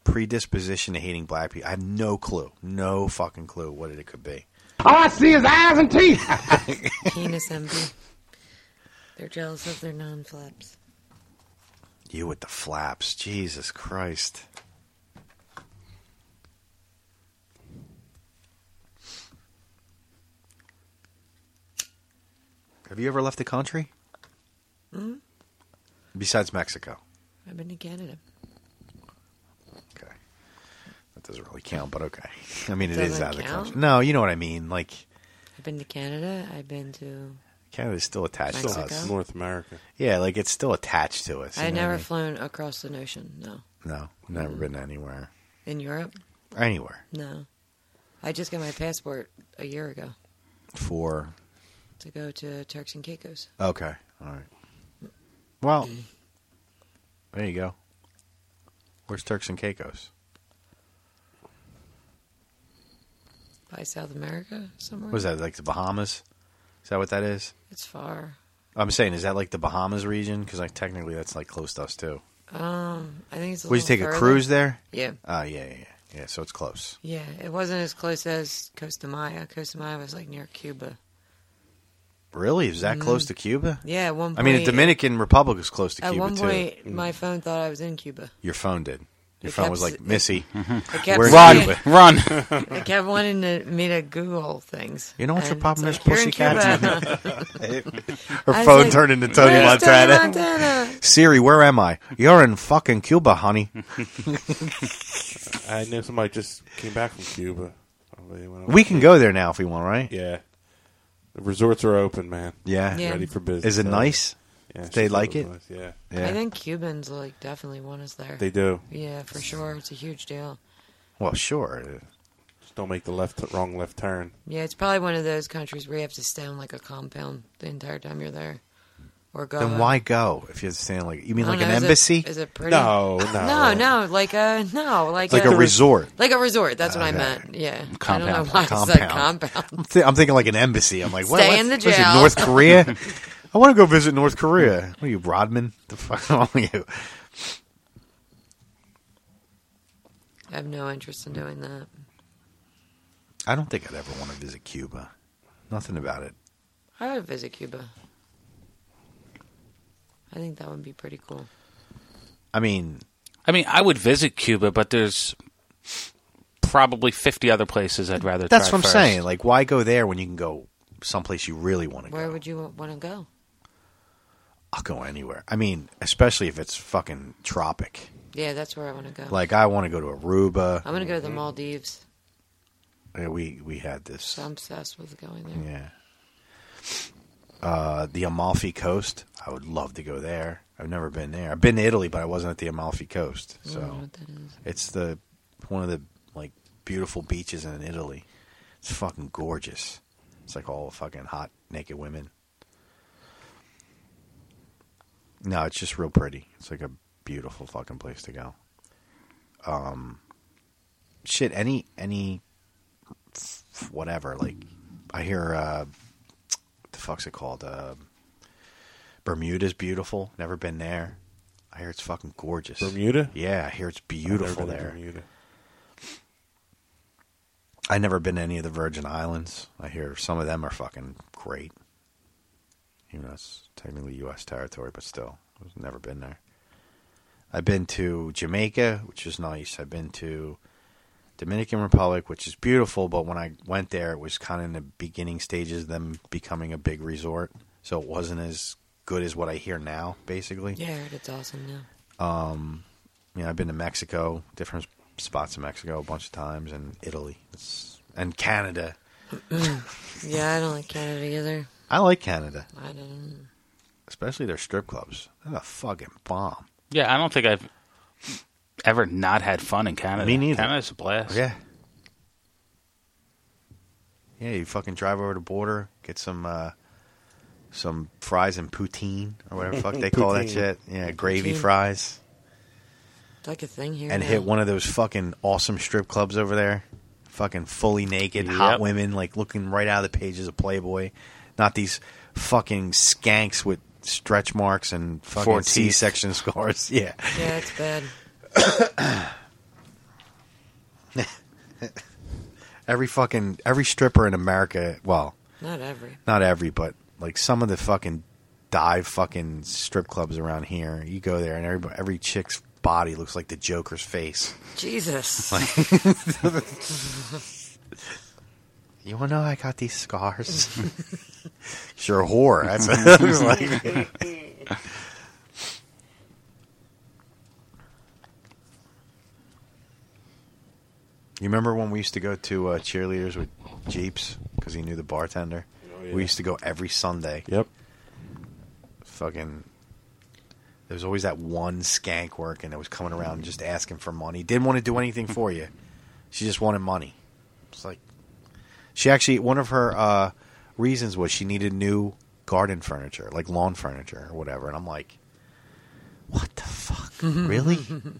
H: predisposition to hating black people. I have no clue. No fucking clue what it could be.
B: All I see is eyes and teeth.
G: Penis envy. They're jealous of their non-flaps.
H: You with the flaps. Jesus Christ. Have you ever left the country?
G: hmm
H: Besides Mexico.
G: I've been to Canada.
H: That doesn't really count, but okay. I mean, it is
G: Doesn't
H: out of the
G: count?
H: country. No, you know what I mean. Like,
G: I've been to Canada. I've been to.
H: Canada's still attached to us.
G: Mexico?
I: North America.
H: Yeah, like, it's still attached to us. you
G: I've
H: know
G: never Hmm.
H: what
G: flown across the ocean. No,
H: I mean? No, never been anywhere.
G: in Europe.
H: Anywhere.
G: No, I just got my passport a year ago
H: For.
G: to go to Turks and Caicos.
H: Okay. All right. Well, there you go. Where's Turks and Caicos?
G: by South America somewhere.
H: What is that, like the Bahamas? Is that what that is?
G: It's far.
H: I'm saying, is that like the Bahamas region? Because like technically, that's like close to us too.
G: Um, I think it's. A
H: Would you
G: little
H: take
G: further.
H: a cruise there?
G: Yeah,
H: Oh yeah, yeah, yeah, yeah. So it's close.
G: yeah. It wasn't as close as Costa Maya. Costa Maya was like near Cuba.
H: Really? Is that
G: Mhm.
H: close to Cuba?
G: Yeah, at one
H: I mean, the
G: point-
H: Dominican Republic is close to
G: At
H: Cuba
G: one
H: too. Mm.
G: point, my phone thought I was in Cuba.
H: Your phone did. Your
G: It
H: phone
G: kept
H: was
G: s-
H: like
G: it-
H: Missy.
G: it kept
H: we're in
G: saying-
H: Cuba."
G: I kept wanting to, me to Google things.
H: You know what your
G: And
H: problem
G: it's
H: is,
G: like, "You're in
H: pussycat?"
G: Cuba."
H: Her
G: I was
H: phone
G: like,
H: turned into Tony
G: "Where's
H: Montana.
G: Montana?
H: Siri, where am I? You're in fucking Cuba, honey.
I: I knew somebody just came back from Cuba. They went over-
H: we can go there now if we want, right?
I: Yeah, the resorts are open, man.
H: Yeah. Yeah.
I: ready for business.
H: Is it nice?
I: Yeah,
H: Do
I: she
H: they
I: said
H: like
I: was
H: it?
I: nice, Yeah,
G: I think Cubans like definitely want us there.
I: They do.
G: Yeah, for sure. It's a huge deal.
H: Well, sure.
I: Just don't make the left wrong left turn.
G: Yeah, it's probably one of those countries where you have to stay on like a compound the entire time you're there, or go.
H: Then why go if you're staying like you mean
G: I
H: like
G: don't
H: an
G: know, is it-
H: embassy?
G: is it pretty?
H: No,
G: No, no, like a no, like
H: Like a resort.
G: like a resort. That's what I
H: Okay.
G: meant. Yeah, I don't
H: Compound.
G: know why I said compound.
H: I'm, thi- I'm thinking like an embassy. I'm like, what?
G: Stay
H: what-
G: in the
H: what is it,
G: jail.
H: North Korea. I want to go visit North Korea. What are you, Rodman? The fuck wrong with you?
G: I have no interest in doing that.
H: I don't think I'd ever want to visit Cuba. Nothing about it.
G: I would visit Cuba. I think that would be pretty cool.
H: I mean,
J: I mean, I would visit Cuba, but there's probably 50 other places I'd rather try
H: That's what I'm
J: first.
H: saying. Like, why go there when you can go someplace you really want to?
G: Where would you want to go?
H: I'll go anywhere. I mean, especially if it's fucking tropic.
G: Yeah, that's where I want to go.
H: Like, I want to go to Aruba.
G: I'm gonna go to the Maldives.
H: Yeah, we we had this.
G: So I'm obsessed with going there.
H: Yeah. Uh, the Amalfi Coast. I would love to go there. I've never been there. I've been to Italy, but I wasn't at the Amalfi Coast.
G: I
H: So
G: don't know what that is.
H: it's the one of the like beautiful beaches in Italy. It's fucking gorgeous. It's like all fucking hot naked women. No, it's just real pretty. It's like a beautiful fucking place to go. Um, shit. Any any f- whatever. Like I hear uh, the fuck's it called? Uh, Bermuda's beautiful. Never been there. I hear it's fucking gorgeous.
I: Bermuda?
H: Yeah, I hear it's
I: never
H: beautiful
I: been to
H: there.
I: Bermuda.
H: I never been to any of the Virgin Islands. I hear some of them are fucking great. Even though it's technically U.S. territory, but still, I've never been there. I've been to Jamaica, which is nice. I've been to Dominican Republic, which is beautiful. But when I went there, it was kind of in the beginning stages of them becoming a big resort, so it wasn't as good as what I hear now. Basically,
G: Yeah, I heard it's awesome now.
H: um, you know, I've been to Mexico, different spots in Mexico a bunch of times, and Italy, it's, and Canada.
G: yeah, I don't like Canada either.
H: I like Canada,
G: I don't.
H: especially their strip clubs. They're a fucking bomb.
J: Yeah, I don't think I've ever not had fun in Canada.
H: Me neither.
J: Canada's a blast.
H: Yeah. Yeah, you fucking drive over the border, get some uh, some fries and poutine or whatever the fuck they call that
G: Poutine.
H: shit. Yeah, gravy
G: Poutine.
H: fries,
G: It's like a thing here.
H: and
G: now.
H: hit one of those fucking awesome strip clubs over there. Fucking fully naked, hot
J: Yep.
H: women like looking right out of the pages of Playboy, not these fucking skanks with stretch marks and
J: Four
H: fucking
J: teeth.
H: C-section scars. Yeah.
G: Yeah, it's bad.
H: every fucking every stripper in America. Well,
G: Not every.
H: not every, but like some of the fucking dive fucking strip clubs around here. You go there, and every every chick's body looks like the Joker's face.
G: Jesus.
H: Like- you want to know how I got these scars? sure, whore. That's it's like. You remember when we used to go to uh, cheerleaders with Jeeps because he knew the bartender?
I: yeah.
H: We used to go every Sunday.
I: Yep.
H: Fucking. There was always that one skank working that was coming around and just asking for money. Didn't want to do anything for you. She just wanted money. It's like. She actually, one of her uh, reasons was she needed new garden furniture, like lawn furniture or whatever. And I'm like, what the fuck? really? I'm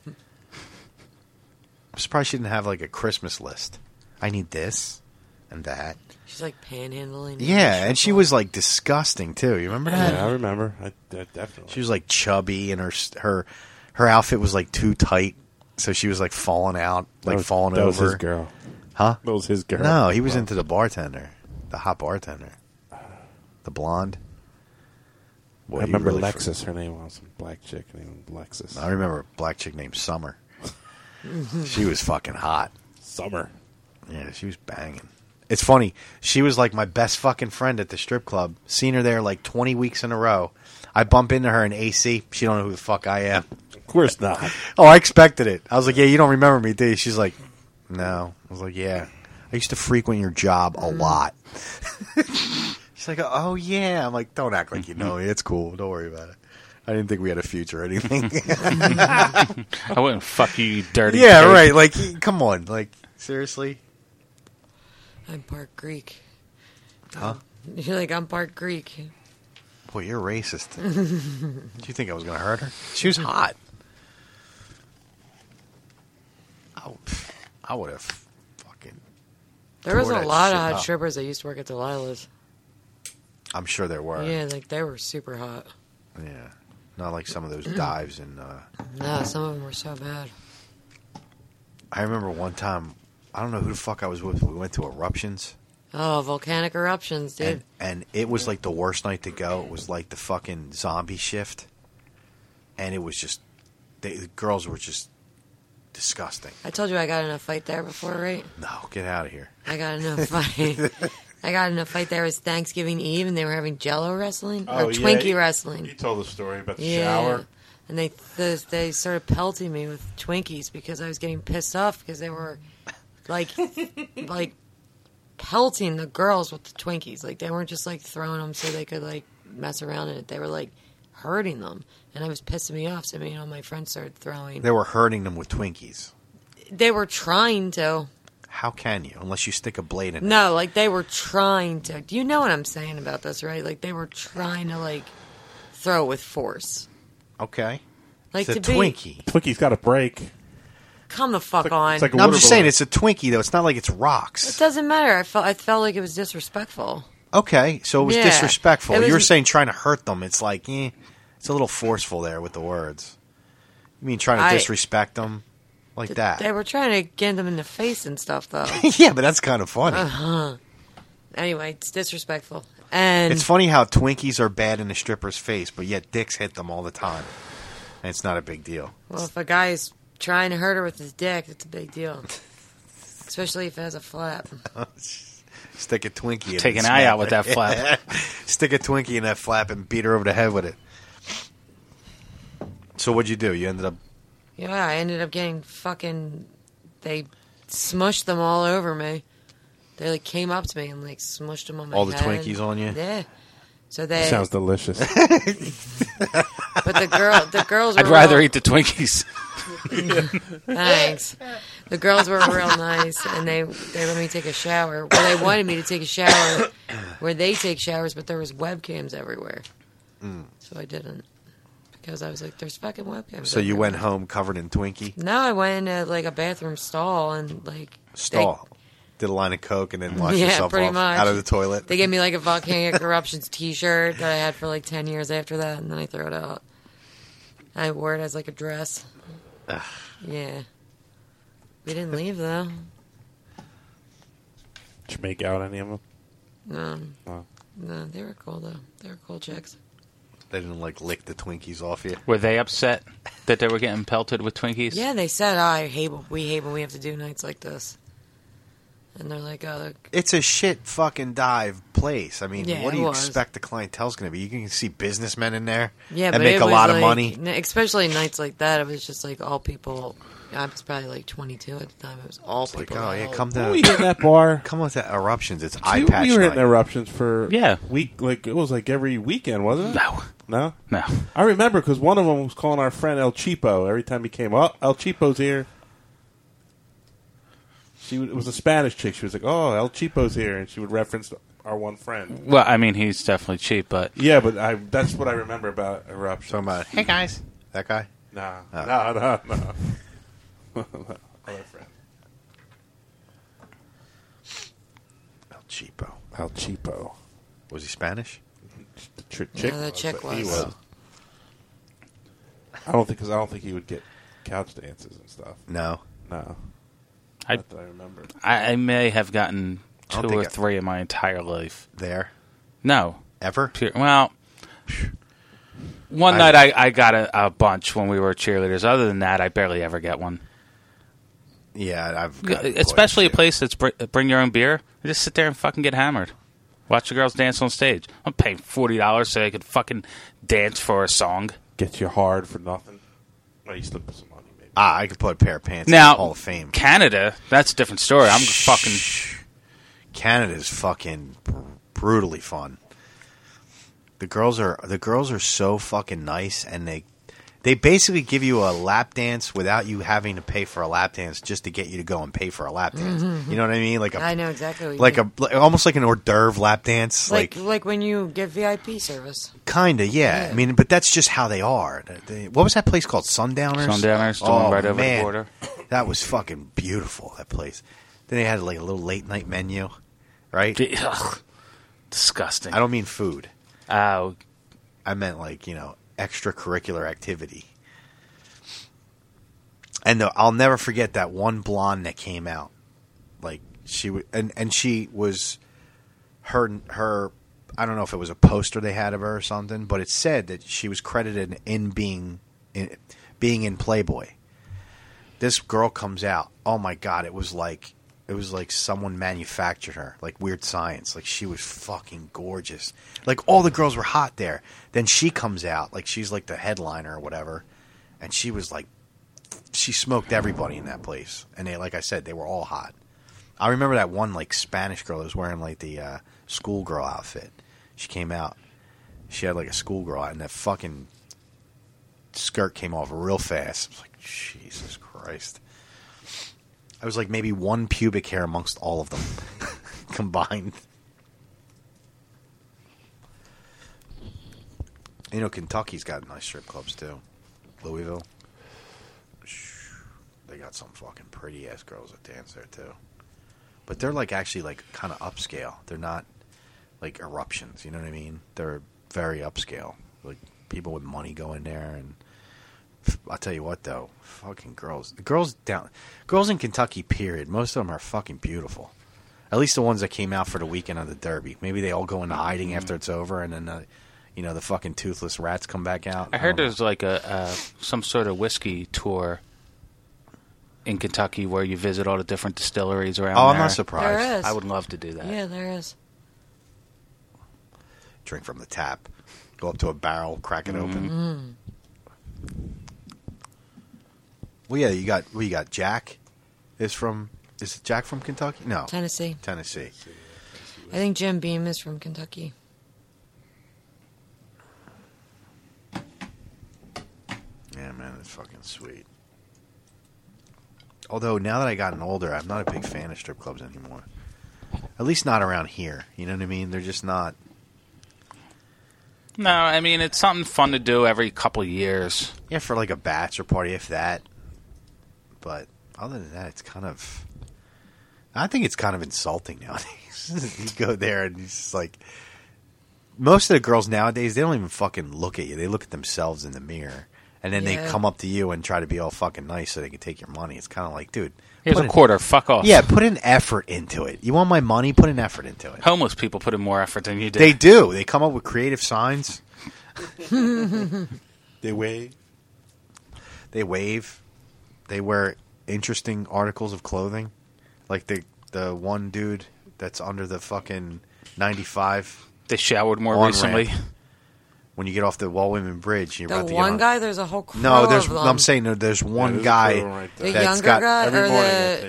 H: surprised she didn't have like a Christmas list. I need this and that.
G: She's like panhandling.
H: Yeah, and she was like disgusting too. You remember that?
I: Yeah, I remember. I, I definitely.
H: She was like chubby, and her her her outfit was like too tight, so she was like falling out, like
I: That was-
H: falling
I: that was
H: over.
I: his girl.
H: huh?
I: That was his girl.
H: No, he was
I: Wow.
H: into the bartender, the hot bartender, the blonde. Boy,
I: I
H: you
I: remember
H: really
I: Lexus. Her name was some black chick named Lexus.
H: I remember a black chick named Summer. she was fucking hot.
I: Summer.
H: Yeah, she was banging. It's funny. She was like my best fucking friend at the strip club. Seen her there like 20 weeks in a row. I bump into her in AC. She don't know who the fuck I am. Of
I: course not.
H: oh, I expected it. I was like, "Yeah, you don't remember me, do you?" She's like, "No." I was like, "Yeah." I used to frequent your job a lot. She's like, "Oh yeah." I'm like, "Don't act like you know me. It's cool. Don't worry about it." I didn't think we had a future or anything.
J: I wouldn't fuck you, you dirty.
H: yeah,
J: pig.
H: right. Like, come on. Like, seriously?
G: I'm part Greek.
H: Huh?
G: You're like I'm part Greek.
H: Boy, you're racist. Do you think I was going to hurt her? She was hot. Oh, pff, I would have fucking.
G: There was
H: tore
G: a
H: that
G: lot
H: shit
G: of hot
H: up.
G: strippers that used to work at Delilah's.
H: I'm sure there were.
G: Yeah, like they were super hot.
H: Yeah. Not like some of those dives. And uh,
G: No, some of them were so bad.
H: I remember one time, I don't know who the fuck I was with. We went to eruptions,
G: Oh, volcanic eruptions, dude.
H: and, and it was like the worst night to go. It was like the fucking zombie shift, and it was just they, the girls were just Disgusting.
G: I told you I got in a fight there before, right?
H: No, get out of here.
G: I got in a fight. I got in a fight there. It was Thanksgiving Eve, and they were having Jello wrestling
I: Oh,
G: or
I: yeah,
G: Twinkie
I: you-
G: wrestling.
I: You told the story about the shower.
G: And they th- they started pelting me with Twinkies because I was getting pissed off because they were like like pelting the girls with the Twinkies. Like they weren't just like throwing them so they could like mess around in it. They were like hurting them, and I was pissing me off. So me and all my friends started throwing.
H: They were hurting them with Twinkies.
G: They were trying to.
H: How can you? Unless you stick a blade in. it.
G: No, like they were trying to. Do you know what I'm saying about this, right? Like they were trying to like throw with force.
H: Okay.
G: Like
H: it's a
G: to be-
H: Twinkie.
I: Twinkie's got a break.
G: Come the fuck on.
H: no, I'm just saying it's a Twinkie though. It's not like it's rocks.
G: It doesn't matter. I felt I felt like it was disrespectful.
H: Okay, so it was
G: Yeah.
H: disrespectful.
G: It was-
H: you were saying trying to hurt them. It's like, eh, it's a little forceful there with the words. You mean trying to
G: I-
H: disrespect them like that?
G: They were trying to get them in the face and stuff, though.
H: yeah, but that's kind of funny.
G: Uh-huh. Anyway, it's disrespectful. And
H: it's funny how Twinkies are bad in a stripper's face, but yet dicks hit them all the time, and it's not a big deal.
G: Well, if a guy is trying to hurt her with his dick, it's a big deal. Especially if it has a flap.
H: Stick a Twinkie. in
J: Take
H: and
J: an eye
H: smack
J: out with that
H: her.
J: flap.
H: Stick a Twinkie in that flap and beat her over the head with it. So what'd you do? You ended up
G: Yeah, I ended up getting fucking. They smushed them all over me. They like came up to me and like smushed them on my
H: All the
G: head.
H: Twinkies on you?
G: Yeah. So they
I: Sounds delicious.
G: But the girl, the girls. Were
J: I'd rather
G: real-
J: eat the Twinkies.
G: Thanks. The girls were real nice, and they they let me take a shower. Well, they wanted me to take a shower where they take showers, but there was webcams everywhere,
H: Mm.
G: so I didn't because I was like, "There's fucking webcams."
H: So you
G: everywhere.
H: went home covered in Twinkie
G: No, I went into like a bathroom stall and like they-
H: stall, did a line of coke, and then washed
G: Yeah,
H: yourself
G: pretty
H: off
G: much.
H: out of the toilet.
G: They gave me like a volcanic eruptions T-shirt that I had for like ten years after that, and then I threw it out. I wore it as like a dress.
H: Ugh.
G: Yeah, we didn't leave though.
I: Did you make out any of them?
G: No,
I: Wow.
G: no, they were cool though. They were cool chicks.
H: They didn't like lick the Twinkies off you.
J: Were they upset that they were getting pelted with Twinkies?
G: Yeah, they said, oh, "I hate when we hate when we have to do nights like this," and they're like, "Oh, look,
H: It's a shit fucking dive place. I mean,
G: Yeah,
H: what do
G: it
H: you
G: was.
H: expect the clientele's going to be? You can see businessmen in there
G: yeah,
H: that
G: but
H: make
G: it
H: a
G: was
H: lot
G: like-
H: of money.
G: n- Especially nights like that, it was just like all people. I was probably like 22 at the time. It was all
H: It's like,
G: people.
H: oh yeah,
G: out.
H: come to
I: Were we in that bar?
H: Come with that eruptions. It's
I: We-
H: eye patch
I: We were
H: night.
I: hitting eruptions for
J: Yeah.
I: week. Like it was like every weekend, wasn't it?
J: No.
I: no,
J: no.
I: I remember because one of them was calling our friend El Cheapo every time he came. Oh, El Cheapo's here. She would, it was a Spanish chick. She was like, "Oh, El Cheapo's here," and she would reference our one friend.
J: Well, I mean, he's definitely cheap, but
I: Yeah, but I that's what I remember about eruptions.
H: Talking about
I: Hey,
H: guys, that guy.
I: Nah,
H: Oh.
I: nah, nah, nah. Other friend.
H: El Cheapo.
I: El Cheapo.
H: Was he Spanish?
I: The ch- chick
G: the
I: was,
G: chick
I: but he
G: was.
I: was. I don't think because I don't think he would get couch dances and stuff.
H: No.
I: No.
J: I-
I: Not that I remember.
J: I, I may have gotten
I: I don't
J: two
I: think
J: or
I: I-
J: three in my entire life.
H: There?
J: No.
H: Ever?
J: well, one
H: I-
J: night I, I got a, a bunch when we were cheerleaders. Other than that, I barely ever get one.
H: Yeah, I've got
J: Especially a place that's br- bring your own beer. I just sit there and fucking get hammered. Watch the girls dance on stage. I'm paying forty dollars so I could fucking dance for a song.
I: Get you hard for nothing. Well, you slipped some money.
H: Ah, I could put a pair of pants in
J: now
H: the Hall of Fame.
J: Canada, that's a different story. I'm fucking
H: Canada's fucking br- brutally fun. The girls are the girls are so fucking nice, and they they basically give you a lap dance without you having to pay for a lap dance just to get you to go and pay for a lap dance.
G: Mhm.
H: You know what I mean? Like a
G: I know exactly what you
H: like
G: mean.
H: a like, almost like an hors d'oeuvre lap dance,
G: like,
H: like,
G: like when you get VIP service.
H: kinda yeah. I mean, but that's just how they are. They- what was that place called? Sundowners.
J: Sundowners, the one
H: oh,
J: right over the
H: man.
J: border.
H: That was fucking beautiful. That place. Then they had like a little late night menu, right?
J: ugh. disgusting.
H: I don't mean food.
J: Oh,
H: I meant like you know extracurricular activity. And the, I'll never forget that one blonde that came out. Like she w- and and she was her her I don't know if it was a poster they had of her or something, but it said that she was credited in being in being in Playboy. This girl comes out. Oh my god! It was like it was like someone manufactured her, like weird science. Like she was fucking gorgeous. Like all the girls were hot there. Then she comes out, like she's like the headliner or whatever, and she was like, she smoked everybody in that place. And they, like I said, they were all hot. I remember that one like Spanish girl that was wearing like the uh, schoolgirl outfit. She came out. She had like a schoolgirl out, and that fucking skirt came off real fast. I was like, Jesus Christ. I was like maybe one pubic hair amongst all of them combined. You know, Kentucky's got nice strip clubs too. Louisville. They got some fucking pretty ass girls that dance there too. But they're like actually like kind of upscale. They're not like eruptions. You know what I mean? They're very upscale. Like people with money go in there, and f- I'll tell you what though, fucking girls, the girls down, girls in Kentucky. Period. Most of them are fucking beautiful. At least the ones that came out for the weekend of the Derby. Maybe they all go into hiding
J: Mm-hmm.
H: after it's over, and then uh, you know the fucking toothless rats come back out.
J: I heard there's like a uh, some sort of whiskey tour in Kentucky where you visit all the different distilleries around.
H: Oh, I'm
J: there.
H: not surprised.
G: There is.
J: I would love to do that.
G: Yeah, there is.
H: drink from the tap, go up to a barrel, crack it open.
G: Mm.
H: Well, yeah, you got well, you got Jack. Is from is Jack from Kentucky? No,
G: Tennessee.
H: Tennessee.
G: I think Jim Beam is from Kentucky.
H: Yeah, man, it's fucking sweet. Although now that I gotten older, I'm not a big fan of strip clubs anymore. At least not around here. You know what I mean? They're just not.
J: No, I mean it's something fun to do every couple years.
H: Yeah, for like a bachelor party, if that. But other than that, it's kind of. I think it's kind of insulting nowadays. you go there and it's just like. Most of the girls nowadays, they don't even fucking look at you. They look at themselves in the mirror. And then
J: Yeah.
H: they come up to you and try to be all fucking nice so they can take your money. It's kind of like, dude.
J: Here's
H: put
J: a
H: in-
J: quarter. Fuck off.
H: Yeah, put an effort into it. You want my money? Put an effort into it.
J: Homeless people put in more effort than you did.
H: They do. They come up with creative signs.
I: They wave.
H: They wave. They wear interesting articles of clothing, like the the one dude that's under the fucking ninety five.
J: They showered more recently.
H: When you get off the Wall Women Bridge, you're
G: The
H: about to get
G: one
H: on-
G: guy, there's a whole crew
H: No, there's.
G: of them.
H: I'm saying no, there's one
I: there's a
H: guy
I: crew right
G: the
H: that's
G: younger
H: got
G: guy or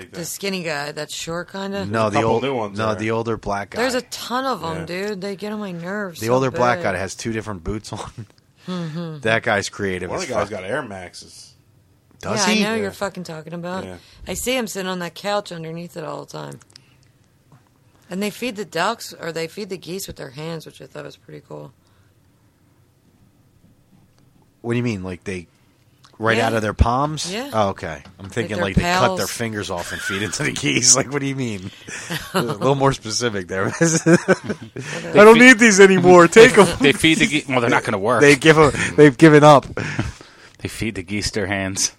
G: the, the skinny guy that's short, kind of.
H: no the old no the older black guy.
G: There's a ton of them,
H: Yeah.
G: dude. They get on my nerves.
H: the
G: so
H: older black
G: bad.
H: guy that has two different boots on.
G: Mhm.
H: That guy's creative.
I: One
H: as
I: of the guys
H: fuck.
I: got Air Maxes.
H: Does
G: yeah,
H: he?
G: I know you're fucking talking about.
H: Yeah.
G: I see him sitting on that couch underneath it all the time. And they feed the ducks or they feed the geese with their hands, which I thought was pretty cool.
H: What do you mean? Like they right
G: Yeah.
H: out of their palms?
G: Yeah.
H: Oh, okay. I'm thinking
G: their
H: like, they cut
G: pals.
H: their fingers off and feed it to the geese. Like, what do you mean? a little more specific there. I don't need these anymore. Take them.
J: they feed the geese. Well, they're not going to work.
H: They give them. They've given up.
J: They feed the geese their hands.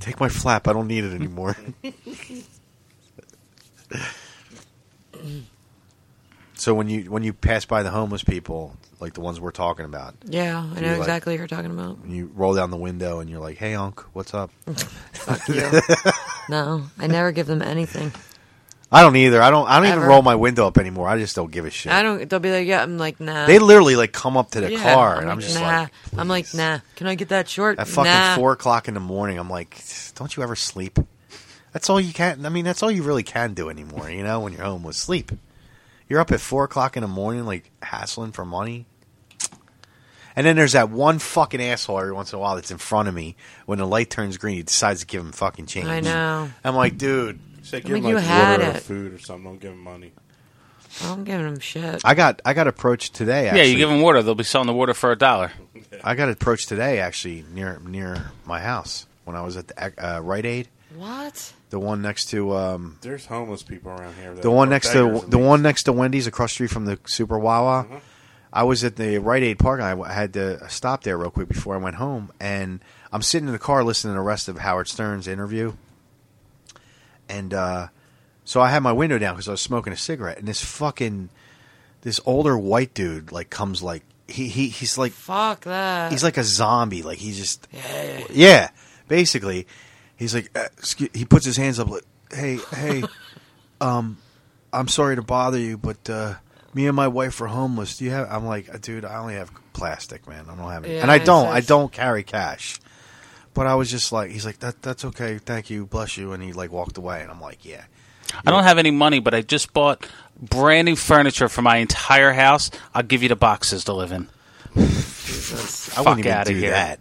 H: Take my flap. I don't need it anymore. so when you when you pass by the homeless people, like the ones we're talking about,
G: Yeah, I
H: do
G: know
H: you, like,
G: exactly what you're talking about.
H: when you roll down the window and you're like, "Hey, Unc, what's up?" Fuck
G: you. No, I never give them anything.
H: I don't either. I don't. I don't
G: Ever.
H: even roll my window up anymore. I just don't give a shit.
G: I don't. They'll be like, yeah. I'm like, nah.
H: They literally like come up to the
G: Yeah,
H: car, and I'm just
G: nah.
H: like,
G: I'm like, nah. Can I get that short?
H: at fucking
G: nah.
H: four o'clock in the morning, I'm like, don't you ever sleep? That's all you can. I mean, that's all you really can do anymore. You know, when you're home with sleep, you're up at four o'clock in the morning, like hassling for money. And then there's that one fucking asshole every once in a while that's in front of me. When the light turns green, he decides to give him fucking change.
G: I know.
H: I'm like, dude.
I: Say,
G: I
I: give him
G: mean,
I: like
G: you had
I: water or
G: it.
I: food or something. Don't give him money.
G: I'm giving them shit.
H: I got I got approached today. Actually.
J: Yeah, you give them water, they'll be selling the water for a dollar.
H: I got approached today actually near near my house when I was at the uh, Rite Aid,
G: What?
H: the one next to um,
I: There's homeless people around here. that
H: the one
I: are
H: next
I: beggars
H: to
I: and
H: the one next to Wendy's across the street from the Super Wawa. I was at the Rite Aid park and I w- had to stop there real quick before I went home and I'm sitting in the car listening to the rest of Howard Stern's interview. And uh, so I had my window down cuz I was smoking a cigarette and this fucking this older white dude like comes like he, he he's like
G: fuck that.
H: he's like a zombie like he's just
G: Yeah.
H: yeah. basically, he's like, uh, excuse, he puts his hands up, like, hey, hey, um, I'm sorry to bother you, but uh, me and my wife are homeless. Do you have? I'm like, dude, I only have plastic, man. I don't have any,
Q: Yeah,
H: and I
Q: it's
H: don't, I
Q: nice.
H: don't carry cash. But I was just like, he's like, that, that's okay, thank you, bless you, and he like walked away, and I'm like, yeah.
J: I don't have any money, but I just bought brand new furniture for my entire house. I'll give you the boxes to live in.
H: I
J: Fuck
H: wouldn't even
J: outta
H: do
J: here.
H: that.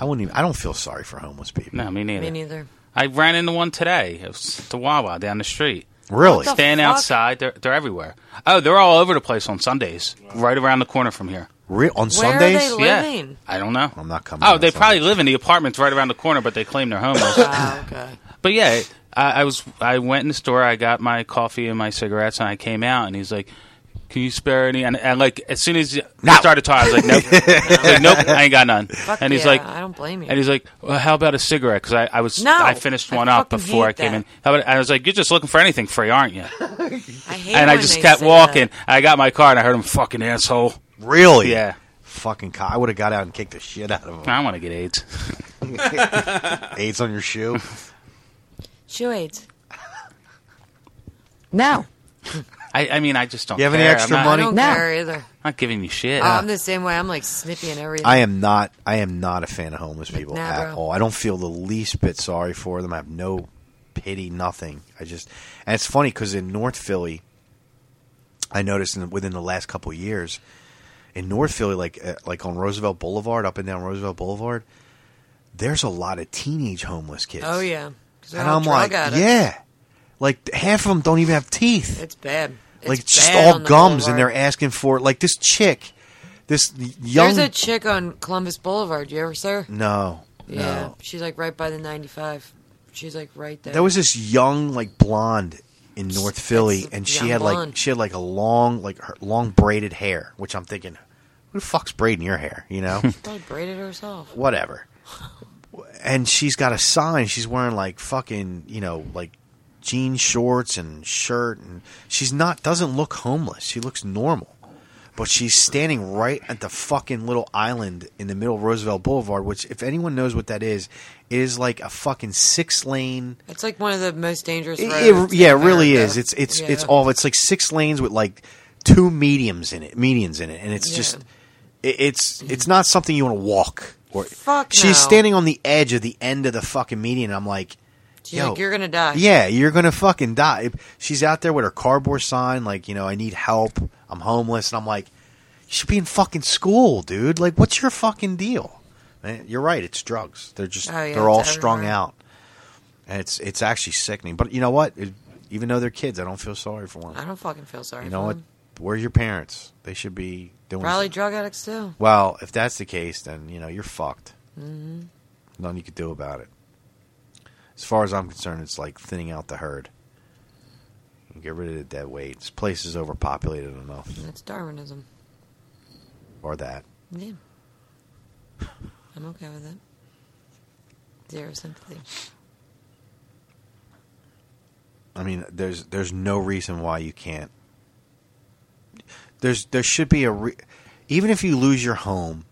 H: I wouldn't even. I don't feel sorry for homeless people.
J: No, me neither.
G: Me neither.
J: I ran into one today. It was the Wawa down the street.
H: Really? What the
J: Stand
H: fuck?
J: outside. They're, they're everywhere. Oh, they're all over the place on Sundays. Right around the corner from here.
H: Real on
G: Where are they Sundays? living?
J: Yeah. I don't know.
H: I'm not coming.
J: Oh, they probably live in the apartments right around the corner, but they claim they're homeless.
H: "Ah."
G: Oh, okay.
J: But yeah, I, I was I went in the store, I got my coffee and my cigarettes, and I came out, and he's like, "Can you spare any?" And, and like as soon as I started talking, I was like, "Nope, like, nope, I ain't got none."
G: Fuck
J: and he's
G: yeah,
J: like,
G: I don't blame you.
J: And he's like, well, "How about a cigarette?" Because I, I was
G: No,
J: I finished
G: I
J: one up
G: fucking
J: before I
G: hate
J: came
G: that.
J: in. How about, and I was like, "You're just looking for anything free, aren't you?"
G: I hate
J: and I
G: when
J: just
G: they
J: kept
G: say
J: walking. I got in my car, and I heard him fucking asshole.
H: Really?
J: Yeah.
H: Fucking. Co- I would have got out and kicked the shit out of them.
J: I want to get AIDS.
H: AIDS on your shoe.
G: that. Shoe aids.
D: No.
J: I, I mean, I just don't.
H: You have any
J: care.
H: extra Uh,
J: I'm
G: I
J: not,
G: don't
J: I'm
G: care either.
J: not giving you shit.
G: Oh, I'm the same way. I'm like snippy and everything.
H: I am not. I am not a fan of homeless people
G: nah,
H: at
G: bro.
H: all. I don't feel the least bit sorry for them. I have no pity, nothing. I just, and it's funny because in North Philly, I noticed in, within the last couple of years, in North Philly, like uh, like on Roosevelt Boulevard, up and down Roosevelt Boulevard, there's a lot of teenage homeless kids.
G: Oh yeah. 'Cause they're
H: and
G: all
H: I'm
G: drug
H: like,
G: addicts.
H: yeah, like half of them don't even have teeth
G: It's bad. It's
H: like it's just
G: bad
H: all
G: on the
H: gums, and they're
G: boulevard.
H: asking for like this chick, this young.
G: There's a chick on Columbus Boulevard. You ever see her?
H: no,
G: Yeah.
H: no.
G: She's like right by the 95. She's like right there.
H: There was this young like blonde in North Philly, and she
G: young
H: had like
G: blonde.
H: she had like a long like her long braided hair, which I'm thinking, who the fuck's braiding your hair? You know,
G: Probably braided herself.
H: whatever. And she's got a sign. She's wearing like fucking you know like jean shorts and shirt, and she's not doesn't look homeless. She looks normal. But she's standing right at the fucking little island in the middle of Roosevelt Boulevard, which, if anyone knows what that is, it is like a fucking six lane
G: It's like one of the most dangerous
H: it-
G: roads.
H: it- yeah,
G: in
H: it really
G: America.
H: is. It's it's it's
G: Yeah.
H: all. It's like six lanes with like two mediums in it, medians in it, and it's just it, it's it's not something you want to walk. Or
G: Fuck
H: she's
G: no.
H: standing on the edge of the end of the fucking median. And I'm like,
G: She's
H: yo,
G: like, you're gonna die.
H: yeah, you're gonna fucking die. She's out there with her cardboard sign, like you know, I need help. I'm homeless, and I'm like, you should be in fucking school, dude. Like, what's your fucking deal? Man, you're right. It's drugs. They're just
G: Oh, yeah,
H: they're all
G: it's
H: strung
G: everywhere.
H: out, and it's it's actually sickening. But you know what? It, even though they're kids, I don't feel sorry for them.
G: I don't fucking feel sorry.
H: You know
G: for
H: what?
G: them.
H: Where are your parents? They should be doing.
G: Probably drug addicts too.
H: Well, if that's the case, then you know you're fucked.
G: hmm
H: Nothing you could do about it. As far as I'm concerned, it's like thinning out the herd. Get rid of the dead weight. This place is overpopulated enough,
G: That's Darwinism.
H: or that.
G: Yeah. I'm okay with it. Zero sympathy.
H: I mean, there's there's no reason why you can't. There's there should be a re- even if you lose your home,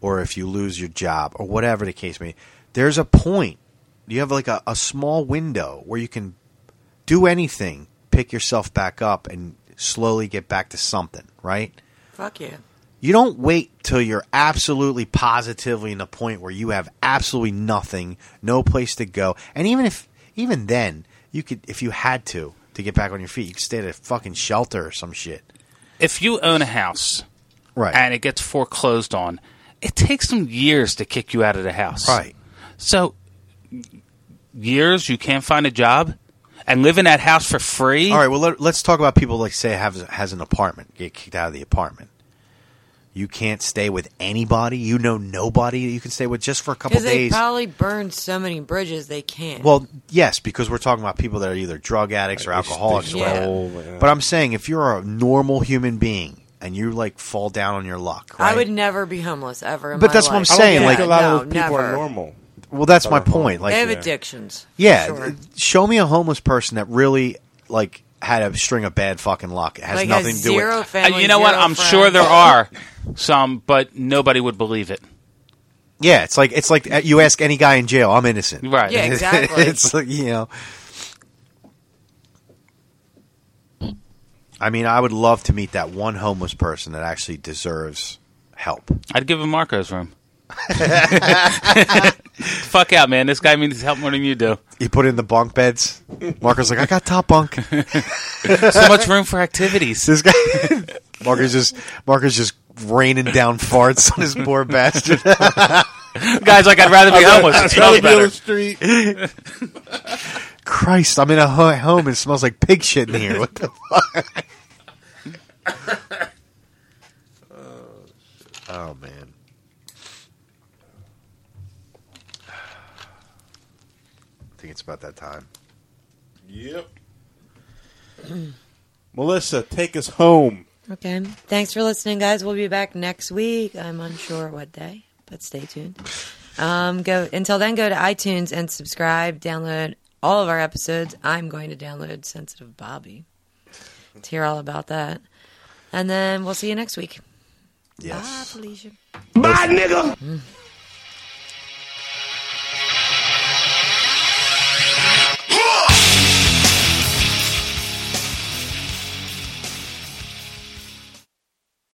H: or if you lose your job, or whatever the case may. be, There's a point. You have like a, a small window where you can do anything, pick yourself back up, and slowly get back to something. Right?
G: Fuck yeah.
H: You don't wait till you're absolutely positively in the point where you have absolutely nothing, no place to go. And even if even then, you could if you had to to get back on your feet, you could stay at a fucking shelter or some shit.
J: if you own a house
H: Right.
J: and it gets foreclosed on, it takes them years to kick you out of the house.
H: Right.
J: So years you can't find a job and live in that house for free.
H: All right, well let, let's talk about people like say have has an apartment, get kicked out of the apartment. You can't stay with anybody. You know nobody that you can stay with just for a couple
G: Because they
H: days.
G: probably burned so many bridges they can't.
H: Well, yes, because we're talking about people that are either drug addicts or
I: Like, they- they
H: alcoholics. or whatever.
I: stole, yeah.
H: But I'm saying if you're a normal human being and you like fall down on your luck, right?
G: I would never be homeless ever. In
H: But
G: my
H: that's what I'm
G: life.
H: saying, I don't think like-
I: a lot
G: no,
I: of those people
G: never.
I: are normal.
H: well, that's my
I: Better
H: point.
I: home.
H: Like,
G: they have addictions. for
H: yeah,
G: sure.
H: th- show me a homeless person that really like had a string of bad fucking luck. It has
G: Like,
H: nothing
G: has
H: to do with.
G: zero
J: Uh,
G: family,
J: you know what?
G: zero
J: I'm
G: friends.
J: sure there are some, but nobody would believe it.
H: Yeah, it's like it's like you ask any guy in jail, I'm innocent.
J: Right.
G: Yeah, exactly.
H: it's like, you know. I mean, I would love to meet that one homeless person that actually deserves help.
J: I'd give him Marco's room. Fuck out, man. This guy means help more than you do.
H: You put in the bunk beds. Marco's like, I got top bunk.
J: so much room for activities.
H: This guy, Marco's just Marco's just raining down farts on his poor bastard.
J: Guys, like I'd rather be
H: I'd rather-
J: homeless. It
H: I'd rather
J: smells
H: be on
J: better.
H: the Christ, I'm in a ho- home and it smells like pig shit in here. What the fuck? oh man. I think it's about that time.
I: Yep. Melissa, take us home.
G: Okay. Thanks for listening, guys. We'll be back next week. I'm unsure what day, but stay tuned. Um, go until then. Go to iTunes and subscribe. Download all of our episodes. I'm going to download Sensitive Bobby to hear all about that, and then we'll see you next week.
H: Yes.
G: Bye, Felicia.
B: Bye, nigga.